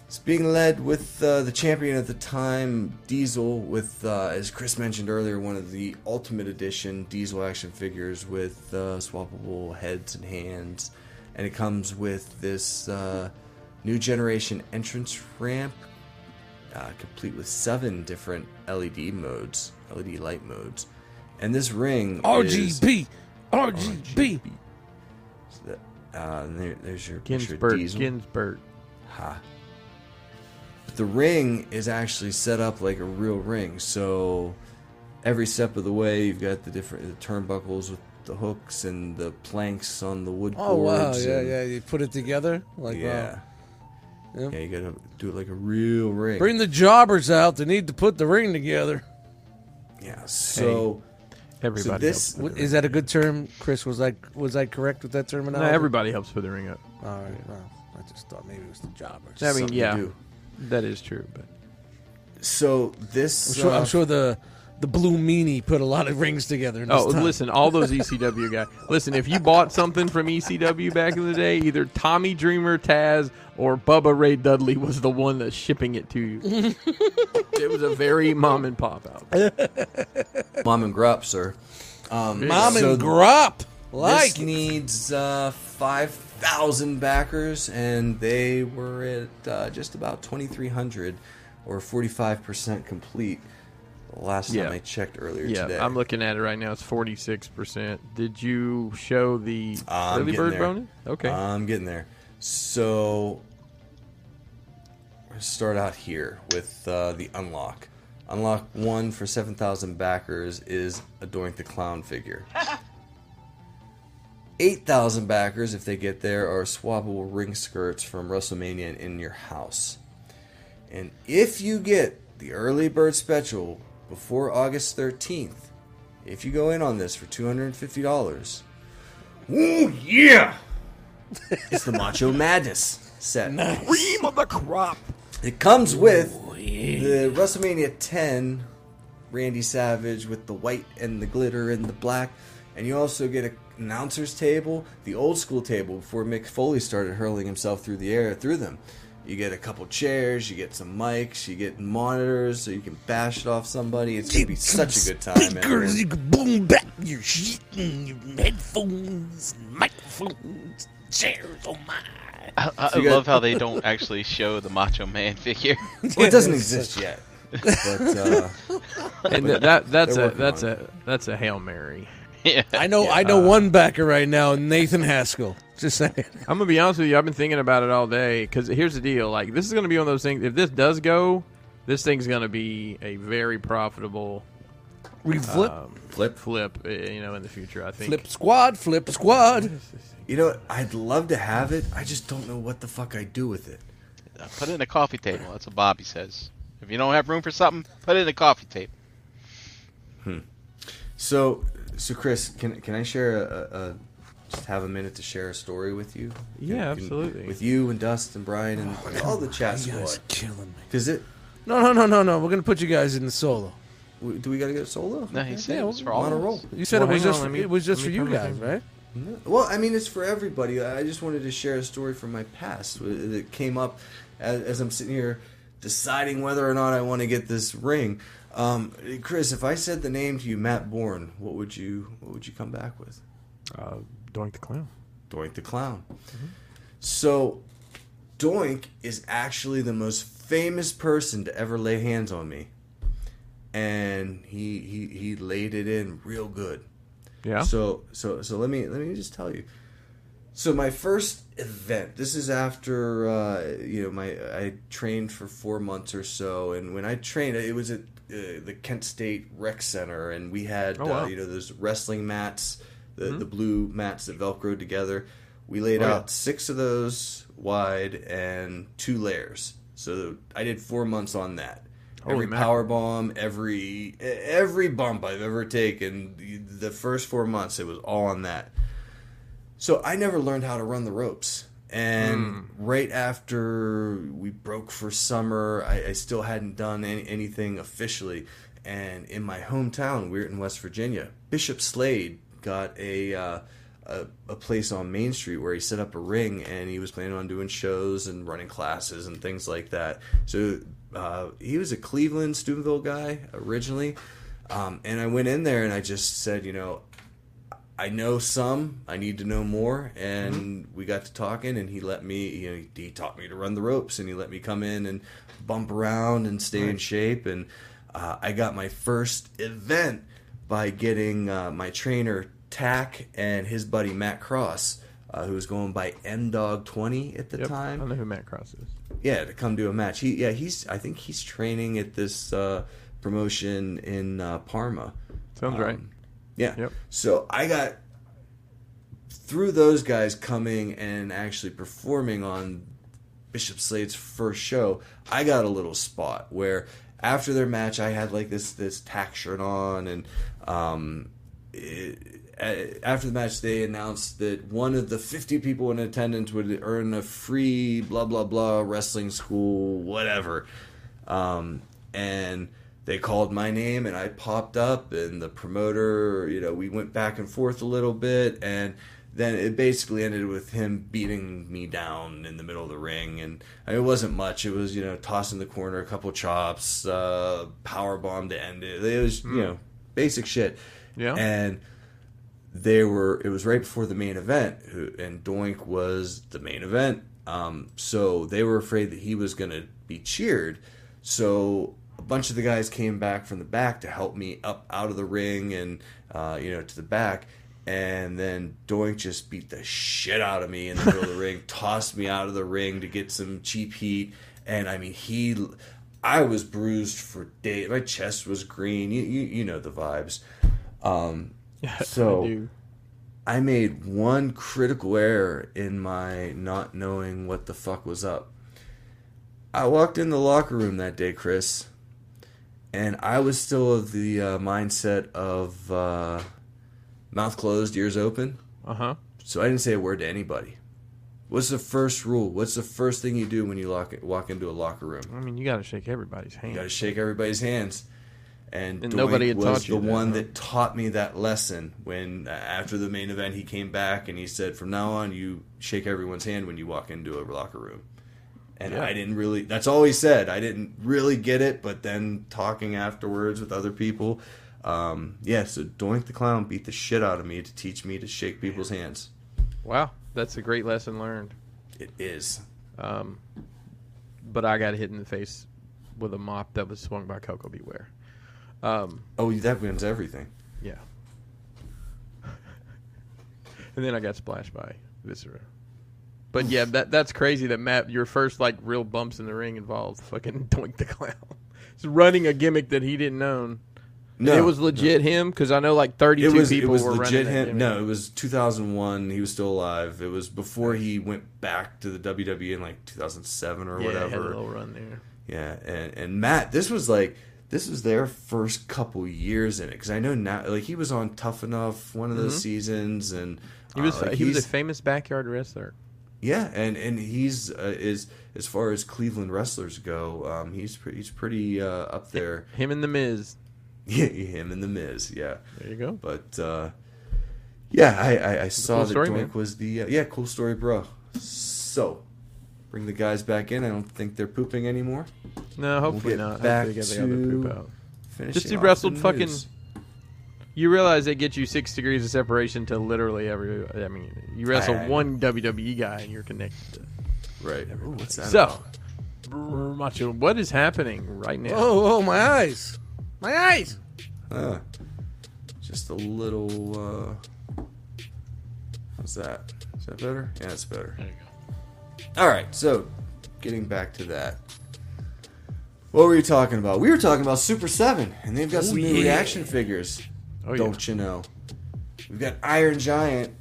[SPEAKER 5] it's being led with uh, the champion at the time, Diesel, with, uh, as Chris mentioned earlier, one of the Ultimate Edition Diesel action figures with uh, swappable heads and hands. And it comes with this uh, new generation entrance ramp, uh, complete with seven different LED modes, LED light modes. And this ring is-
[SPEAKER 4] RGB, RGB.
[SPEAKER 5] uh, and there, there's your picture of
[SPEAKER 2] Ginsburg?
[SPEAKER 5] Diesel.
[SPEAKER 2] Ginsburg.
[SPEAKER 5] the ring is actually set up like a real ring. So every step of the way, you've got the different the turnbuckles with the hooks and the planks on the wood
[SPEAKER 4] Oh wow!
[SPEAKER 5] boards.
[SPEAKER 4] Yeah,
[SPEAKER 5] and-
[SPEAKER 4] yeah. You put it together like wow.
[SPEAKER 5] yeah.
[SPEAKER 4] Yeah.
[SPEAKER 5] Yeah, you gotta do it like a real ring.
[SPEAKER 4] Bring the jobbers out. They need to put the ring together.
[SPEAKER 5] yeah, so, so
[SPEAKER 2] Everybody.
[SPEAKER 5] this
[SPEAKER 4] W- Is that a good term, Chris? Was I was I correct with that
[SPEAKER 2] helps. No,
[SPEAKER 4] terminology?
[SPEAKER 2] everybody helps put the ring up.
[SPEAKER 4] All right. Well, I just thought maybe it was the jobbers.
[SPEAKER 2] I mean,
[SPEAKER 5] something to
[SPEAKER 2] yeah,
[SPEAKER 5] do.
[SPEAKER 2] that is true. But
[SPEAKER 5] so
[SPEAKER 4] I'm
[SPEAKER 5] this
[SPEAKER 4] sure,
[SPEAKER 5] uh,
[SPEAKER 4] I'm sure the the blue meanie put a lot of rings together. In this
[SPEAKER 2] oh,
[SPEAKER 4] time.
[SPEAKER 2] listen, all those ECW guys. Listen, if you bought something from ECW back in the day, either Tommy Dreamer, Taz, or Bubba Ray Dudley was the one that's shipping it to you. it was a very mom and pop outfit.
[SPEAKER 5] mom and grub, sir. Um,
[SPEAKER 4] Mom
[SPEAKER 5] so
[SPEAKER 4] and Grop like
[SPEAKER 5] this needs uh, 5,000 backers, and they were at uh, just about 2,300 or 45% complete the last
[SPEAKER 2] Yeah.
[SPEAKER 5] time I checked earlier
[SPEAKER 2] Yeah,
[SPEAKER 5] today.
[SPEAKER 2] I'm looking at it right now. It's 46. percent Did you show the
[SPEAKER 5] I'm
[SPEAKER 2] early
[SPEAKER 5] getting Uh,
[SPEAKER 2] bird
[SPEAKER 5] there.
[SPEAKER 2] bonus? Okay.
[SPEAKER 5] I'm getting there. So, where start out here with uh, the unlock. Unlock one for seven thousand backers is a Doink the Clown figure. Eight thousand backers, if they get there, are swappable ring skirts from WrestleMania and in your house. And if you get the early bird special before August 13th, if you go in on this for $250, ooh, yeah! it's the Macho Madness set.
[SPEAKER 11] Cream of the crop.
[SPEAKER 5] It comes with the WrestleMania 10 Randy Savage with the white and the glitter and the black. And you also get a announcer's table, the old school table before Mick Foley started hurling himself through the air through them. You get a couple chairs, you get some mics, you get monitors so you can bash it off somebody. It's gonna be such a good time.
[SPEAKER 11] Speakers,
[SPEAKER 5] everyone.
[SPEAKER 11] you can boom back your shit and your headphones, microphones, chairs. Oh my!
[SPEAKER 1] I, I
[SPEAKER 5] So you got-
[SPEAKER 1] love how they don't actually show the Macho Man figure.
[SPEAKER 5] Well, it doesn't exist yet. But uh,
[SPEAKER 2] And
[SPEAKER 5] but
[SPEAKER 2] that that's
[SPEAKER 5] they're
[SPEAKER 2] a
[SPEAKER 5] working
[SPEAKER 2] that's
[SPEAKER 5] on it.
[SPEAKER 2] a that's a hail mary.
[SPEAKER 1] Yeah.
[SPEAKER 4] I know I know one backer right now, Nathan Haskell. Just saying.
[SPEAKER 2] I'm gonna be honest with you. I've been thinking about it all day because here's the deal. Like this is gonna be one of those things. If this does go, this thing's gonna be a very profitable
[SPEAKER 4] Reflip
[SPEAKER 2] um,
[SPEAKER 5] Flip.
[SPEAKER 2] flip. uh, You know, in the future, I think.
[SPEAKER 4] flip squad, flip squad.
[SPEAKER 5] You know, I'd love to have it. I just don't know what the fuck I do with it.
[SPEAKER 1] Put it in a coffee table. That's what Bobby says. If you don't have room for something, put it in a coffee table.
[SPEAKER 5] So, so Chris, can can I share a, a, a just have a minute to share a story with you?
[SPEAKER 2] Yeah,
[SPEAKER 5] Can- can-
[SPEAKER 2] absolutely.
[SPEAKER 5] With you and Dust and Brian and all the chat
[SPEAKER 4] You
[SPEAKER 5] squad.
[SPEAKER 4] guys are killing me.
[SPEAKER 5] Because it
[SPEAKER 4] No, no, no, no, no. We're gonna put you guys in the solo.
[SPEAKER 5] w- do we got to go solo?
[SPEAKER 1] No, he said
[SPEAKER 4] yeah,
[SPEAKER 1] it was for all
[SPEAKER 5] on
[SPEAKER 1] of
[SPEAKER 5] a
[SPEAKER 1] us.
[SPEAKER 5] roll.
[SPEAKER 4] You said
[SPEAKER 2] Well,
[SPEAKER 4] it was
[SPEAKER 2] hang
[SPEAKER 4] just
[SPEAKER 2] on, let me-
[SPEAKER 4] it was just for
[SPEAKER 2] let me
[SPEAKER 4] you
[SPEAKER 2] turn my
[SPEAKER 4] guys,
[SPEAKER 2] thing.
[SPEAKER 4] right?
[SPEAKER 5] No. Well, I mean, it's for everybody. I just wanted to share a story from my past w- that came up as, as I'm sitting here deciding whether or not I want to get this ring. Um, Chris, if I said the name to you, Matt Bourne, what would you what would you come back with?
[SPEAKER 2] Uh, Doink the clown.
[SPEAKER 5] Doink the Clown.
[SPEAKER 2] Mm-hmm.
[SPEAKER 5] So, Doink is actually the most famous person to ever lay hands on me, and he he he laid it in real good.
[SPEAKER 2] Yeah.
[SPEAKER 5] So so so let me let me just tell you. So my first event. This is after uh, you know my I trained for four months or so, and when I trained, it was at uh, the Kent State Rec Center, and we had
[SPEAKER 2] Oh, wow.
[SPEAKER 5] uh, you know those wrestling mats, the the blue mats that velcro together. We laid
[SPEAKER 2] Mm-hmm. Oh, yeah.
[SPEAKER 5] out six of those wide and two layers. So I did four months on that
[SPEAKER 2] Holy
[SPEAKER 5] every
[SPEAKER 2] mackerel.
[SPEAKER 5] power bomb, every every bump I've ever taken, the- the first four months it was all on that. So I never learned how to run the ropes. And right after we broke for summer, I, I still hadn't done any, anything officially. And in my hometown, we're in West Virginia. Bishop Slade got a, uh, a a place on Main Street where he set up a ring, and he was planning on doing shows and running classes and things like that. So uh, he was a Cleveland Steubenville guy originally. Um, and I went in there and I just said, you know, I know some. I need to know more. And we got to talking, and he let me. You know, he taught me to run the ropes, and he let me come in and bump around and stay in shape. And uh, I got my first event by getting uh, my trainer Tack and his buddy Matt Cross, uh, who was going by M Dog Twenty at the
[SPEAKER 2] Yep,
[SPEAKER 5] time
[SPEAKER 2] I know who Matt Cross is.
[SPEAKER 5] yeah to come to a match he yeah he's i think he's training at this uh promotion in uh parma
[SPEAKER 2] Sounds right.
[SPEAKER 5] yeah
[SPEAKER 2] Yep.
[SPEAKER 5] so i got through those guys coming and actually performing on bishop slade's first show i got a little spot where after their match i had like this this tack shirt on and um it, a- after the match, they announced that one of the 50 people in attendance would earn a free blah blah blah wrestling school whatever, um, and they called my name and I popped up and the promoter, you know, we went back and forth a little bit and then it basically ended with him beating me down in the middle of the ring and I mean, it wasn't much it was you know toss in the corner a couple chops uh power bomb to end it it was you know basic shit
[SPEAKER 2] Yeah.
[SPEAKER 5] and they were it was right before the main event who- and doink was the main event um, so they were afraid that he was going to be cheered so a bunch of the guys came back from the back to help me up out of the ring and uh, you know to the back and then doink just beat the shit out of me in the middle of the ring tossed me out of the ring to get some cheap heat and I mean he, I was bruised for days. My chest was green. You you, you know the vibes. Um, so.
[SPEAKER 2] I do.
[SPEAKER 5] I made one critical error in my not knowing what the fuck was up. I walked in the locker room that day, Chris, and I was still of the uh, mindset of uh, mouth closed, ears open.
[SPEAKER 2] Uh huh.
[SPEAKER 5] So I didn't say a word to anybody. What's the first rule? What's the first thing you do when you lock, walk into a locker room?
[SPEAKER 2] I mean, you got to shake everybody's hand.
[SPEAKER 5] You got to shake everybody's hands. And,
[SPEAKER 2] And
[SPEAKER 5] Dwight
[SPEAKER 2] nobody had
[SPEAKER 5] was
[SPEAKER 2] taught you
[SPEAKER 5] the
[SPEAKER 2] that,
[SPEAKER 5] one
[SPEAKER 2] huh?
[SPEAKER 5] that taught me that lesson. When uh, after the main event, he came back and he said, "From now on, you shake everyone's hand when you walk into a locker room." And
[SPEAKER 2] Yeah.
[SPEAKER 5] I didn't really. That's all he said. I didn't really get it. But then talking afterwards with other people, um, yeah. So Doink the clown beat the shit out of me to teach me to shake people's hands.
[SPEAKER 2] Wow, that's a great lesson learned.
[SPEAKER 5] It is.
[SPEAKER 2] Um, but I got hit in the face with a mop that was swung by Coco Beware. Um,
[SPEAKER 5] Oh, that wins everything.
[SPEAKER 2] yeah. and then I got splashed by Viscera. But yeah, that that's crazy that Matt, your first like real bumps in the ring involved fucking Doink the Clown. It's running a gimmick that he didn't own.
[SPEAKER 5] No,
[SPEAKER 2] it was legit him because I know like thirty-two
[SPEAKER 5] it was,
[SPEAKER 2] people
[SPEAKER 5] it was
[SPEAKER 2] were
[SPEAKER 5] legit
[SPEAKER 2] running that
[SPEAKER 5] him.
[SPEAKER 2] gimmick.
[SPEAKER 5] No, it was 2001. He was still alive. It was before he went back to the WWE in like 2007 or
[SPEAKER 2] yeah, he had a
[SPEAKER 5] whatever.
[SPEAKER 2] little run there.
[SPEAKER 5] Yeah, and and Matt, this was like this was their first couple years in it because I know now like he was on Tough Enough one of those
[SPEAKER 2] Mhm.
[SPEAKER 5] seasons and
[SPEAKER 2] He was
[SPEAKER 5] uh, like,
[SPEAKER 2] he was a
[SPEAKER 5] he's-
[SPEAKER 2] famous backyard wrestler.
[SPEAKER 5] yeah, and and he's uh, is as far as Cleveland wrestlers go, um, he's pretty he's pretty uh, up there.
[SPEAKER 2] Him and the Miz.
[SPEAKER 5] Yeah, him and the Miz. Yeah,
[SPEAKER 2] there you go.
[SPEAKER 5] But uh, yeah, I I, I saw
[SPEAKER 2] cool
[SPEAKER 5] that
[SPEAKER 2] story,
[SPEAKER 5] Doink
[SPEAKER 2] man.
[SPEAKER 5] was the uh, yeah cool story, bro. So bring the guys back in. I don't think they're pooping anymore.
[SPEAKER 2] No,
[SPEAKER 5] We'll
[SPEAKER 2] hopefully
[SPEAKER 5] get
[SPEAKER 2] not.
[SPEAKER 5] Back
[SPEAKER 2] Hopefully they
[SPEAKER 5] to
[SPEAKER 2] got the other poop out.
[SPEAKER 5] finishing
[SPEAKER 2] Just who
[SPEAKER 5] off
[SPEAKER 2] wrestled
[SPEAKER 5] the
[SPEAKER 2] fucking.
[SPEAKER 5] news.
[SPEAKER 2] You realize they get you six degrees of separation to literally every. I mean, you wrestle
[SPEAKER 5] I- I-
[SPEAKER 2] one WWE guy and you're connected. To
[SPEAKER 5] right. Ooh, what's that?
[SPEAKER 2] so,
[SPEAKER 5] about?
[SPEAKER 2] Brr, Macho, what is happening right now?
[SPEAKER 4] Oh, oh, my eyes. My eyes.
[SPEAKER 5] Huh. Uh, just a little. uh How's that? Is that better? Yeah, it's better. There you go. All right. So getting back to that. What were you talking about? We were talking about Super 7, and they've got
[SPEAKER 11] Oh,
[SPEAKER 5] some new
[SPEAKER 11] yeah.
[SPEAKER 5] reaction figures.
[SPEAKER 2] Oh,
[SPEAKER 5] don't you know? We've got Iron Giant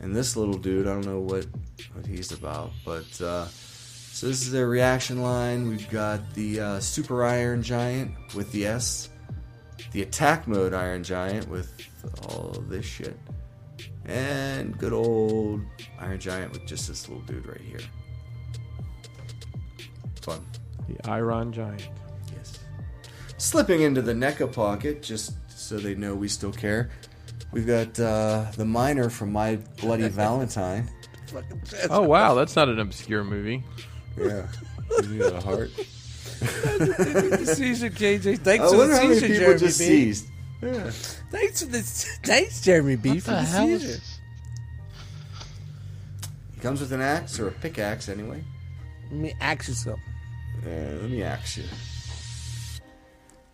[SPEAKER 5] and this little dude. I don't know what, what he's about, but uh, so this is their reaction line. We've got the uh, Super Iron Giant with the S, the Attack Mode Iron Giant with all of this shit, and good old Iron Giant with just this little dude right here. Fun.
[SPEAKER 2] The Iron Giant.
[SPEAKER 5] Yes. Slipping into the NECA pocket, just so they know we still care. We've got uh, the miner from My Bloody Valentine.
[SPEAKER 2] Oh wow, that's not an obscure movie.
[SPEAKER 5] Yeah. He's got a heart.
[SPEAKER 4] Caesar JJ. Thanks
[SPEAKER 5] I
[SPEAKER 4] for
[SPEAKER 5] wonder
[SPEAKER 4] the
[SPEAKER 5] how many
[SPEAKER 4] Caesar,
[SPEAKER 5] people
[SPEAKER 4] Jeremy
[SPEAKER 5] just
[SPEAKER 4] B.
[SPEAKER 5] seized.
[SPEAKER 4] Thanks for the thanks, Jeremy B.
[SPEAKER 11] What
[SPEAKER 4] for
[SPEAKER 11] the
[SPEAKER 4] the,
[SPEAKER 11] hell is
[SPEAKER 4] Caesar.
[SPEAKER 5] He comes with an axe or a pickaxe, anyway.
[SPEAKER 4] Let me ask yourself.
[SPEAKER 5] Uh, let me axe you.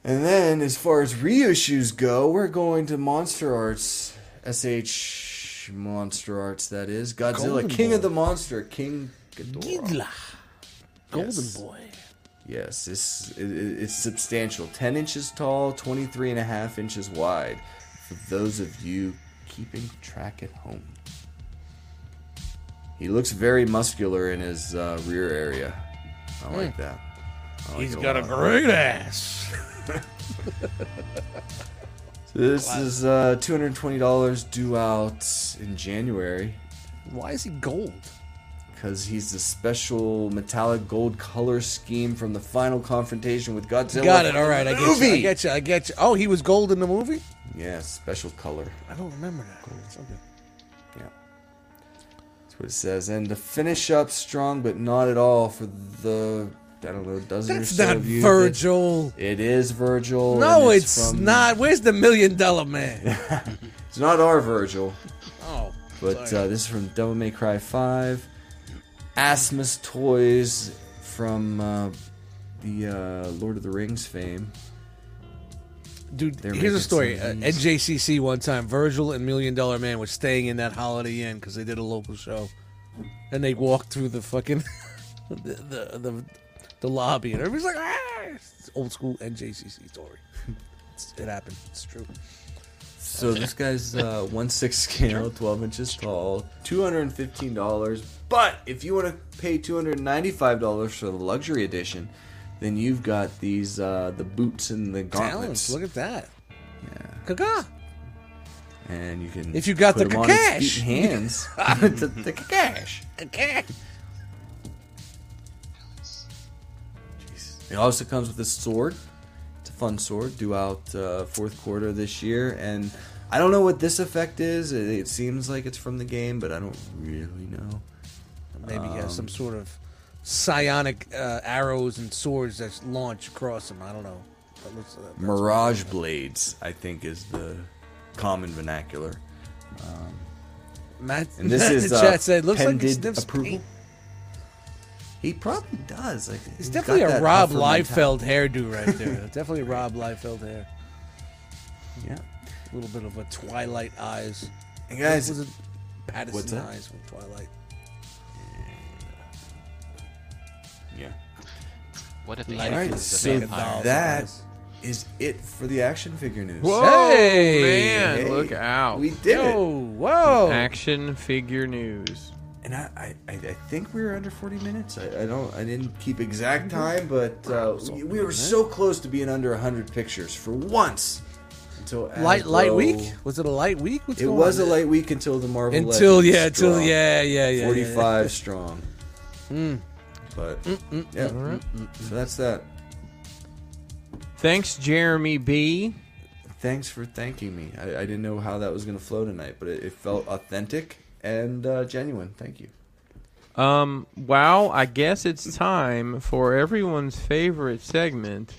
[SPEAKER 5] And then, as far as reissues go, we're going to Monster Arts, SH Monster Arts, that is. Godzilla,
[SPEAKER 11] Golden
[SPEAKER 5] King
[SPEAKER 11] Boy.
[SPEAKER 5] of the Monster, King Ghidorah.
[SPEAKER 11] Ghidla.
[SPEAKER 5] Golden
[SPEAKER 11] Boy.
[SPEAKER 5] Yes, it's, it, it- it's substantial. 10 inches tall, 23 and a half inches wide. For those of you keeping track at home. He looks very muscular in his uh, rear area. I
[SPEAKER 4] Hmm.
[SPEAKER 5] like that. I
[SPEAKER 4] Oh,
[SPEAKER 5] like
[SPEAKER 11] He's
[SPEAKER 5] it
[SPEAKER 11] got a
[SPEAKER 5] lot.
[SPEAKER 11] great ass.
[SPEAKER 5] So this is uh, $220 due out in January
[SPEAKER 4] Why is he gold?
[SPEAKER 5] because he's the special metallic gold color scheme from the final confrontation with Godzilla.
[SPEAKER 4] Got it. All right, I get
[SPEAKER 5] Movie!
[SPEAKER 4] you. I get you. I get you. Oh, he was gold in the movie.
[SPEAKER 5] Yeah, special color.
[SPEAKER 4] I don't remember that. It's okay.
[SPEAKER 5] Yeah. That's what it says. And to finish up strong, but not at all for the I don't know dozen or
[SPEAKER 4] That's
[SPEAKER 5] so
[SPEAKER 4] not
[SPEAKER 5] of you that-
[SPEAKER 4] Virgil.
[SPEAKER 5] it is Virgil.
[SPEAKER 4] No,
[SPEAKER 5] and
[SPEAKER 4] it's,
[SPEAKER 5] from-
[SPEAKER 4] not. Where's the million dollar man?
[SPEAKER 5] It's not our Virgil.
[SPEAKER 4] Oh,
[SPEAKER 5] But
[SPEAKER 4] sorry.
[SPEAKER 5] uh, this is from Devil May Cry Five. Asmus Toys from uh, the uh, Lord of the Rings fame.
[SPEAKER 4] Dude,
[SPEAKER 5] They're
[SPEAKER 4] here's
[SPEAKER 5] making
[SPEAKER 4] a story. Uh,
[SPEAKER 5] some
[SPEAKER 4] at JCC one time, Virgil and Million Dollar Man were staying in that Holiday Inn because they did a local show, and they walked through the fucking the, the the the lobby, and everybody's like, ah! It's old school NJCC story. It's- it happened. It's true.
[SPEAKER 5] So this guy's uh, one six scale, twelve inches tall, two hundred and fifteen dollars. But if you want to pay two hundred and ninety five dollars for the luxury edition, then you've got these uh, the boots and the gauntlets.
[SPEAKER 4] Talents, look at that.
[SPEAKER 5] Yeah.
[SPEAKER 4] Caca.
[SPEAKER 5] And you can
[SPEAKER 4] If you got
[SPEAKER 5] put
[SPEAKER 4] the
[SPEAKER 5] 'em on his
[SPEAKER 4] cash.
[SPEAKER 5] feet and hands, the, the cash.
[SPEAKER 4] Caca.
[SPEAKER 5] It also comes with a sword. It's a fun sword due out uh, fourth quarter this year, and I don't know what this effect is. It, it seems like it's from the game, but I don't really know.
[SPEAKER 4] Maybe he
[SPEAKER 5] Um,
[SPEAKER 4] has some sort of psionic uh, arrows and swords that launch across him. I don't know. That looks, uh,
[SPEAKER 5] Mirage blades, I think, is the common vernacular. Um,
[SPEAKER 4] Matt,
[SPEAKER 5] and this is
[SPEAKER 4] the
[SPEAKER 5] uh,
[SPEAKER 4] chat said, "Looks like he
[SPEAKER 5] pended
[SPEAKER 4] sniffs
[SPEAKER 5] approval.
[SPEAKER 4] paint."
[SPEAKER 5] He probably does. Like,
[SPEAKER 4] It's
[SPEAKER 5] he's
[SPEAKER 4] definitely
[SPEAKER 5] got
[SPEAKER 4] a
[SPEAKER 5] that
[SPEAKER 4] Rob
[SPEAKER 5] upper
[SPEAKER 4] Liefeld
[SPEAKER 5] mentality.
[SPEAKER 4] hairdo right there. definitely a Rob Liefeld hair.
[SPEAKER 5] Yeah,
[SPEAKER 4] a little bit of a Twilight eyes.
[SPEAKER 5] And guys,
[SPEAKER 4] was it Patterson
[SPEAKER 5] what's that?
[SPEAKER 4] eyes from Twilight?
[SPEAKER 5] yeah.
[SPEAKER 1] What if the
[SPEAKER 5] All
[SPEAKER 1] All
[SPEAKER 5] right, so that is it for the action figure news.
[SPEAKER 2] Whoa,
[SPEAKER 4] Hey!
[SPEAKER 2] Oh, man,
[SPEAKER 5] Hey,
[SPEAKER 2] look out.
[SPEAKER 5] We did it.
[SPEAKER 4] whoa.
[SPEAKER 2] Action figure news.
[SPEAKER 5] And I, I, I I think we were under 40 minutes. I, I don't, I didn't keep exact
[SPEAKER 4] Mm-hmm.
[SPEAKER 5] time, but uh, we, we were so close to being under 100 pictures for once. Until
[SPEAKER 4] Light, light
[SPEAKER 5] Hasbro-
[SPEAKER 4] week? Was it a light week? What's
[SPEAKER 5] it
[SPEAKER 4] going
[SPEAKER 5] was
[SPEAKER 4] on?
[SPEAKER 5] a light week until the Marvel.
[SPEAKER 4] Until-
[SPEAKER 5] Legends
[SPEAKER 4] yeah, until-
[SPEAKER 5] dropped.
[SPEAKER 4] yeah, yeah, yeah, yeah, yeah.
[SPEAKER 5] 45 strong.
[SPEAKER 4] Mm.
[SPEAKER 5] But
[SPEAKER 4] mm,
[SPEAKER 5] yeah,
[SPEAKER 4] mm, mm,
[SPEAKER 5] so that's that.
[SPEAKER 2] Thanks, Jeremy B.
[SPEAKER 5] Thanks for thanking me. I, I didn't know how that was going to flow tonight, but it, it felt authentic and uh, genuine. Thank you.
[SPEAKER 2] Um, wow, I guess it's time for everyone's favorite segment.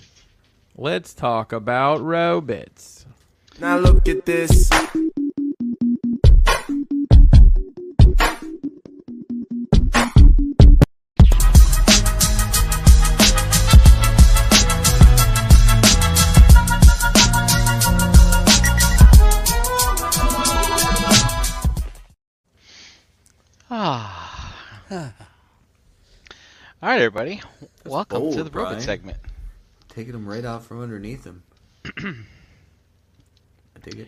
[SPEAKER 2] Let's talk about robots.
[SPEAKER 11] Now look at this.
[SPEAKER 1] Ah. All right, everybody. Welcome to
[SPEAKER 5] bold,
[SPEAKER 1] the robot
[SPEAKER 5] Brian.
[SPEAKER 1] segment.
[SPEAKER 5] Taking them right out from underneath him. I dig it.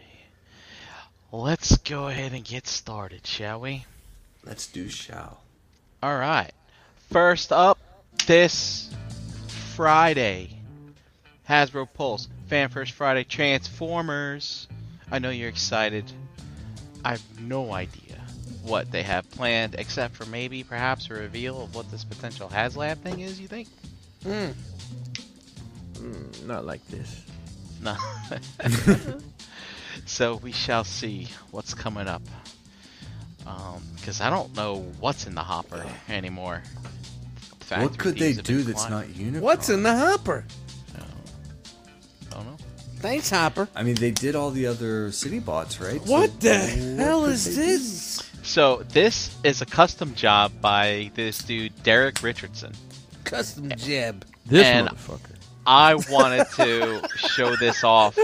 [SPEAKER 1] Let's go ahead and get started, shall we?
[SPEAKER 5] Let's do shall.
[SPEAKER 1] All right. First up, this Friday, Hasbro Pulse Fan First Friday Transformers. I know you're excited. I have no idea what they have planned, except for maybe perhaps a reveal of what this potential HasLab thing is. You think?
[SPEAKER 4] Mm.
[SPEAKER 2] Mm, not like this.
[SPEAKER 1] No. so we shall see what's coming up. Because I don't know what's in the hopper anymore.
[SPEAKER 5] what could they do that's not unicorn?
[SPEAKER 4] What's in the hopper?
[SPEAKER 1] I don't know.
[SPEAKER 4] Thanks, Hopper.
[SPEAKER 5] I mean, they did all the other city bots, right?
[SPEAKER 4] What
[SPEAKER 5] So-
[SPEAKER 4] the hell
[SPEAKER 5] could
[SPEAKER 4] is
[SPEAKER 5] they do?
[SPEAKER 4] this?
[SPEAKER 1] So this is a custom job by this dude Derek Richardson.
[SPEAKER 4] Custom jab.
[SPEAKER 2] This
[SPEAKER 1] And-
[SPEAKER 2] motherfucker.
[SPEAKER 1] I wanted to show this off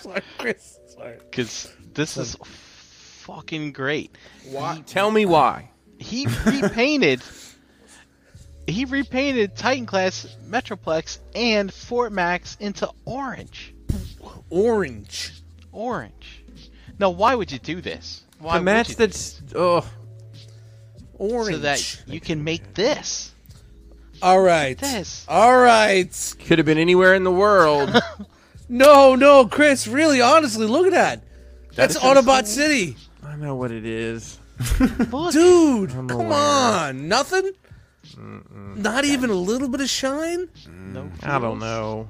[SPEAKER 4] Sorry, Chris. Sorry.
[SPEAKER 1] because this is fucking great.
[SPEAKER 2] Why? Tell me why.
[SPEAKER 1] He repainted. he repainted Titan class Metroplex and Fort Max into orange.
[SPEAKER 4] Orange.
[SPEAKER 1] Orange. Now, why would you do this? Why
[SPEAKER 2] The
[SPEAKER 1] would
[SPEAKER 2] match
[SPEAKER 1] you do
[SPEAKER 2] that's oh
[SPEAKER 4] Orange.
[SPEAKER 1] so that you can make this.
[SPEAKER 4] All right.
[SPEAKER 1] This.
[SPEAKER 4] All right.
[SPEAKER 2] could have been anywhere in the world.
[SPEAKER 4] No, no, Chris. Really, honestly, look at that. That's
[SPEAKER 1] is
[SPEAKER 4] Autobot
[SPEAKER 1] cool.
[SPEAKER 4] City,
[SPEAKER 2] I know what it is.
[SPEAKER 1] Look,
[SPEAKER 4] dude.
[SPEAKER 2] I'm
[SPEAKER 4] come
[SPEAKER 2] aware.
[SPEAKER 4] on, nothing. Not even a little bit of shine.
[SPEAKER 1] no
[SPEAKER 2] I don't know.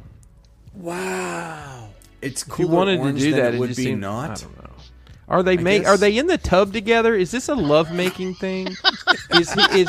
[SPEAKER 4] Wow.
[SPEAKER 5] It's
[SPEAKER 2] If
[SPEAKER 5] cool.
[SPEAKER 2] you wanted to
[SPEAKER 5] orange
[SPEAKER 2] do
[SPEAKER 5] than
[SPEAKER 2] that,
[SPEAKER 5] it would
[SPEAKER 2] just
[SPEAKER 5] be
[SPEAKER 2] seemed- I
[SPEAKER 5] not.
[SPEAKER 2] don't know. Are they make?
[SPEAKER 5] guess-
[SPEAKER 2] Are they in the tub together? Is this a love making thing? is he is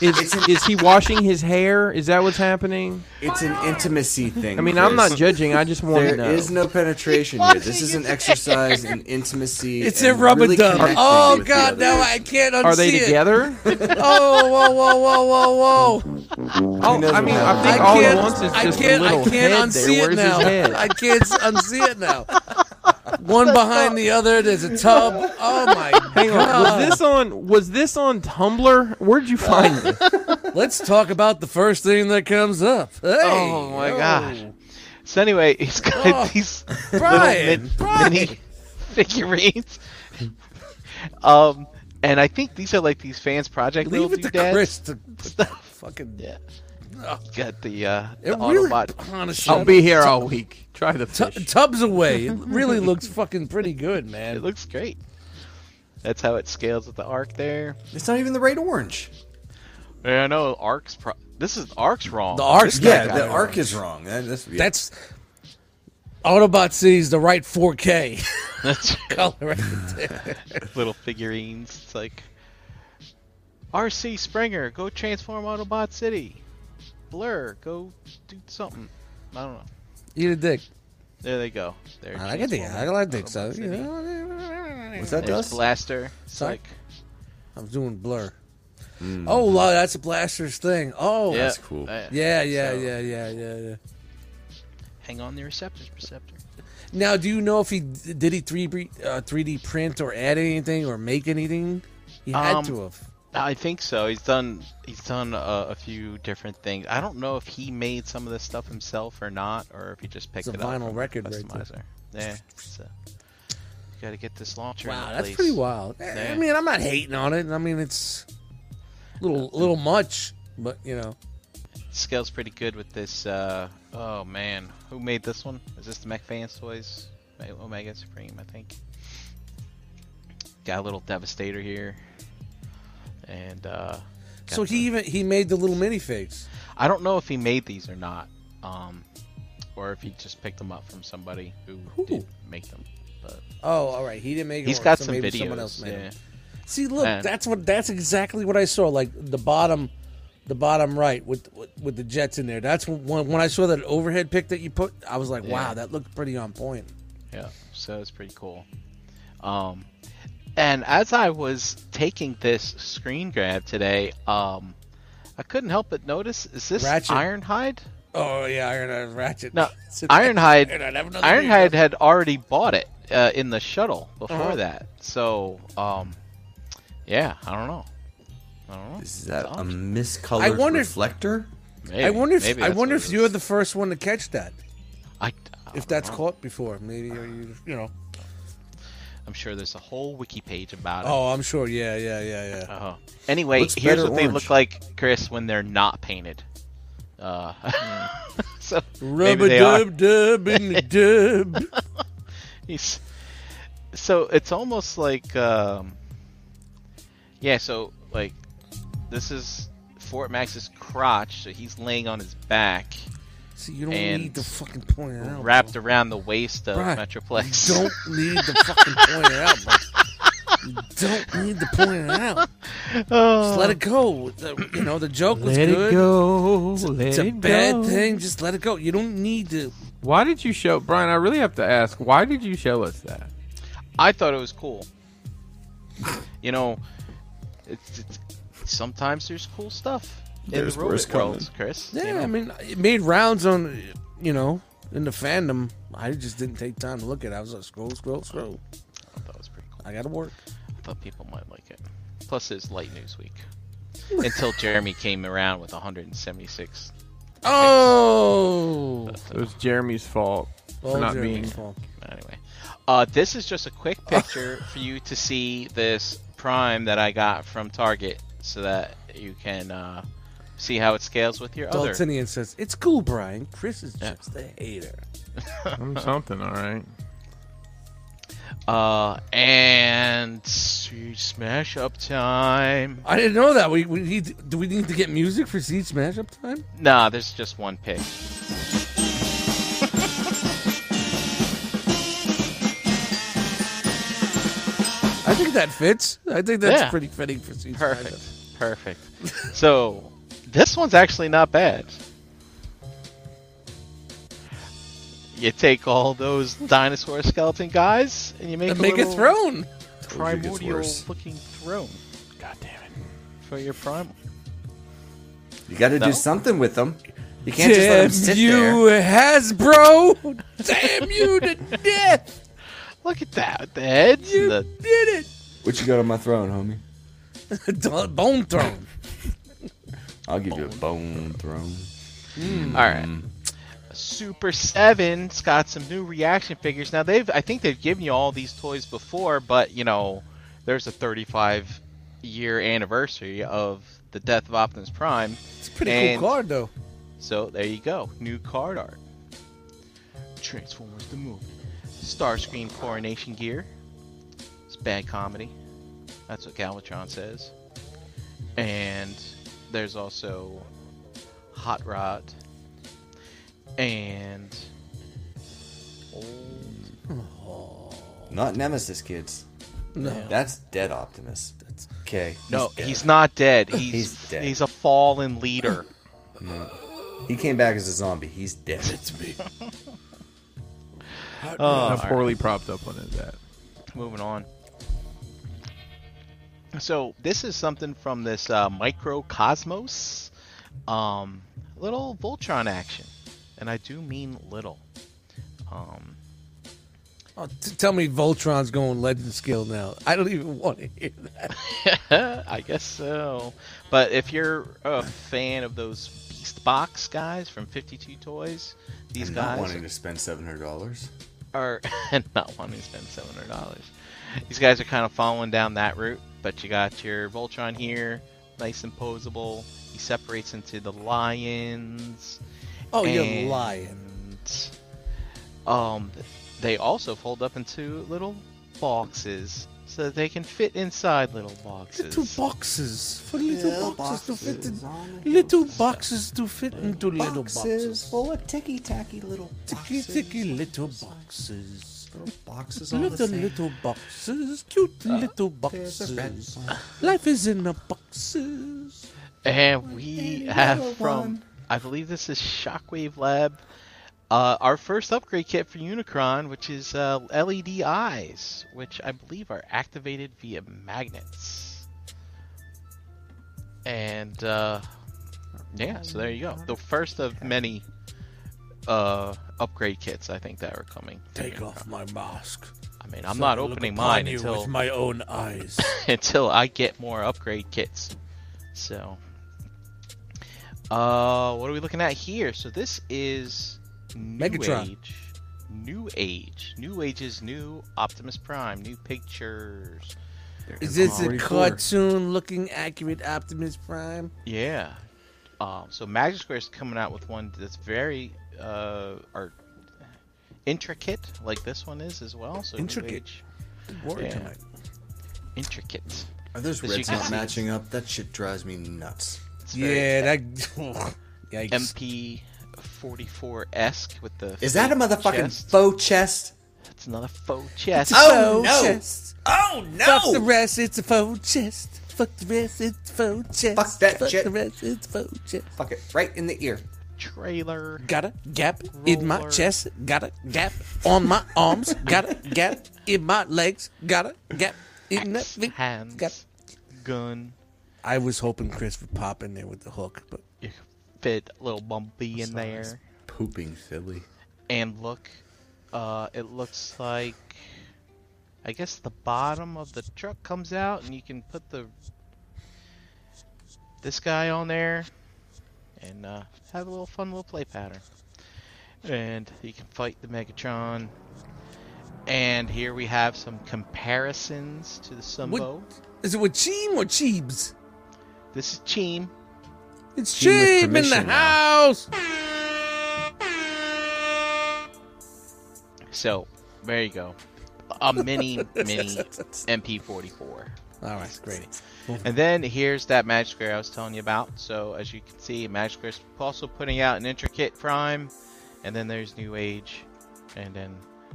[SPEAKER 2] is is, is he washing his hair? Is that what's happening?
[SPEAKER 5] It's
[SPEAKER 1] Oh,
[SPEAKER 5] an intimacy thing.
[SPEAKER 2] I mean, I'm
[SPEAKER 5] Chris.
[SPEAKER 2] not judging. I just want
[SPEAKER 5] There
[SPEAKER 2] to know.
[SPEAKER 5] is no penetration here. This is an exercise in intimacy.
[SPEAKER 4] It's a
[SPEAKER 5] and
[SPEAKER 4] rubber
[SPEAKER 5] really
[SPEAKER 4] dub.
[SPEAKER 5] connecting
[SPEAKER 4] Oh
[SPEAKER 5] with the
[SPEAKER 4] god,
[SPEAKER 5] other.
[SPEAKER 4] now I can't unsee
[SPEAKER 2] Are they
[SPEAKER 4] it.
[SPEAKER 2] together?
[SPEAKER 4] Oh, whoa, whoa, whoa, whoa, whoa!
[SPEAKER 2] Oh, I mean, I think
[SPEAKER 4] I
[SPEAKER 2] all he
[SPEAKER 4] can't,
[SPEAKER 2] wants is
[SPEAKER 4] I
[SPEAKER 2] just
[SPEAKER 4] can't,
[SPEAKER 2] a little
[SPEAKER 4] I can't
[SPEAKER 2] head
[SPEAKER 4] unsee
[SPEAKER 2] there. Where's
[SPEAKER 4] it now.
[SPEAKER 2] his head?
[SPEAKER 4] I can't s- unsee it now. One behind the other. There's a tub. Oh my
[SPEAKER 2] Hang on.
[SPEAKER 4] god!
[SPEAKER 2] Was this on? Was this on Tumblr? Where'd you find this?
[SPEAKER 4] Let's talk about the first thing that comes up. Hey,
[SPEAKER 1] oh my
[SPEAKER 4] yo.
[SPEAKER 1] gosh. So anyway, he's got
[SPEAKER 4] Oh,
[SPEAKER 1] these
[SPEAKER 4] Brian,
[SPEAKER 1] little min- mini figurines. um, and I think these are like these fans project
[SPEAKER 4] Leave
[SPEAKER 1] little
[SPEAKER 4] it to
[SPEAKER 1] doodads.
[SPEAKER 4] Chris to fucking.
[SPEAKER 1] Yeah. Got the uh,
[SPEAKER 4] It
[SPEAKER 1] the
[SPEAKER 4] really,
[SPEAKER 1] Autobot.
[SPEAKER 4] honestly,
[SPEAKER 2] I'll be here all week. Try the
[SPEAKER 4] Tu-
[SPEAKER 2] fish.
[SPEAKER 4] tubs away. It really looks fucking pretty good, man.
[SPEAKER 1] It looks great. That's how it scales with the arc there.
[SPEAKER 5] It's not even the right orange.
[SPEAKER 1] Yeah, I know arcs. Pro- this is arcs wrong.
[SPEAKER 4] The arc's
[SPEAKER 5] yeah,
[SPEAKER 4] got
[SPEAKER 5] the
[SPEAKER 4] it
[SPEAKER 5] arc is wrong. That- that's, yeah.
[SPEAKER 4] That's Autobot sees the right 4K
[SPEAKER 1] That's
[SPEAKER 4] color right there.
[SPEAKER 1] little figurines. It's like RC Springer, go transform Autobot City. Blur, go do something. I don't know.
[SPEAKER 4] Eat a dick.
[SPEAKER 1] There they go. They're
[SPEAKER 4] I like a dick. I
[SPEAKER 1] transforming
[SPEAKER 4] like dicks. I,
[SPEAKER 1] Autobot
[SPEAKER 4] you
[SPEAKER 1] City.
[SPEAKER 4] know.
[SPEAKER 5] What's that,
[SPEAKER 1] There's
[SPEAKER 5] Dust?
[SPEAKER 1] Blaster. It's
[SPEAKER 4] Sorry?
[SPEAKER 1] like
[SPEAKER 4] I'm doing blur. Oh, wow, that's a blaster's thing. Oh,
[SPEAKER 1] Mm. yeah,
[SPEAKER 5] That's cool.
[SPEAKER 1] uh,
[SPEAKER 4] yeah, yeah,
[SPEAKER 1] so,
[SPEAKER 4] yeah, yeah, yeah, yeah.
[SPEAKER 1] Hang on the receptors, receptor.
[SPEAKER 4] Now, do you know if he did he three uh, three D print or add anything or make anything? He had
[SPEAKER 1] Um,
[SPEAKER 4] to have.
[SPEAKER 1] I think so. He's done. He's done uh, a few different things. I don't know if he made some of this stuff himself or not, or if he just picked
[SPEAKER 4] a
[SPEAKER 1] it up
[SPEAKER 4] vinyl
[SPEAKER 1] from
[SPEAKER 4] record
[SPEAKER 1] the
[SPEAKER 4] right there.
[SPEAKER 1] customizer. yeah. So you got to get this launcher.
[SPEAKER 4] Wow,
[SPEAKER 1] in
[SPEAKER 4] that's
[SPEAKER 1] place.
[SPEAKER 4] pretty wild. Eh, I
[SPEAKER 1] Yeah.
[SPEAKER 4] mean, I'm not hating on it. I mean, it's a little little much, but you know,
[SPEAKER 1] Scales pretty good with this. Uh, oh man, who made this one? Is this the Mech Fans Toys? Ma- Omega Supreme, I think. Got a little Devastator here, and uh, got
[SPEAKER 4] so
[SPEAKER 1] the-
[SPEAKER 4] he even he made the little minifigs.
[SPEAKER 1] I don't know if he made these or not, um, or if he just picked them up from somebody who
[SPEAKER 4] Ooh.
[SPEAKER 1] did make them. But
[SPEAKER 4] Oh, all right, he didn't make.
[SPEAKER 1] he's
[SPEAKER 4] it
[SPEAKER 1] got
[SPEAKER 4] so
[SPEAKER 1] some
[SPEAKER 4] maybe
[SPEAKER 1] videos.
[SPEAKER 4] Someone else made
[SPEAKER 1] yeah.
[SPEAKER 4] it. See, look,
[SPEAKER 1] And-
[SPEAKER 4] that's what that's exactly what I saw. Like the bottom, the bottom right with with, with the jets in there. That's when when I saw that overhead pick that you put. I was like, wow,
[SPEAKER 1] Yeah.
[SPEAKER 4] that looked pretty on point.
[SPEAKER 1] Yeah, so it's pretty cool. Um, and as I was taking this screen grab today, um, I couldn't help but notice is this
[SPEAKER 4] Ratchet.
[SPEAKER 1] Ironhide?
[SPEAKER 4] Oh yeah, Iron Iron Ratchet.
[SPEAKER 1] No,
[SPEAKER 4] Sit there.
[SPEAKER 1] Ironhide.
[SPEAKER 4] Ironhide, have another
[SPEAKER 1] Ironhide
[SPEAKER 4] beer.
[SPEAKER 1] had already bought it uh, in the shuttle before
[SPEAKER 4] Uh-huh.
[SPEAKER 1] that. So, um, yeah, I don't know. I don't know.
[SPEAKER 5] Is that
[SPEAKER 1] It's
[SPEAKER 5] a
[SPEAKER 1] odd.
[SPEAKER 5] miscolored
[SPEAKER 4] I wonder if-
[SPEAKER 5] reflector?
[SPEAKER 1] Maybe,
[SPEAKER 4] I wonder if
[SPEAKER 1] maybe
[SPEAKER 4] I
[SPEAKER 1] that's
[SPEAKER 4] wonder
[SPEAKER 1] what it
[SPEAKER 4] if you're
[SPEAKER 1] is.
[SPEAKER 4] the first one to catch that.
[SPEAKER 1] I, I
[SPEAKER 4] If
[SPEAKER 1] don't
[SPEAKER 4] that's
[SPEAKER 1] know.
[SPEAKER 4] caught before, maybe or you you know.
[SPEAKER 1] I'm sure there's a whole wiki page about it.
[SPEAKER 4] Oh, I'm sure. Yeah, yeah, yeah, yeah.
[SPEAKER 1] Uh-huh. Anyway,
[SPEAKER 5] Looks
[SPEAKER 1] here's
[SPEAKER 5] better
[SPEAKER 1] what they look
[SPEAKER 5] orange.
[SPEAKER 1] like, Chris, when they're not painted. Uh, so maybe
[SPEAKER 4] Rubber
[SPEAKER 1] they are.
[SPEAKER 4] dub dub in the dub.
[SPEAKER 1] He's- So it's almost like, um, yeah. So like, this is Fort Max's crotch, so he's laying on his back,
[SPEAKER 4] See, you don't
[SPEAKER 1] And
[SPEAKER 4] need to fucking point it out.
[SPEAKER 1] wrapped
[SPEAKER 4] bro.
[SPEAKER 1] around the waist of
[SPEAKER 4] Oh, Right.
[SPEAKER 1] Metroplex.
[SPEAKER 4] You don't need to fucking point it out, bro. You don't need to point it out. Just let it go. The- you know, the joke was
[SPEAKER 2] Let
[SPEAKER 4] good.
[SPEAKER 2] it go.
[SPEAKER 4] It's, a-
[SPEAKER 2] let
[SPEAKER 4] it's a
[SPEAKER 2] it
[SPEAKER 4] bad
[SPEAKER 2] go.
[SPEAKER 4] thing. Just let it go. You don't need to.
[SPEAKER 2] Why did you show Brian? I really have to ask. Why did you show us that?
[SPEAKER 1] I thought it was cool. You know, it's, it's, sometimes there's cool stuff in
[SPEAKER 5] There's
[SPEAKER 1] the robot
[SPEAKER 5] worse coming.
[SPEAKER 1] worlds, Chris.
[SPEAKER 4] Yeah,
[SPEAKER 1] you know?
[SPEAKER 4] I mean, it made rounds on, you know, in the fandom. I just didn't take time to look at it. I was like, scroll, scroll, scroll.
[SPEAKER 1] I thought it was pretty cool.
[SPEAKER 4] I got to work.
[SPEAKER 1] I thought people might like it. Plus, it's light news week. Until Jeremy came around with 176.
[SPEAKER 4] Oh!
[SPEAKER 2] It was Jeremy's fault for
[SPEAKER 4] All
[SPEAKER 2] not
[SPEAKER 4] Jeremy's
[SPEAKER 2] being.
[SPEAKER 4] fault.
[SPEAKER 1] Anyway, uh, this is just a quick picture for you to see this prime that I got from Target, so that you can uh, see how it scales with your other.
[SPEAKER 4] Daltonian says, It's cool, Brian. Chris is just a hater.
[SPEAKER 2] I'm something. All right.
[SPEAKER 1] Uh, and see, smash up time.
[SPEAKER 4] I didn't know that. We, we need, do we need to get music for Siege Smash Up time?
[SPEAKER 1] Nah, there's just one pick.
[SPEAKER 4] I think that fits. I think that's
[SPEAKER 1] Yeah.
[SPEAKER 4] pretty fitting for Siege Smash Up.
[SPEAKER 1] Perfect. Perfect. so, this one's actually not bad. You take all those dinosaur skeleton guys and you make
[SPEAKER 4] And
[SPEAKER 1] a
[SPEAKER 4] make a
[SPEAKER 1] little
[SPEAKER 5] Told
[SPEAKER 4] throne.
[SPEAKER 5] you it gets
[SPEAKER 1] primordial
[SPEAKER 5] worse.
[SPEAKER 1] looking throne
[SPEAKER 2] God damn it.
[SPEAKER 1] for your primal.
[SPEAKER 5] You got to
[SPEAKER 1] No?
[SPEAKER 5] do something with them. You can't just let them sit
[SPEAKER 4] you,
[SPEAKER 5] there.
[SPEAKER 4] Hasbro! Damn you to death!
[SPEAKER 1] Look at that with the heads
[SPEAKER 4] You
[SPEAKER 1] and the
[SPEAKER 4] did
[SPEAKER 5] What you got on my throne, homie?
[SPEAKER 4] it! Bone Throne.
[SPEAKER 5] I'll give you a bone throne.
[SPEAKER 1] All right. Super Seven's got some new reaction figures. Now they've, I think they've given you all these toys before, but you know, there's a 35 year anniversary of the death of Optimus Prime. It's
[SPEAKER 4] Pretty cool card though.
[SPEAKER 1] So there you go, new card art. Transformers the movie, Starscream coronation gear. It's bad comedy. That's what Galvatron says. And there's also Hot Rod and
[SPEAKER 5] Not Nemesis, kids.
[SPEAKER 1] No.
[SPEAKER 5] That's dead Optimus. Okay.
[SPEAKER 1] no, he's not dead. He's
[SPEAKER 5] He's
[SPEAKER 1] he's,
[SPEAKER 5] dead.
[SPEAKER 1] a fallen leader.
[SPEAKER 5] No. He came back as a zombie. He's dead. It's me.
[SPEAKER 2] How poorly propped up one is that?
[SPEAKER 1] Moving on. So this is something from this uh, microcosmos, um, little Voltron action, and I do mean little. Um,
[SPEAKER 4] Oh, t- tell me Voltron's going legend skill now. I don't even want to hear that.
[SPEAKER 1] I guess so. But if you're a fan of those Beast Box guys from 52 Toys, these
[SPEAKER 5] I'm
[SPEAKER 1] guys
[SPEAKER 5] not wanting to spend seven hundred dollars.
[SPEAKER 1] are not wanting to spend seven hundred dollars. These guys are kind of following down that route, but you got your Voltron here, nice and posable. He separates into the lions.
[SPEAKER 4] Oh, you're
[SPEAKER 1] and,
[SPEAKER 4] lying.
[SPEAKER 1] Um, they also fold up into little boxes so that they can fit inside little boxes.
[SPEAKER 4] Little boxes for little
[SPEAKER 5] Little
[SPEAKER 4] boxes, to
[SPEAKER 5] boxes
[SPEAKER 4] fit in. Little boxes to fit into little boxes.
[SPEAKER 5] full of ticky tacky little
[SPEAKER 4] Ticky ticky little boxes.
[SPEAKER 5] Little boxes all the
[SPEAKER 4] Little
[SPEAKER 5] same. Uh,
[SPEAKER 4] little boxes. Cute little
[SPEAKER 5] there's a red
[SPEAKER 4] boxes. Life is in the boxes.
[SPEAKER 1] And we have from, I believe this is Shockwave Lab, uh, our first upgrade kit for Unicron, which is uh, LED eyes, which I believe are activated via magnets. And uh, yeah, so there you go. The first of many uh, upgrade kits, I think, that are coming. for
[SPEAKER 4] Take
[SPEAKER 1] Unicron.
[SPEAKER 4] off my mask.
[SPEAKER 1] I mean, I'm not opening mine
[SPEAKER 4] you
[SPEAKER 1] until
[SPEAKER 4] with my own eyes.
[SPEAKER 1] until I get more upgrade kits. So, uh, what are we looking at here? So this is New
[SPEAKER 4] Megatron.
[SPEAKER 1] Age. New Age. New Age's new Optimus Prime. New pictures.
[SPEAKER 4] Is this a
[SPEAKER 1] 44.
[SPEAKER 4] cartoon looking accurate Optimus Prime?
[SPEAKER 1] Yeah. Um, so Magic Square is coming out with one that's very uh, or intricate, like this one is as well. So New
[SPEAKER 5] Intricate.
[SPEAKER 1] Age-
[SPEAKER 5] word
[SPEAKER 1] Yeah.
[SPEAKER 5] tonight.
[SPEAKER 1] Intricate.
[SPEAKER 5] Are those
[SPEAKER 1] As you
[SPEAKER 5] reds
[SPEAKER 1] can
[SPEAKER 5] not
[SPEAKER 1] see,
[SPEAKER 5] matching up? That shit drives me nuts.
[SPEAKER 1] it's very
[SPEAKER 4] Yeah, that. Yikes.
[SPEAKER 1] MP 44 esque with the.
[SPEAKER 5] Is that a
[SPEAKER 1] fake
[SPEAKER 5] motherfucking
[SPEAKER 1] chest.
[SPEAKER 5] faux chest?
[SPEAKER 1] That's another faux chest.
[SPEAKER 4] It's a faux
[SPEAKER 1] no!
[SPEAKER 4] chest.
[SPEAKER 5] Oh no!
[SPEAKER 4] Fuck the rest, it's a faux chest. Fuck the rest, it's faux chest.
[SPEAKER 5] Fuck that
[SPEAKER 4] Fuck
[SPEAKER 5] shit.
[SPEAKER 4] the rest, it's faux chest.
[SPEAKER 5] Fuck it, right in the ear.
[SPEAKER 1] Trailer.
[SPEAKER 4] Got a gap in my chest. Got a gap on my arms. Got a gap in my legs. Got a gap in that fi-
[SPEAKER 1] Hands.
[SPEAKER 4] Gap.
[SPEAKER 1] Gun.
[SPEAKER 4] I was hoping Chris would pop in there with the hook, but
[SPEAKER 1] You can fit a little bumpy in there.
[SPEAKER 5] Pooping Philly.
[SPEAKER 1] And look, uh, it looks like. I guess the bottom of the truck comes out, and you can put the this guy on there, and uh, have a little fun little play pattern. And you can fight the Megatron. And here we have some comparisons to the Sumbo.
[SPEAKER 4] What- is it with Cheem or Cheebs?
[SPEAKER 1] This is Cheem.
[SPEAKER 4] It's
[SPEAKER 1] Cheem with
[SPEAKER 4] Cheem in the
[SPEAKER 1] permission
[SPEAKER 4] house.
[SPEAKER 1] So there you go. A mini mini MP44.
[SPEAKER 4] All right, great.
[SPEAKER 1] And then here's that Magic Square I was telling you about. So as you can see, Magic Square's also putting out an intricate prime, and then there's New Age, and then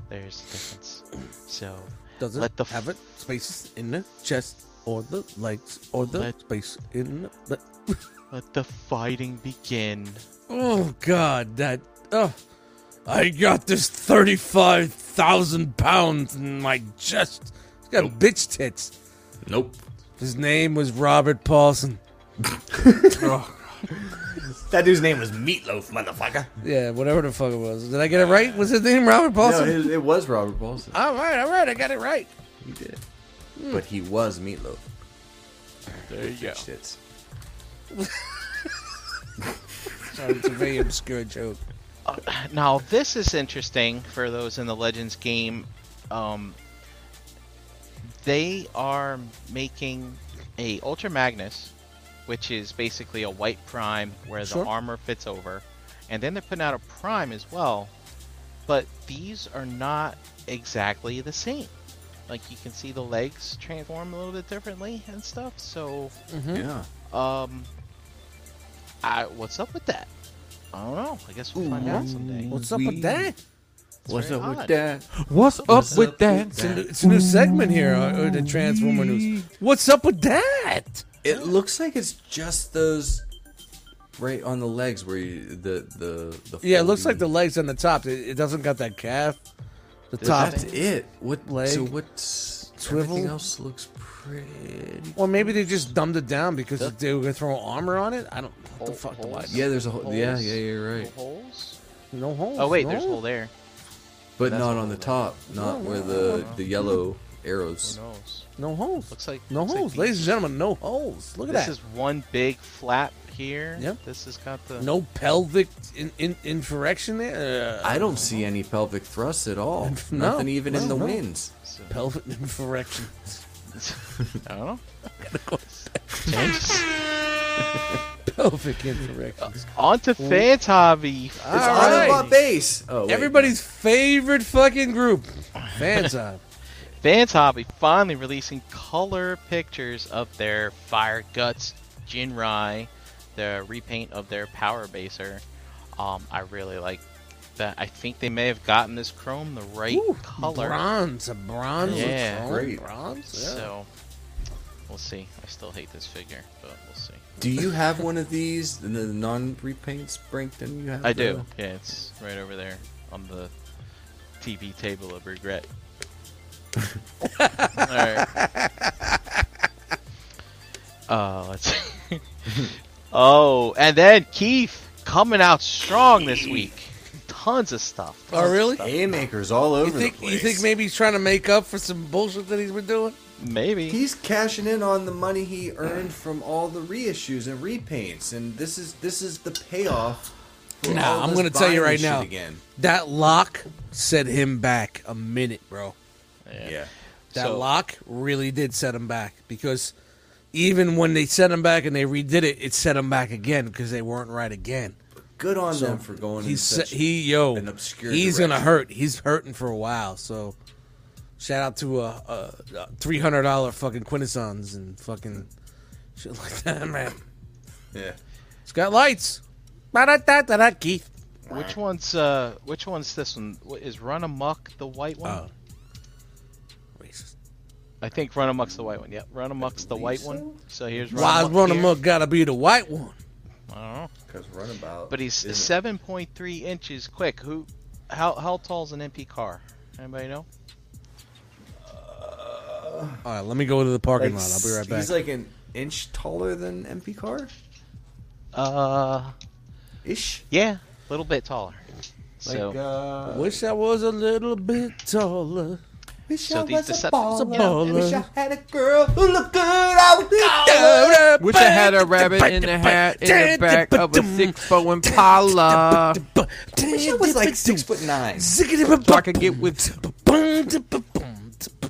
[SPEAKER 1] there's the difference. So
[SPEAKER 4] Does it
[SPEAKER 1] let the
[SPEAKER 4] have it space in the chest or the legs or the
[SPEAKER 1] Let-
[SPEAKER 4] space in the?
[SPEAKER 1] let the fighting begin.
[SPEAKER 4] Oh God, that. Oh, I got this thirty-five thousand pounds in my chest. He's got bitch tits.
[SPEAKER 5] Nope.
[SPEAKER 4] His name was Robert Paulson. Oh.
[SPEAKER 5] That dude's name was Meatloaf, motherfucker.
[SPEAKER 4] Yeah, whatever the fuck it was. Did I get it right? Was his name Robert
[SPEAKER 5] No,
[SPEAKER 4] Paulson?
[SPEAKER 5] it, it was Robert Paulson.
[SPEAKER 4] all right, all right, I got it right.
[SPEAKER 5] He did it. Hmm. But he was Meatloaf.
[SPEAKER 1] There you go.
[SPEAKER 5] Shits.
[SPEAKER 4] Sorry, it's a very obscure joke.
[SPEAKER 1] Now this is interesting for those in the Legends game. Um, they are making a Ultra Magnus, which is basically a white prime where the
[SPEAKER 11] Sure.
[SPEAKER 1] armor fits over, and then they're putting out a prime as well. But these are not exactly the same. Like you can see the legs transform a little bit differently and stuff. So
[SPEAKER 5] Yeah.
[SPEAKER 1] um, I what's up with that? I don't know. I guess we'll find out someday.
[SPEAKER 4] What's up with that?
[SPEAKER 1] It's very odd.
[SPEAKER 2] What's up with that?
[SPEAKER 4] It's a, new, it's a new segment here, uh, uh, the Transformer news. What's up with that?
[SPEAKER 5] It looks like it's just those right on the legs where you the the the
[SPEAKER 4] Yeah, it looks
[SPEAKER 5] folding-
[SPEAKER 4] like the legs on the top. It, it doesn't got that calf. The top.
[SPEAKER 5] That's it. What
[SPEAKER 4] leg?
[SPEAKER 5] So what's
[SPEAKER 4] Swivel?
[SPEAKER 5] Everything else looks pretty.
[SPEAKER 4] Or maybe they just dumbed it down because they were gonna throw armor on it. I don't. What the fuck do I? know?
[SPEAKER 5] Yeah, there's a whole. Yeah, yeah, you're right.
[SPEAKER 1] Holes?
[SPEAKER 4] No holes.
[SPEAKER 1] Oh wait,
[SPEAKER 4] no?
[SPEAKER 1] there's hole there.
[SPEAKER 5] But not on the top, not where the the yellow arrows.
[SPEAKER 4] No holes.
[SPEAKER 1] Looks like
[SPEAKER 4] No holes, ladies and gentlemen. No holes. Look at
[SPEAKER 1] this
[SPEAKER 4] that.
[SPEAKER 1] is one big flap here.
[SPEAKER 4] Yep.
[SPEAKER 1] This has got the
[SPEAKER 4] No pelvic in, in, infraction there. Uh,
[SPEAKER 5] I don't see any pelvic thrust at all.
[SPEAKER 4] no,
[SPEAKER 5] Nothing even
[SPEAKER 4] no,
[SPEAKER 5] in the
[SPEAKER 4] no.
[SPEAKER 5] winds.
[SPEAKER 4] pelvic infraction.
[SPEAKER 1] I don't know.
[SPEAKER 4] pelvic
[SPEAKER 1] Uh,
[SPEAKER 4] infraction.
[SPEAKER 1] On to Fans Hobby.
[SPEAKER 5] It's out of my base. Oh, wait,
[SPEAKER 4] Everybody's favorite fucking group. Fans of.
[SPEAKER 1] Fans Hobby finally releasing color pictures of their Fire Guts Jinrai, the repaint of their Power Baser. Um, I really like that. I think they may have gotten this chrome the right color.
[SPEAKER 4] Bronze. A bronze.
[SPEAKER 1] Yeah.
[SPEAKER 4] Yeah.
[SPEAKER 5] Great.
[SPEAKER 4] Bronze. Yeah.
[SPEAKER 1] So we'll see. I still hate this figure, but we'll see.
[SPEAKER 5] Do you have one of these? The non repaints, Brinkton? You have
[SPEAKER 1] I
[SPEAKER 5] the-
[SPEAKER 1] do. Yeah, it's right over there on the TV table of regret. All right. Oh, let's. oh, and then Keith coming out strong this week. Tons of stuff.
[SPEAKER 4] Oh, really?
[SPEAKER 5] Haymakers all
[SPEAKER 4] You
[SPEAKER 5] over
[SPEAKER 4] think
[SPEAKER 5] the place.
[SPEAKER 4] you think maybe he's trying to make up for some bullshit that he's been doing?
[SPEAKER 1] Maybe.
[SPEAKER 5] He's cashing in on the money he earned from all the reissues and repaints, and this is this is the payoff. for all
[SPEAKER 4] Nah, I'm
[SPEAKER 5] this
[SPEAKER 4] gonna tell you
[SPEAKER 5] buying
[SPEAKER 4] right
[SPEAKER 5] shit
[SPEAKER 4] now.
[SPEAKER 5] Again,
[SPEAKER 4] That lock set him back a minute, bro.
[SPEAKER 5] yeah.
[SPEAKER 4] That
[SPEAKER 1] So-
[SPEAKER 4] lock really did set him back because even when they set him back and they redid it, it set him back again because they weren't right again.
[SPEAKER 5] Good on
[SPEAKER 4] So,
[SPEAKER 5] them for going.
[SPEAKER 4] He's
[SPEAKER 5] in such
[SPEAKER 4] se- he yo.
[SPEAKER 5] an obscure
[SPEAKER 4] he's gonna
[SPEAKER 5] direction.
[SPEAKER 4] hurt. He's hurting for a while. So shout out to a, uh three hundred dollar fucking quintessons and fucking shit like that, man.
[SPEAKER 5] Yeah.
[SPEAKER 4] It's got lights. Ba-da-da-da-da, Keith.
[SPEAKER 1] Which one's uh? Which one's this one? Wh- Is Run Amuck the white one?
[SPEAKER 4] Oh. Racist.
[SPEAKER 1] I think Run Amuck's the white one. Yep, Run Amuck's the white one. So here's Run
[SPEAKER 4] Why is
[SPEAKER 1] Amok
[SPEAKER 4] one of
[SPEAKER 1] here.
[SPEAKER 4] them gotta be the white one?
[SPEAKER 1] I don't know.
[SPEAKER 5] Because runabout.
[SPEAKER 1] But he's
[SPEAKER 5] isn't-
[SPEAKER 1] seven point three inches quick. Who? How how tall's an MP car? Anybody know?
[SPEAKER 4] All right, let me go to the parking lot. I'll be right back.
[SPEAKER 5] He's like an inch taller than MP car
[SPEAKER 1] Uh,
[SPEAKER 5] ish.
[SPEAKER 1] yeah, a little bit taller. so
[SPEAKER 5] Like, uh,
[SPEAKER 4] Wish I was a little bit taller.
[SPEAKER 5] wish
[SPEAKER 1] so
[SPEAKER 5] I
[SPEAKER 1] these
[SPEAKER 5] was a
[SPEAKER 1] deceptions-
[SPEAKER 4] It's a
[SPEAKER 5] baller. Wish I
[SPEAKER 4] baller.
[SPEAKER 5] had a girl who looked good. I would be
[SPEAKER 2] Wish I had a rabbit in the hat in the back of a six foot Impala.
[SPEAKER 5] Wish I was like six foot nine.
[SPEAKER 2] So I could get with.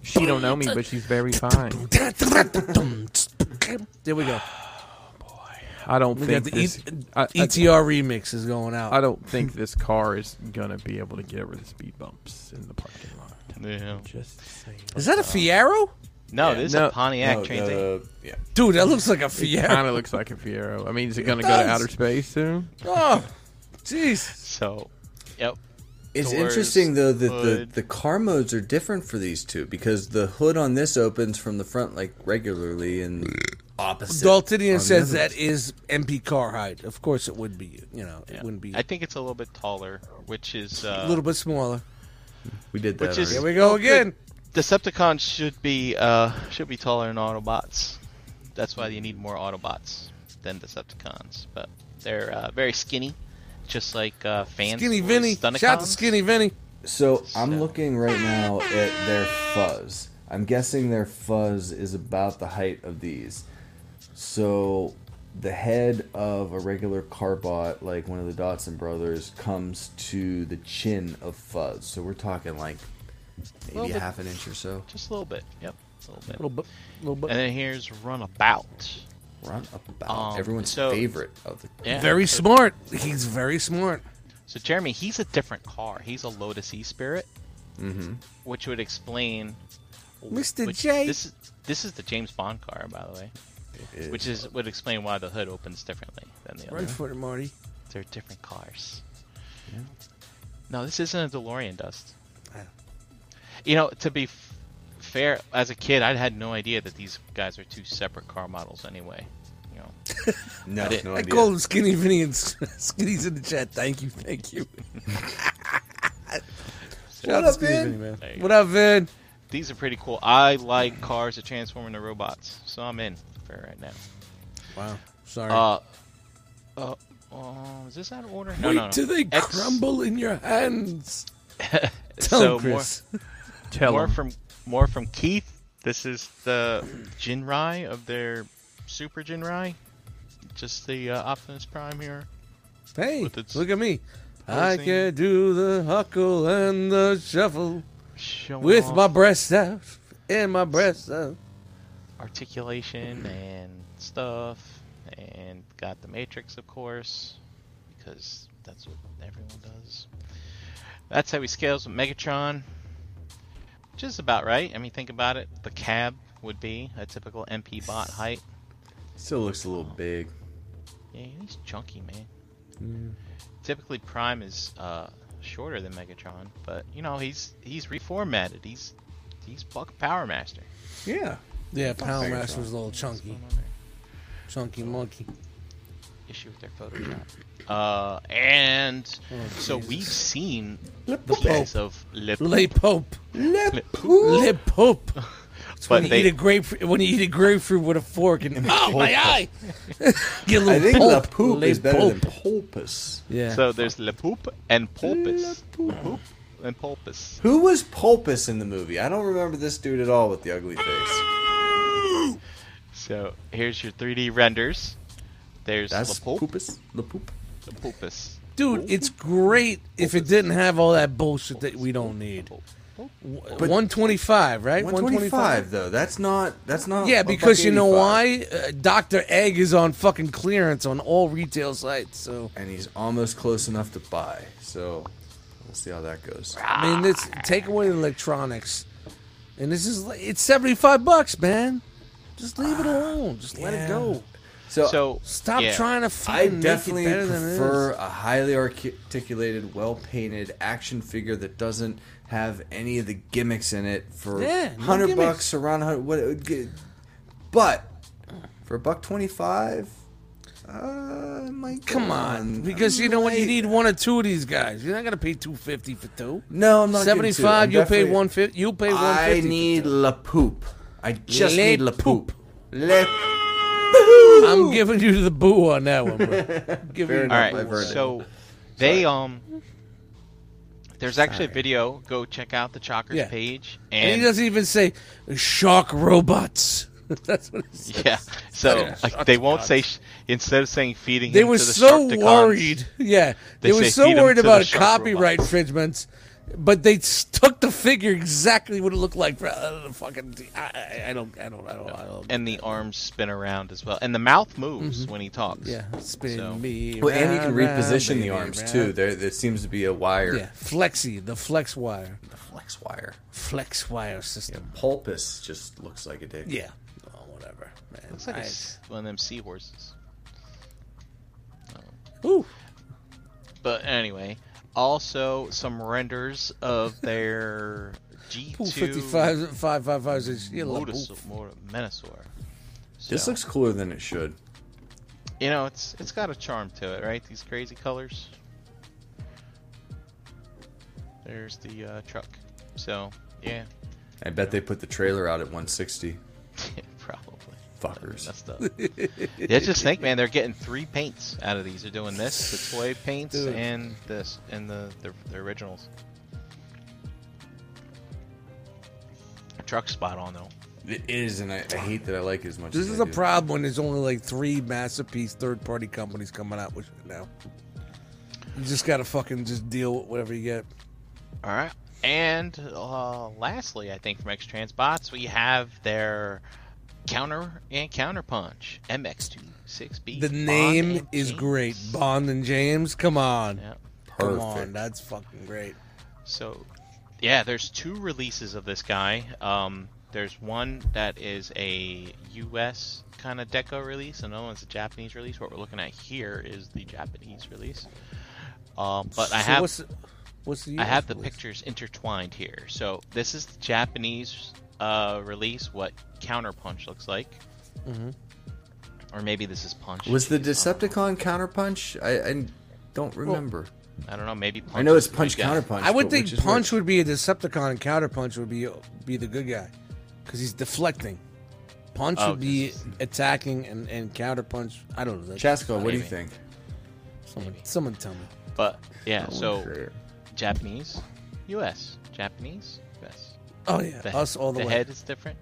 [SPEAKER 2] She don't know me, but she's very fine.
[SPEAKER 4] There we go.
[SPEAKER 2] I don't
[SPEAKER 4] We got
[SPEAKER 2] think
[SPEAKER 4] the
[SPEAKER 2] this.
[SPEAKER 4] E-
[SPEAKER 2] I, I,
[SPEAKER 4] ETR remix is going out.
[SPEAKER 2] I don't think this car is gonna be able to get over the speed bumps in the parking lot.
[SPEAKER 1] Yeah.
[SPEAKER 2] Just saying.
[SPEAKER 4] Is that a Fiero?
[SPEAKER 1] no, this is
[SPEAKER 2] no-
[SPEAKER 1] a Pontiac
[SPEAKER 5] No,
[SPEAKER 1] Trans Am.
[SPEAKER 5] the- yeah.
[SPEAKER 4] Dude, that looks like a
[SPEAKER 2] Kind
[SPEAKER 4] Fiero.
[SPEAKER 2] of looks like a Fiero. I mean, is it gonna go to
[SPEAKER 4] does.
[SPEAKER 2] outer space soon?
[SPEAKER 4] Oh, jeez.
[SPEAKER 1] So, yep.
[SPEAKER 5] It's
[SPEAKER 1] doors,
[SPEAKER 5] interesting though that the,
[SPEAKER 1] hood.
[SPEAKER 5] the car modes are different for these two because the hood on this opens from the front like regularly and opposite.
[SPEAKER 4] Daltonian
[SPEAKER 2] Oh,
[SPEAKER 5] on
[SPEAKER 4] says
[SPEAKER 5] the other
[SPEAKER 4] that is MP car height. Of course, it would be. You know, it wouldn't be.
[SPEAKER 1] I think it's a little bit taller, which is uh,
[SPEAKER 4] a little bit smaller.
[SPEAKER 5] We did that.
[SPEAKER 1] Which is-
[SPEAKER 4] Here
[SPEAKER 5] already.
[SPEAKER 4] we
[SPEAKER 2] Oh,
[SPEAKER 4] go again.
[SPEAKER 1] Decepticons should be uh, should be taller than Autobots. That's why you need more Autobots than Decepticons, but they're uh, very skinny, just like uh, fans.
[SPEAKER 4] Skinny
[SPEAKER 1] were
[SPEAKER 4] Vinny.
[SPEAKER 1] Stunicons.
[SPEAKER 4] Shout out to Skinny Vinny.
[SPEAKER 5] So I'm looking right now at their fuzz. I'm guessing their fuzz is about the height of these. So the head of a regular carbot, like one of the Dotson brothers, comes to the chin of Fuzz. So we're talking like maybe
[SPEAKER 1] Little bit.
[SPEAKER 5] half an inch or so.
[SPEAKER 1] Just a little bit. Yep. A little bit.
[SPEAKER 5] Little bit,
[SPEAKER 4] little bit.
[SPEAKER 1] And then here's Runabout.
[SPEAKER 5] Runabout.
[SPEAKER 1] Um,
[SPEAKER 5] Everyone's
[SPEAKER 1] so-
[SPEAKER 5] favorite of the.
[SPEAKER 1] Yeah.
[SPEAKER 4] Very
[SPEAKER 1] so-
[SPEAKER 4] smart. He's very smart.
[SPEAKER 1] So Jeremy, he's a different car. He's a Lotus E Spirit,
[SPEAKER 5] Mm-hmm.
[SPEAKER 1] which would explain.
[SPEAKER 4] Mr.
[SPEAKER 1] which-
[SPEAKER 4] J.
[SPEAKER 1] This is this is the James Bond car, by the way.
[SPEAKER 5] is.
[SPEAKER 1] Which is would explain why the hood opens differently than the other.
[SPEAKER 4] Right for it, Marty.
[SPEAKER 1] They're different cars. No, this isn't a DeLorean dust. You know, to be f- fair, as a kid, I had no idea that these guys are two separate car models. Anyway, you know.
[SPEAKER 5] No,
[SPEAKER 1] I didn't-
[SPEAKER 5] no
[SPEAKER 4] I
[SPEAKER 5] idea.
[SPEAKER 4] call him Skinny Vinny and S- Skinny's in the chat. Thank you, thank you. Shout out to Skinny Vinny, man.
[SPEAKER 1] There you
[SPEAKER 4] What
[SPEAKER 1] go.
[SPEAKER 4] up, Vin?
[SPEAKER 1] These are pretty cool. I like cars that transform into robots, so I'm in for right now.
[SPEAKER 4] Wow. Sorry.
[SPEAKER 1] Uh, uh, oh, is this out of order? No,
[SPEAKER 4] Wait
[SPEAKER 1] no, no.
[SPEAKER 4] till they
[SPEAKER 1] X-
[SPEAKER 4] crumble in your hands. Tell
[SPEAKER 1] so
[SPEAKER 4] him, Chris.
[SPEAKER 1] more,
[SPEAKER 2] Tell
[SPEAKER 1] more
[SPEAKER 2] him.
[SPEAKER 1] from more from Keith. This is the Jinrai of their Super Jinrai. Just the uh, Optimus Prime here.
[SPEAKER 4] Hey,
[SPEAKER 1] With its
[SPEAKER 4] look at me. I
[SPEAKER 1] posing.
[SPEAKER 4] can do the huckle and the shuffle
[SPEAKER 1] Showing
[SPEAKER 4] with
[SPEAKER 1] off
[SPEAKER 4] my breast out and my breast out.
[SPEAKER 1] articulation and stuff, and got the Matrix, of course, because that's what everyone does. That's how he scales with Megatron. Which is about right. I mean, think about it. The cab would be a typical MP bot height.
[SPEAKER 5] Still looks a little big.
[SPEAKER 1] Yeah, he's chunky, man.
[SPEAKER 4] Mm.
[SPEAKER 1] Typically, Prime is uh, shorter than Megatron, but you know he's he's reformatted. He's he's Buck Power Master.
[SPEAKER 5] Yeah.
[SPEAKER 4] Yeah,
[SPEAKER 5] Don't
[SPEAKER 4] Pound
[SPEAKER 5] figure it
[SPEAKER 4] Master
[SPEAKER 5] out.
[SPEAKER 4] was a little chunky. Chunky monkey.
[SPEAKER 1] Issue with their Photoshop. Uh, and
[SPEAKER 4] Oh,
[SPEAKER 1] so we've seen pieces of lip,
[SPEAKER 4] Le Pope.
[SPEAKER 1] Lip-
[SPEAKER 4] Le Pope. It's
[SPEAKER 1] But
[SPEAKER 4] when you
[SPEAKER 1] they-
[SPEAKER 4] eat a grapefruit when you eat a grapefruit with a fork and oh my eye. Get a little
[SPEAKER 5] I think
[SPEAKER 4] pulp.
[SPEAKER 5] the poop
[SPEAKER 4] Le
[SPEAKER 5] is better than
[SPEAKER 4] Pope.
[SPEAKER 5] pulpus.
[SPEAKER 4] Yeah.
[SPEAKER 1] So there's le poop and pulpus, poop and pulpus.
[SPEAKER 5] Who was pulpus in the movie? I don't remember this dude at all with the ugly face.
[SPEAKER 1] So here's your 3D renders. There's le
[SPEAKER 5] That's
[SPEAKER 1] poop,
[SPEAKER 5] pulpus. The poop.
[SPEAKER 1] le poopus.
[SPEAKER 4] Dude, it's great if it didn't have all that bullshit that we don't need.
[SPEAKER 5] But-
[SPEAKER 4] 125, right?
[SPEAKER 5] 125 though. That's not. That's not.
[SPEAKER 4] Yeah,
[SPEAKER 5] a buck
[SPEAKER 4] because you know
[SPEAKER 5] 85.
[SPEAKER 4] why? Uh, Dr. Egg is on fucking clearance on all retail sites. So,
[SPEAKER 5] And he's almost close enough to buy. So we'll see how that goes.
[SPEAKER 4] I mean, this take away the electronics. And this is li- it's 75 bucks, man. Just leave it alone. Just let it
[SPEAKER 5] Ah, Yeah.
[SPEAKER 4] go.
[SPEAKER 5] So,
[SPEAKER 1] So
[SPEAKER 4] Uh, Stop
[SPEAKER 1] yeah.
[SPEAKER 4] trying to
[SPEAKER 5] I
[SPEAKER 4] fucking
[SPEAKER 5] definitely
[SPEAKER 4] make it better than it is.
[SPEAKER 5] prefer a highly articulated, well painted action figure that doesn't have any of the gimmicks in it for
[SPEAKER 4] Yeah, no
[SPEAKER 5] hundred
[SPEAKER 4] gimmicks.
[SPEAKER 5] bucks around hundred. What? it would get- But for a buck twenty five, uh, my
[SPEAKER 4] Come on, because you know what? You need one or two of these guys. You're not gonna pay two fifty for two.
[SPEAKER 5] No, I'm not getting two.
[SPEAKER 4] Seventy-five.
[SPEAKER 5] I'm
[SPEAKER 4] You'll pay
[SPEAKER 5] definitely-
[SPEAKER 4] one fifty. You'll pay one
[SPEAKER 5] I
[SPEAKER 4] fifty.
[SPEAKER 5] need la poop. I just
[SPEAKER 4] Le
[SPEAKER 5] need la poop. Le
[SPEAKER 4] I'm giving you the boo on that one, bro. I'm giving
[SPEAKER 5] Fair
[SPEAKER 4] you the
[SPEAKER 1] All
[SPEAKER 5] enough, I've
[SPEAKER 1] right,
[SPEAKER 5] heard it.
[SPEAKER 1] so they um, there's actually a video. Go check out the Chalkers
[SPEAKER 4] Yeah.
[SPEAKER 1] page,
[SPEAKER 4] And he
[SPEAKER 1] and
[SPEAKER 4] doesn't even say shark robots. That's what he said.
[SPEAKER 1] yeah, so like, they won't say sh- instead of saying feeding.
[SPEAKER 4] They
[SPEAKER 1] him
[SPEAKER 4] were
[SPEAKER 1] to the
[SPEAKER 4] so
[SPEAKER 1] Sharkticons,
[SPEAKER 4] worried. Yeah,
[SPEAKER 1] They
[SPEAKER 4] they, were
[SPEAKER 1] say
[SPEAKER 4] so
[SPEAKER 1] feed 'em
[SPEAKER 4] worried
[SPEAKER 1] to the
[SPEAKER 4] about
[SPEAKER 1] shark
[SPEAKER 4] copyright
[SPEAKER 1] robots.
[SPEAKER 4] infringements, but they s- took the figure exactly what it looked like. For, uh, the fucking, I, I- I don't, I don't, I don't, I don't.
[SPEAKER 1] And the arms spin around as well, and the mouth moves when he talks.
[SPEAKER 4] Mm-hmm. Yeah, spin
[SPEAKER 1] So-
[SPEAKER 4] me.
[SPEAKER 5] Well, and you can
[SPEAKER 4] round,
[SPEAKER 5] reposition
[SPEAKER 4] baby,
[SPEAKER 5] the arms
[SPEAKER 4] round.
[SPEAKER 5] too. There, there seems to be a wire,
[SPEAKER 4] Yeah, flexi, the flex wire,
[SPEAKER 5] the flex wire.
[SPEAKER 4] flex wire system.
[SPEAKER 5] Pulpus just looks like a dick.
[SPEAKER 4] Yeah, oh, whatever. Man,
[SPEAKER 1] Looks like
[SPEAKER 4] I-
[SPEAKER 1] it's one of them seahorses.
[SPEAKER 4] Ooh.
[SPEAKER 1] But anyway, also some renders of their
[SPEAKER 4] Pool
[SPEAKER 1] G2
[SPEAKER 4] 55, 555 says, yeah, look,
[SPEAKER 1] Motus-
[SPEAKER 4] oof.
[SPEAKER 1] Mor- Menasor.
[SPEAKER 5] This
[SPEAKER 1] So-
[SPEAKER 5] looks cooler than it should.
[SPEAKER 1] You know, it's it's got a charm to it, right? These crazy colors. There's the uh, truck. So yeah,
[SPEAKER 5] I bet they put the trailer out at 160.
[SPEAKER 1] probably.
[SPEAKER 5] Fuckers.
[SPEAKER 1] Messed up. yeah, just think, man. They're getting three paints out of these. They're doing this, the toy paints,
[SPEAKER 4] Dude.
[SPEAKER 1] and this, and the the, the originals. Truck spot on though.
[SPEAKER 5] It is, and I, I hate that I like it as much.
[SPEAKER 4] This
[SPEAKER 5] as
[SPEAKER 4] is
[SPEAKER 5] I
[SPEAKER 4] a
[SPEAKER 5] do.
[SPEAKER 4] problem when there's only like three masterpiece third party companies coming out with it now. You just gotta fucking just deal with whatever you get.
[SPEAKER 1] All right. And uh, lastly, I think from X Transbots, we have their counter and counterpunch MX26B.
[SPEAKER 4] The name is great. Bond and James. Come on. Come on.
[SPEAKER 1] Perfect.
[SPEAKER 4] That's fucking great.
[SPEAKER 1] So, yeah, there's two releases of this guy. Um, there's one that is a U.S. kind of deco release, and another one's a Japanese release. What we're looking at here is the Japanese release. Um, but I
[SPEAKER 4] So
[SPEAKER 1] have
[SPEAKER 4] what's the- what's the
[SPEAKER 1] I
[SPEAKER 4] US
[SPEAKER 1] have the
[SPEAKER 4] release?
[SPEAKER 1] pictures intertwined here. So this is the Japanese uh, release. What Counterpunch looks like,
[SPEAKER 4] Mm-hmm.
[SPEAKER 5] Mhm.
[SPEAKER 1] or maybe this is Punch.
[SPEAKER 5] Was the Decepticon counterpunch? I, I don't remember.
[SPEAKER 1] I don't know. Maybe Punch.
[SPEAKER 5] I know
[SPEAKER 1] is
[SPEAKER 5] it's
[SPEAKER 1] the
[SPEAKER 5] punch
[SPEAKER 1] good guy.
[SPEAKER 5] counterpunch.
[SPEAKER 4] I would
[SPEAKER 5] but
[SPEAKER 4] think
[SPEAKER 5] which is
[SPEAKER 4] Punch would be a Decepticon and Counterpunch would be be the good guy because he's deflecting. Punch
[SPEAKER 5] Oh,
[SPEAKER 4] would be attacking and, and Counterpunch. I don't know. That's-
[SPEAKER 5] Chasko, what do you Maybe. think?
[SPEAKER 4] Someone, someone tell me.
[SPEAKER 1] But yeah,
[SPEAKER 4] Oh,
[SPEAKER 1] so Japanese, U.S. Japanese, U.S.
[SPEAKER 4] Oh, yeah, us all the way.
[SPEAKER 1] head is different,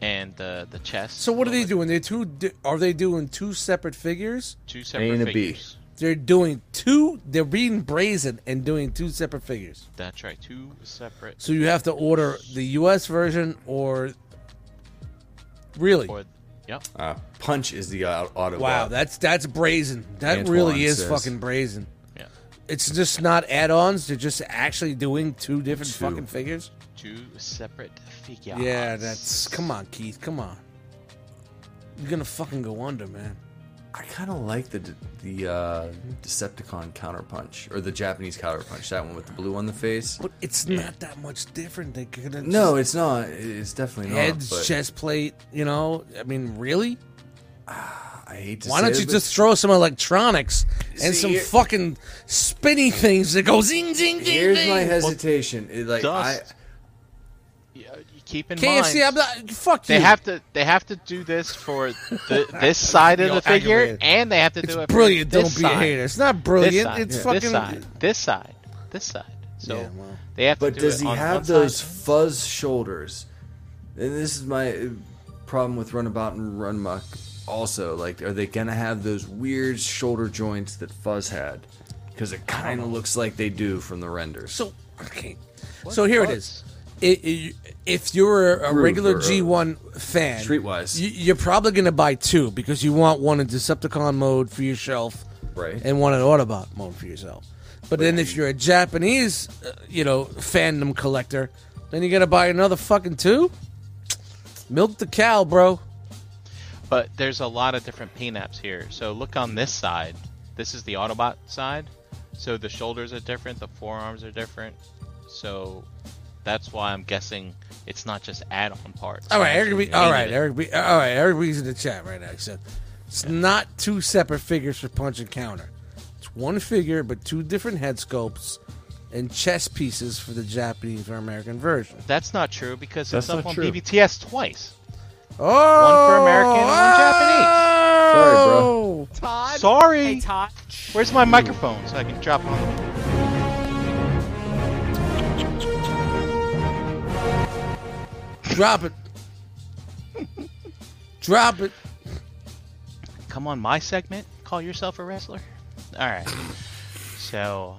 [SPEAKER 1] and the the chest.
[SPEAKER 4] So what are they doing? They two di- are they doing two separate figures?
[SPEAKER 1] Two separate A and a B. figures.
[SPEAKER 4] They're doing two. They're being brazen and doing two separate figures.
[SPEAKER 1] That's right. Two separate.
[SPEAKER 4] So you have to order the U.S. version or really.
[SPEAKER 1] Or, yep.
[SPEAKER 5] Uh, punch is the uh, auto.
[SPEAKER 4] Wow, that's that's brazen. That
[SPEAKER 5] Antoine
[SPEAKER 4] really is
[SPEAKER 5] says.
[SPEAKER 4] fucking brazen.
[SPEAKER 1] Yeah.
[SPEAKER 4] It's just not add-ons. They're just actually doing two different
[SPEAKER 1] Two. Ah.
[SPEAKER 4] fucking figures.
[SPEAKER 1] Two separate figures.
[SPEAKER 4] Yeah, that's come on, Keith. Come on. You're gonna fucking go under, man.
[SPEAKER 5] I kind of like the the uh, Decepticon counterpunch or the Japanese counterpunch. That one with the blue on the face.
[SPEAKER 4] But it's not that much different. They could have
[SPEAKER 5] No, it's not. It's definitely not.
[SPEAKER 4] heads,
[SPEAKER 5] but
[SPEAKER 4] chest plate. You know, I mean, really?
[SPEAKER 5] I hate to
[SPEAKER 4] Why
[SPEAKER 5] say
[SPEAKER 4] don't
[SPEAKER 5] it,
[SPEAKER 4] you
[SPEAKER 5] but-
[SPEAKER 4] just throw some electronics
[SPEAKER 5] See,
[SPEAKER 4] and some
[SPEAKER 5] here-
[SPEAKER 4] fucking spinny things that go zing, zing, zing?
[SPEAKER 5] Here's
[SPEAKER 4] zing?
[SPEAKER 5] my hesitation. It, like I,
[SPEAKER 1] Dust. Yeah, you keep in mind.
[SPEAKER 4] KFC, I'm not. Fuck
[SPEAKER 1] They
[SPEAKER 4] you.
[SPEAKER 1] have to. They have to do this for the, this side of
[SPEAKER 4] Yo,
[SPEAKER 1] the figure,
[SPEAKER 4] aggravated.
[SPEAKER 1] and they have to
[SPEAKER 4] It's
[SPEAKER 1] do it.
[SPEAKER 4] brilliant.
[SPEAKER 1] For
[SPEAKER 4] Don't
[SPEAKER 1] this
[SPEAKER 4] be a
[SPEAKER 1] side.
[SPEAKER 4] hater. It's not brilliant.
[SPEAKER 1] This side.
[SPEAKER 4] It's
[SPEAKER 1] This
[SPEAKER 4] fucking-
[SPEAKER 1] side. This side. This side. So
[SPEAKER 5] Yeah,
[SPEAKER 1] they have to.
[SPEAKER 5] but
[SPEAKER 1] do
[SPEAKER 5] does
[SPEAKER 1] it
[SPEAKER 5] he
[SPEAKER 1] on one
[SPEAKER 5] have
[SPEAKER 1] side.
[SPEAKER 5] those fuzz shoulders? And this is my uh, problem with Runabout and Runmuck. Also, like, are they gonna have those weird shoulder joints that Fuzz had? Because it kind of looks like they do from the renders.
[SPEAKER 4] So okay, so here it is. It, it, if you're a
[SPEAKER 5] Groove
[SPEAKER 4] regular
[SPEAKER 5] or-
[SPEAKER 4] G1 fan,
[SPEAKER 5] Streetwise.
[SPEAKER 4] you, you're probably going to buy two because you want one in Decepticon mode for yourself,
[SPEAKER 5] Right.
[SPEAKER 4] and one in Autobot mode for yourself. But then if you're a Japanese, uh, you know, fandom collector, then you're going to buy another fucking two. Milk the cow, bro.
[SPEAKER 1] But there's a lot of different paint apps here. So look on this side. This is the Autobot side. So the shoulders are different. The forearms are different. So that's why I'm guessing it's not just add-on parts.
[SPEAKER 4] All right,
[SPEAKER 1] They
[SPEAKER 4] Eric.
[SPEAKER 1] actually
[SPEAKER 4] B, all right,
[SPEAKER 1] painted it.
[SPEAKER 4] Eric. B, all right, Eric. B's in the chat right now. He said it's not two separate figures for punch and counter. It's one figure, but two different head sculpts and chest pieces for the Japanese or American version.
[SPEAKER 1] That's not true because
[SPEAKER 4] That's
[SPEAKER 1] it's up
[SPEAKER 4] not
[SPEAKER 1] on
[SPEAKER 4] true.
[SPEAKER 1] BBTS twice.
[SPEAKER 4] Oh,
[SPEAKER 1] One for American and one Japanese.
[SPEAKER 5] Sorry, bro.
[SPEAKER 1] Todd. Sorry. Hey, Todd. Where's my microphone so I can drop it on the
[SPEAKER 4] Drop it. Drop it.
[SPEAKER 1] Come on, my segment. Call yourself a wrestler. All right. So.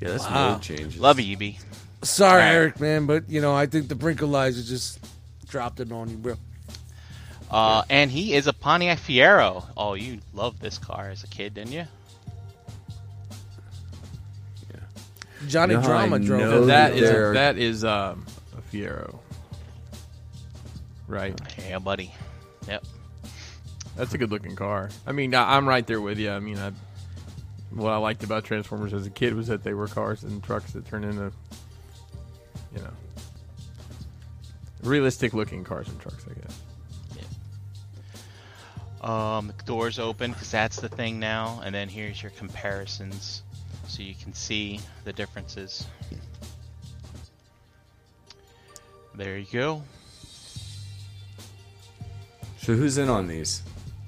[SPEAKER 5] Yeah, that's
[SPEAKER 4] Wow.
[SPEAKER 5] mold changes.
[SPEAKER 1] Love you, E EB.
[SPEAKER 4] Sorry,
[SPEAKER 1] All right.
[SPEAKER 4] Eric, man, but you know I think the Brinkalizer just dropped it on you, bro.
[SPEAKER 1] Uh, and he is a Pontiac Fiero. Oh, you loved this car as a kid, didn't you?
[SPEAKER 4] Johnny
[SPEAKER 5] You know how I
[SPEAKER 4] Drama drove
[SPEAKER 5] know
[SPEAKER 4] it.
[SPEAKER 2] that is
[SPEAKER 5] they're-
[SPEAKER 2] that is um, a Fiero, right?
[SPEAKER 1] Yeah, buddy. Yep.
[SPEAKER 2] That's a good looking car. I mean, I, I'm right there with you. I mean, I, what I liked about Transformers as a kid was that they were cars and trucks that turned into, you know, realistic looking cars and trucks. I guess.
[SPEAKER 1] Um, the doors open because that's the thing now. And then here's your comparisons, so you can see the differences. There you go.
[SPEAKER 5] So who's in on these?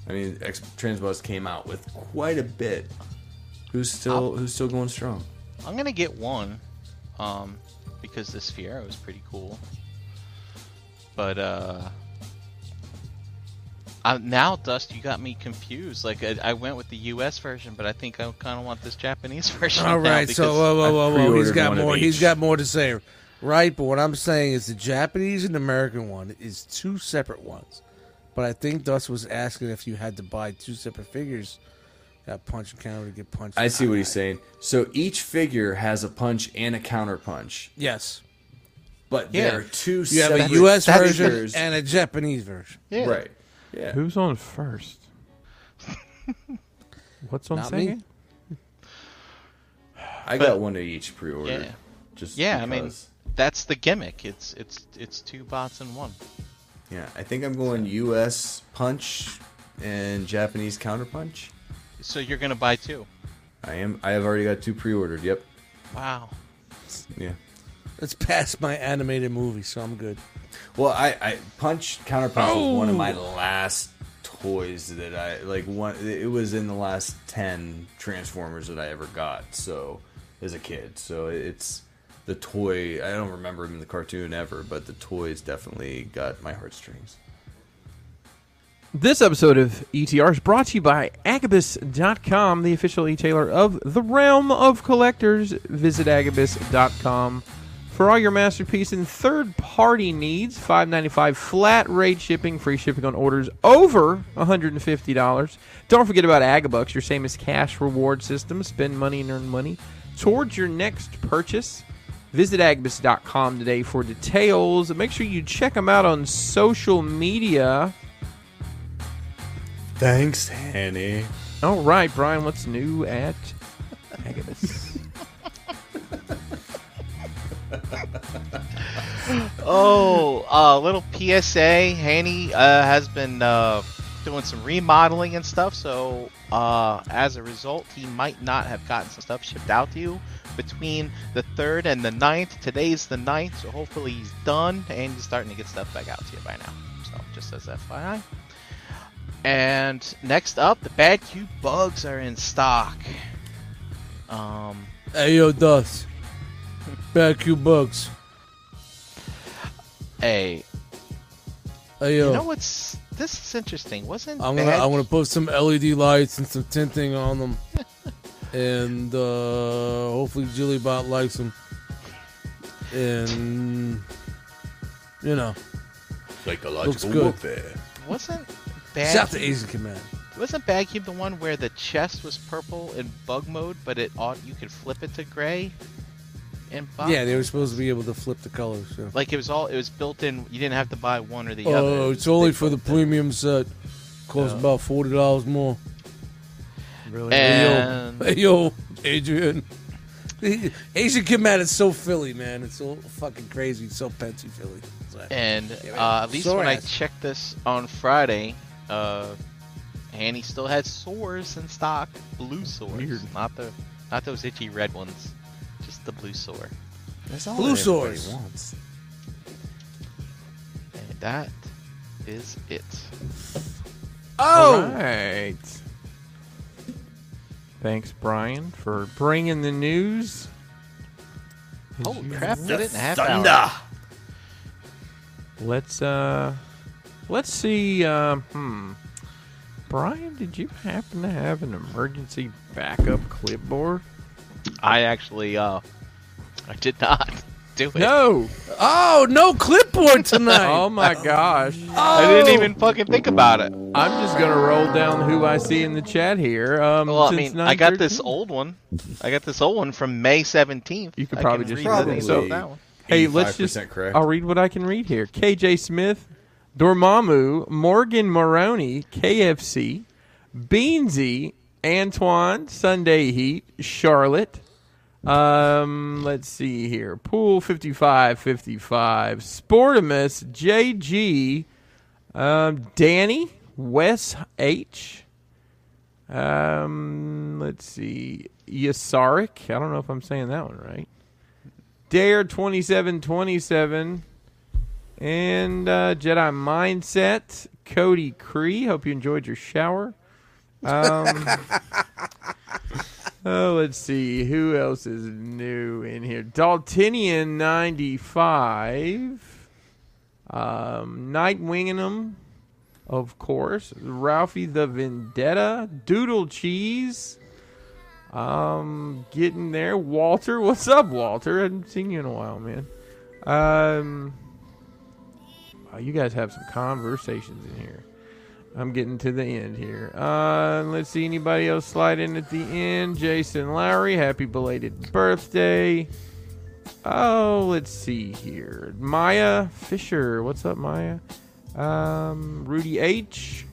[SPEAKER 5] I mean, X Transbus came out with quite a bit. Who's still who's still going strong?
[SPEAKER 1] I'm gonna get one, um, because this Fiero is pretty cool. But uh, I, now Dust, you got me confused. Like I, I went with the U.S. version, but I think I kind of want this Japanese version.
[SPEAKER 4] All
[SPEAKER 1] now
[SPEAKER 4] right, so
[SPEAKER 1] because
[SPEAKER 4] whoa, whoa, whoa,
[SPEAKER 1] I
[SPEAKER 4] whoa. he's
[SPEAKER 1] pre-ordered
[SPEAKER 4] got
[SPEAKER 1] one of
[SPEAKER 4] more. He's
[SPEAKER 1] each.
[SPEAKER 4] got more to say, right? But what I'm saying is the Japanese and American one is two separate ones. But I think Dust was asking if you had to buy two separate figures. Got punch and counter to get punched.
[SPEAKER 5] I see what he's saying. So each figure has a punch and a counter punch,
[SPEAKER 4] Yes,
[SPEAKER 5] but
[SPEAKER 4] Yeah.
[SPEAKER 5] there are two.
[SPEAKER 4] You have a
[SPEAKER 5] separate
[SPEAKER 4] US version
[SPEAKER 5] figures.
[SPEAKER 4] and a Japanese version. Yeah.
[SPEAKER 5] Right. Yeah.
[SPEAKER 2] Who's on first? What's on
[SPEAKER 5] Not me.
[SPEAKER 2] second?
[SPEAKER 5] I got one of each pre-ordered.
[SPEAKER 1] Yeah.
[SPEAKER 5] Just
[SPEAKER 1] yeah, I mean
[SPEAKER 5] because.
[SPEAKER 1] that's the gimmick. It's it's it's two bots in one.
[SPEAKER 5] Yeah, I think I'm going U.S. punch and Japanese counter punch.
[SPEAKER 1] So you're gonna buy two.
[SPEAKER 5] I am. I have already got two pre-ordered. Yep.
[SPEAKER 1] Wow.
[SPEAKER 5] Yeah.
[SPEAKER 4] It's past my animated movie, so I'm good.
[SPEAKER 5] Well, I, I punch counter punch
[SPEAKER 4] Oh.
[SPEAKER 5] was one of my last toys that I like. One it was in the last ten Transformers that I ever got. So as a kid, so it's the toy. I don't remember him in the cartoon ever, but the toys definitely got my heartstrings.
[SPEAKER 2] This episode of ETR is brought to you by Agabus.com, the official e-tailer of the realm of collectors. Visit Agabus.com for all your masterpiece and third-party needs. Five ninety-five flat rate shipping, free shipping on orders over $150. Don't forget about Agabucks, your famous cash reward system. Spend money and earn money towards your next purchase. Visit Agabus.com today for details. Make sure you check them out on social media.
[SPEAKER 5] Thanks, Hanny.
[SPEAKER 2] All right, Brian, what's new at Agabus?
[SPEAKER 1] Oh, uh, little PSA. Haney uh, has been uh, doing some remodeling and stuff, so uh, as a result, he might not have gotten some stuff shipped out to you between the 3rd and the 9th. Today's the 9th, so hopefully he's done and he's starting to get stuff back out to you by now. So, just as FYI. And next up, the Bad Cube Bugs are in stock. Um,
[SPEAKER 4] Hey yo, Dust. Bad Q Bugs.
[SPEAKER 1] Hey.
[SPEAKER 4] Hey yo.
[SPEAKER 1] You know what's. This is interesting. Wasn't
[SPEAKER 4] Oh. I'm gonna
[SPEAKER 1] Bad
[SPEAKER 4] I'm gonna put some LED lights and some tinting on them, and uh, hopefully Jillybot likes them. And you know,
[SPEAKER 5] Psychological
[SPEAKER 4] looks good.
[SPEAKER 5] warfare.
[SPEAKER 1] Wasn't Bad
[SPEAKER 4] Shout out to
[SPEAKER 1] Cube-
[SPEAKER 4] Asian Command.
[SPEAKER 1] Wasn't Bad Cube the one where the chest was purple in bug mode, but it ought you could flip it to gray? In box?
[SPEAKER 4] Yeah, they were supposed to be able to flip the colors. Yeah.
[SPEAKER 1] like it was all it was built in. You didn't have to buy one or the other.
[SPEAKER 4] Oh,
[SPEAKER 1] It was-
[SPEAKER 4] it's only for the premium set. Costs about forty dollars more. Really?
[SPEAKER 1] And-
[SPEAKER 4] Hey, yo, Adrian. Asian Command is so Philly, man. It's so fucking crazy. It's so Pensy Philly.
[SPEAKER 1] And
[SPEAKER 4] Yeah, man.
[SPEAKER 1] uh, at least
[SPEAKER 4] Sore
[SPEAKER 1] when
[SPEAKER 4] ass.
[SPEAKER 1] I checked this on Friday, uh, Hanny still had sores in stock. Blue sores, not the not those itchy red ones, just the blue sore.
[SPEAKER 5] That's
[SPEAKER 4] Blue that everybody Source.
[SPEAKER 5] Wants.
[SPEAKER 1] And that is it.
[SPEAKER 2] Oh! All right. Thanks, Brian, for bringing the news.
[SPEAKER 1] Holy crap! Did it in a half
[SPEAKER 5] Thunder.
[SPEAKER 1] hour.
[SPEAKER 2] Let's uh, let's see. Uh, hmm. Brian, did you happen to have an emergency backup clipboard?
[SPEAKER 1] I actually uh, I did not do it.
[SPEAKER 2] No.
[SPEAKER 4] Oh, no clipboard tonight. Oh.
[SPEAKER 2] oh my gosh.
[SPEAKER 1] I didn't even fucking think about it.
[SPEAKER 2] I'm just gonna roll down who I see in the chat here. Um,
[SPEAKER 1] Well, I
[SPEAKER 2] since
[SPEAKER 1] mean, I got
[SPEAKER 2] 9:13.
[SPEAKER 1] this old one. I got this old one from May 17th. You
[SPEAKER 2] could probably just
[SPEAKER 1] read
[SPEAKER 2] so-
[SPEAKER 1] that one.
[SPEAKER 2] Hey, let's just.
[SPEAKER 5] 85% correct.
[SPEAKER 2] I'll read what I can read here. KJ Smith, Dormammu, Morgan Maroney, KFC, Beansy, Antoine, Sunday Heat, Charlotte. Um, let's see here. Pool 5555, Sportimus, JG, um, Danny, Wes H. Um, let's see. Yasaric. I don't know if I'm saying that one right. Dare 2727 and uh, Jedi Mindset. Cody Cree. Hope you enjoyed your shower. Um, oh, let's see. Who else is new in here? Daltinian 95. um, Nightwinging them, of course. Ralphie the Vendetta, Doodle Cheese. Um, getting there. Walter, what's up, Walter? I haven't seen you in a while, man. Um, wow, you guys have some conversations in here. I'm getting to the end here. Uh, let's see anybody else slide in at the end. Jason Lowry, happy belated birthday. Oh, let's see here. Maya Fisher, what's up, Maya? Um, Rudy H.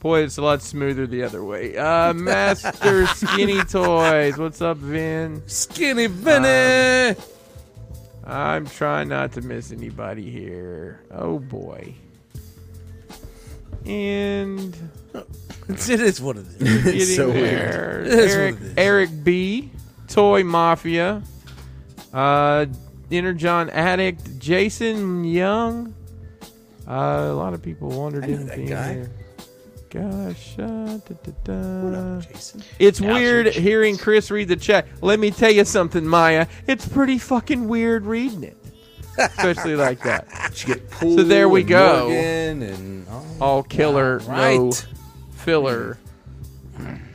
[SPEAKER 2] Boy, it's a lot smoother the other way. Uh, Master Skinny Toys, what's up, Vin?
[SPEAKER 4] Skinny
[SPEAKER 5] Um,
[SPEAKER 4] Vinny.
[SPEAKER 2] I'm trying not to miss anybody here. Oh boy. And
[SPEAKER 4] it is what it is.
[SPEAKER 2] getting
[SPEAKER 4] It's so
[SPEAKER 2] there.
[SPEAKER 4] weird. It is what
[SPEAKER 2] Eric,
[SPEAKER 4] it is.
[SPEAKER 2] Eric B, Toy Mafia, uh, Inner John Addict, Jason Young. Uh, a lot of people wandered
[SPEAKER 11] I know
[SPEAKER 2] in
[SPEAKER 11] that
[SPEAKER 2] being
[SPEAKER 11] guy.
[SPEAKER 2] here. Gosh, uh, da, da, da.
[SPEAKER 11] Jason?
[SPEAKER 2] it's weird hearing Chris read the chat. Let me tell you something, Maya. It's pretty fucking weird reading it, especially like that. so there we
[SPEAKER 5] and
[SPEAKER 2] go.
[SPEAKER 5] Morgan and all-
[SPEAKER 2] All killer,
[SPEAKER 5] All right.
[SPEAKER 2] no filler.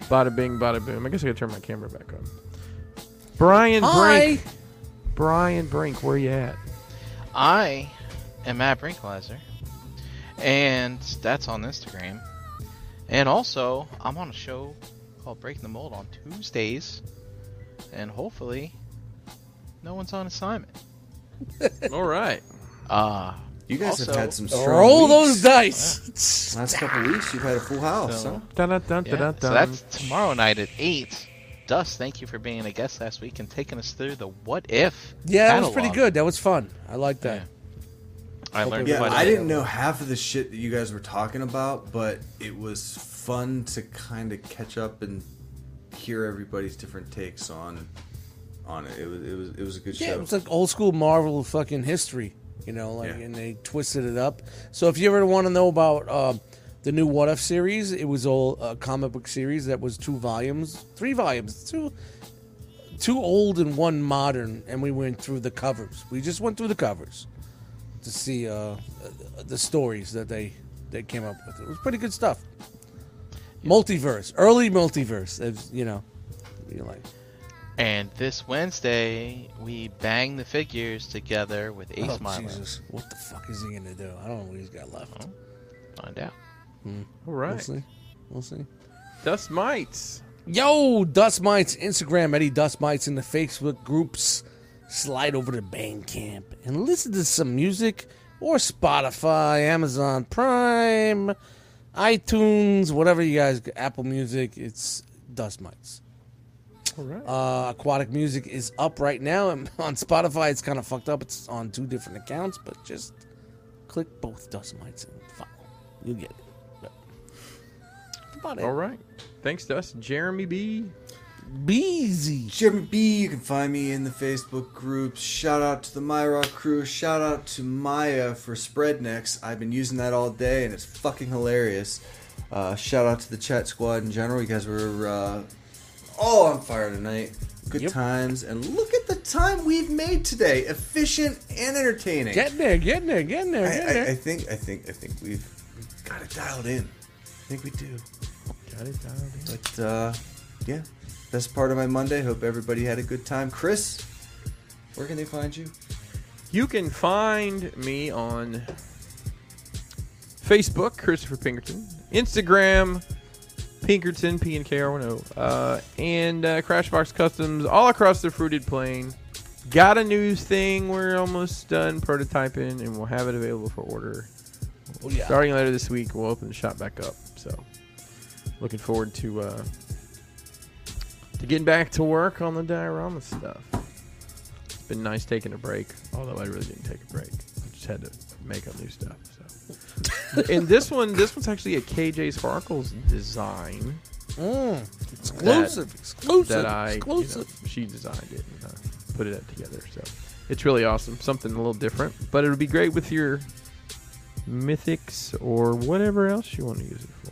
[SPEAKER 2] Bada bing, bada boom. I guess I gotta turn my camera back on. Brian
[SPEAKER 1] Hi.
[SPEAKER 2] Brink. Brian Brink, where you at?
[SPEAKER 1] I am at Brinkweiser, and that's on Instagram. And also, I'm on a show called Breaking the Mold on Tuesdays, and hopefully, no one's on assignment.
[SPEAKER 2] All right.
[SPEAKER 1] Uh,
[SPEAKER 5] You guys
[SPEAKER 1] also,
[SPEAKER 5] have had some strong weeks.
[SPEAKER 4] dice.
[SPEAKER 5] Last couple weeks, you've had a full house,
[SPEAKER 1] So-
[SPEAKER 5] huh?
[SPEAKER 2] Dun, dun, dun,
[SPEAKER 1] Yeah,
[SPEAKER 2] dun,
[SPEAKER 1] so
[SPEAKER 2] dun.
[SPEAKER 1] that's tomorrow night at 8. Dust, thank you for being a guest last week and taking us through the what if.
[SPEAKER 4] Yeah, that was
[SPEAKER 1] catalog.
[SPEAKER 4] pretty good. That was fun. I like that.
[SPEAKER 1] I learned
[SPEAKER 5] Yeah,
[SPEAKER 1] quite a
[SPEAKER 5] I
[SPEAKER 1] bit.
[SPEAKER 5] didn't know half of the shit that you guys were talking about, but it was fun to kind of catch up and hear everybody's different takes on on it. It was it was it was a good
[SPEAKER 4] Yeah,
[SPEAKER 5] show.
[SPEAKER 4] it was like old school Marvel fucking history, you know, like and they twisted it up. So if you ever want to know about uh, the new What If series, it was all a comic book series that was two volumes, three volumes, two two old and one modern, and we went through the covers. We just went through the covers to see uh, uh, the stories that they they came up with. It was pretty good stuff. Multiverse, early multiverse, it's, you know, you like.
[SPEAKER 1] And this Wednesday, we bang the figures together with Ace
[SPEAKER 4] Oh,
[SPEAKER 1] Miler.
[SPEAKER 4] Jesus. What the fuck is he gonna do? I don't know what he's got left.
[SPEAKER 1] Find out.
[SPEAKER 2] All right.
[SPEAKER 4] We'll see. We'll see.
[SPEAKER 2] Dust Mites.
[SPEAKER 4] Yo, Dust Mites, Instagram, Eddie Dust Mites in the Facebook groups. Slide over to Bandcamp and listen to some music or Spotify, Amazon Prime, iTunes, whatever you guys, Apple Music, it's Dust Mites.
[SPEAKER 2] All right.
[SPEAKER 4] Uh, aquatic music is up right now and on Spotify. It's kind of fucked up. It's on two different accounts, but just click both Dust Mites and follow. You get it. About it.
[SPEAKER 2] All right. Thanks, Dust. Jeremy B.
[SPEAKER 4] Beezy.
[SPEAKER 5] Jeremy B, you can find me in the Facebook groups. Shout out to the MyRock crew. Shout out to Maya for Spreadnecks. I've been using that all day and it's fucking hilarious. Uh, shout out to the chat squad in general. You guys were uh, all on fire tonight. Good times. And look at the time we've made today. Efficient and entertaining.
[SPEAKER 4] Getting there, getting there, getting there,
[SPEAKER 5] I,
[SPEAKER 4] getting
[SPEAKER 5] I,
[SPEAKER 4] there.
[SPEAKER 5] I think I think I think we've, we've got it dialed in. I think we do.
[SPEAKER 2] Got it dialed in.
[SPEAKER 5] But uh, yeah, that's part of my Monday. Hope everybody had a good time. Chris, where can they find you?
[SPEAKER 2] You can find me on Facebook, Christopher Pinkerton, Instagram, Pinkerton, P and K R one O, uh, and uh, Crashbox Customs all across the fruited plain. Got a new thing. We're almost done prototyping, and we'll have it available for order.
[SPEAKER 4] Oh, yeah.
[SPEAKER 2] Starting later this week, we'll open the shop back up. So, looking forward to uh, to getting back to work on the diorama stuff. It's been nice taking a break, although I really didn't take a break. I just had to make up new stuff. So, and this one, this one's actually a KJ Sparkles design.
[SPEAKER 4] Mm,
[SPEAKER 2] That-
[SPEAKER 4] exclusive, exclusive,
[SPEAKER 2] That I, you know,
[SPEAKER 4] exclusive.
[SPEAKER 2] she designed it and uh, put it together. So it's really awesome. Something a little different, but it would be great with your mythics or whatever else you want to use it for.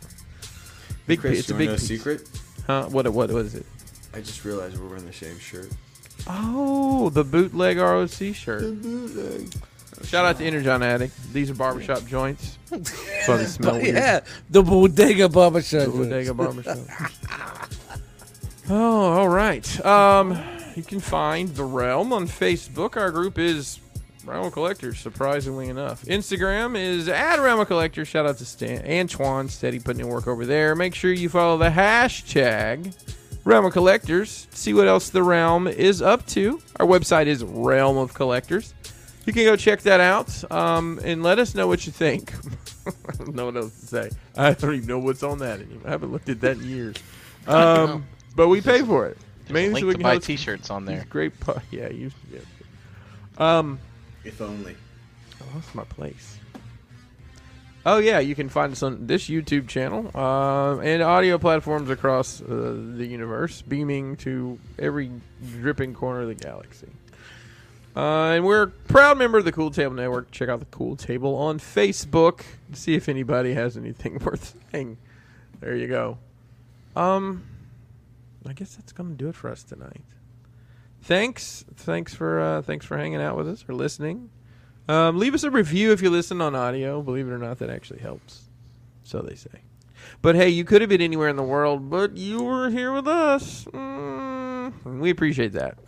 [SPEAKER 2] Big,
[SPEAKER 5] Chris,
[SPEAKER 2] pi- it's
[SPEAKER 5] you
[SPEAKER 2] a
[SPEAKER 5] wanna
[SPEAKER 2] big
[SPEAKER 5] know a
[SPEAKER 2] piece.
[SPEAKER 5] secret?
[SPEAKER 2] Huh? What? What? What is it?
[SPEAKER 5] I just realized we're wearing the same shirt.
[SPEAKER 2] Oh, the bootleg ROC shirt.
[SPEAKER 5] bootleg.
[SPEAKER 2] Shout out to Energon Addict. These are barbershop joints. That's why they smell
[SPEAKER 4] But
[SPEAKER 2] weird.
[SPEAKER 4] yeah, the bodega barbershop.
[SPEAKER 2] The bodega barbershop. Oh, all right. Um, you can find The Realm on Facebook. Our group is Realm of Collectors, surprisingly enough. Instagram is at Realm of Collectors. Shout out to Stan Antoine, steady putting in work over there. Make sure you follow the hashtag Realm of Collectors. See what else The Realm is up to. Our website is Realm of Collectors. You can go check that out um, and let us know what you think. I don't know what else to say. I don't even know what's on that anymore. I haven't looked at that in years. Um, but we pay for it.
[SPEAKER 1] Link
[SPEAKER 2] so
[SPEAKER 1] to
[SPEAKER 2] we can
[SPEAKER 1] buy
[SPEAKER 2] host-
[SPEAKER 1] t-shirts on there.
[SPEAKER 2] these Great, pu- yeah. You, yeah. Um,
[SPEAKER 5] If only.
[SPEAKER 2] I lost my place. Oh yeah, you can find us on this YouTube channel um, and audio platforms across uh, the universe, beaming to every dripping corner of the galaxy. Uh, and we're a proud member of the Cool Table Network. Check out the Cool Table on Facebook to see if anybody has anything worth saying. There you go. Um, I guess that's gonna do it for us tonight. Thanks, thanks for uh, thanks for hanging out with us or listening. Um, leave us a review if you listen on audio. Believe it or not, that actually helps. So they say. But hey, you could have been anywhere in the world, but you were here with us. Mm, we appreciate that.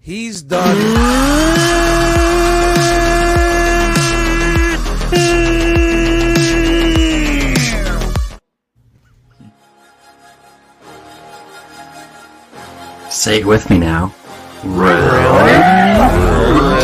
[SPEAKER 4] He's done.
[SPEAKER 12] Say it with me now. Realm.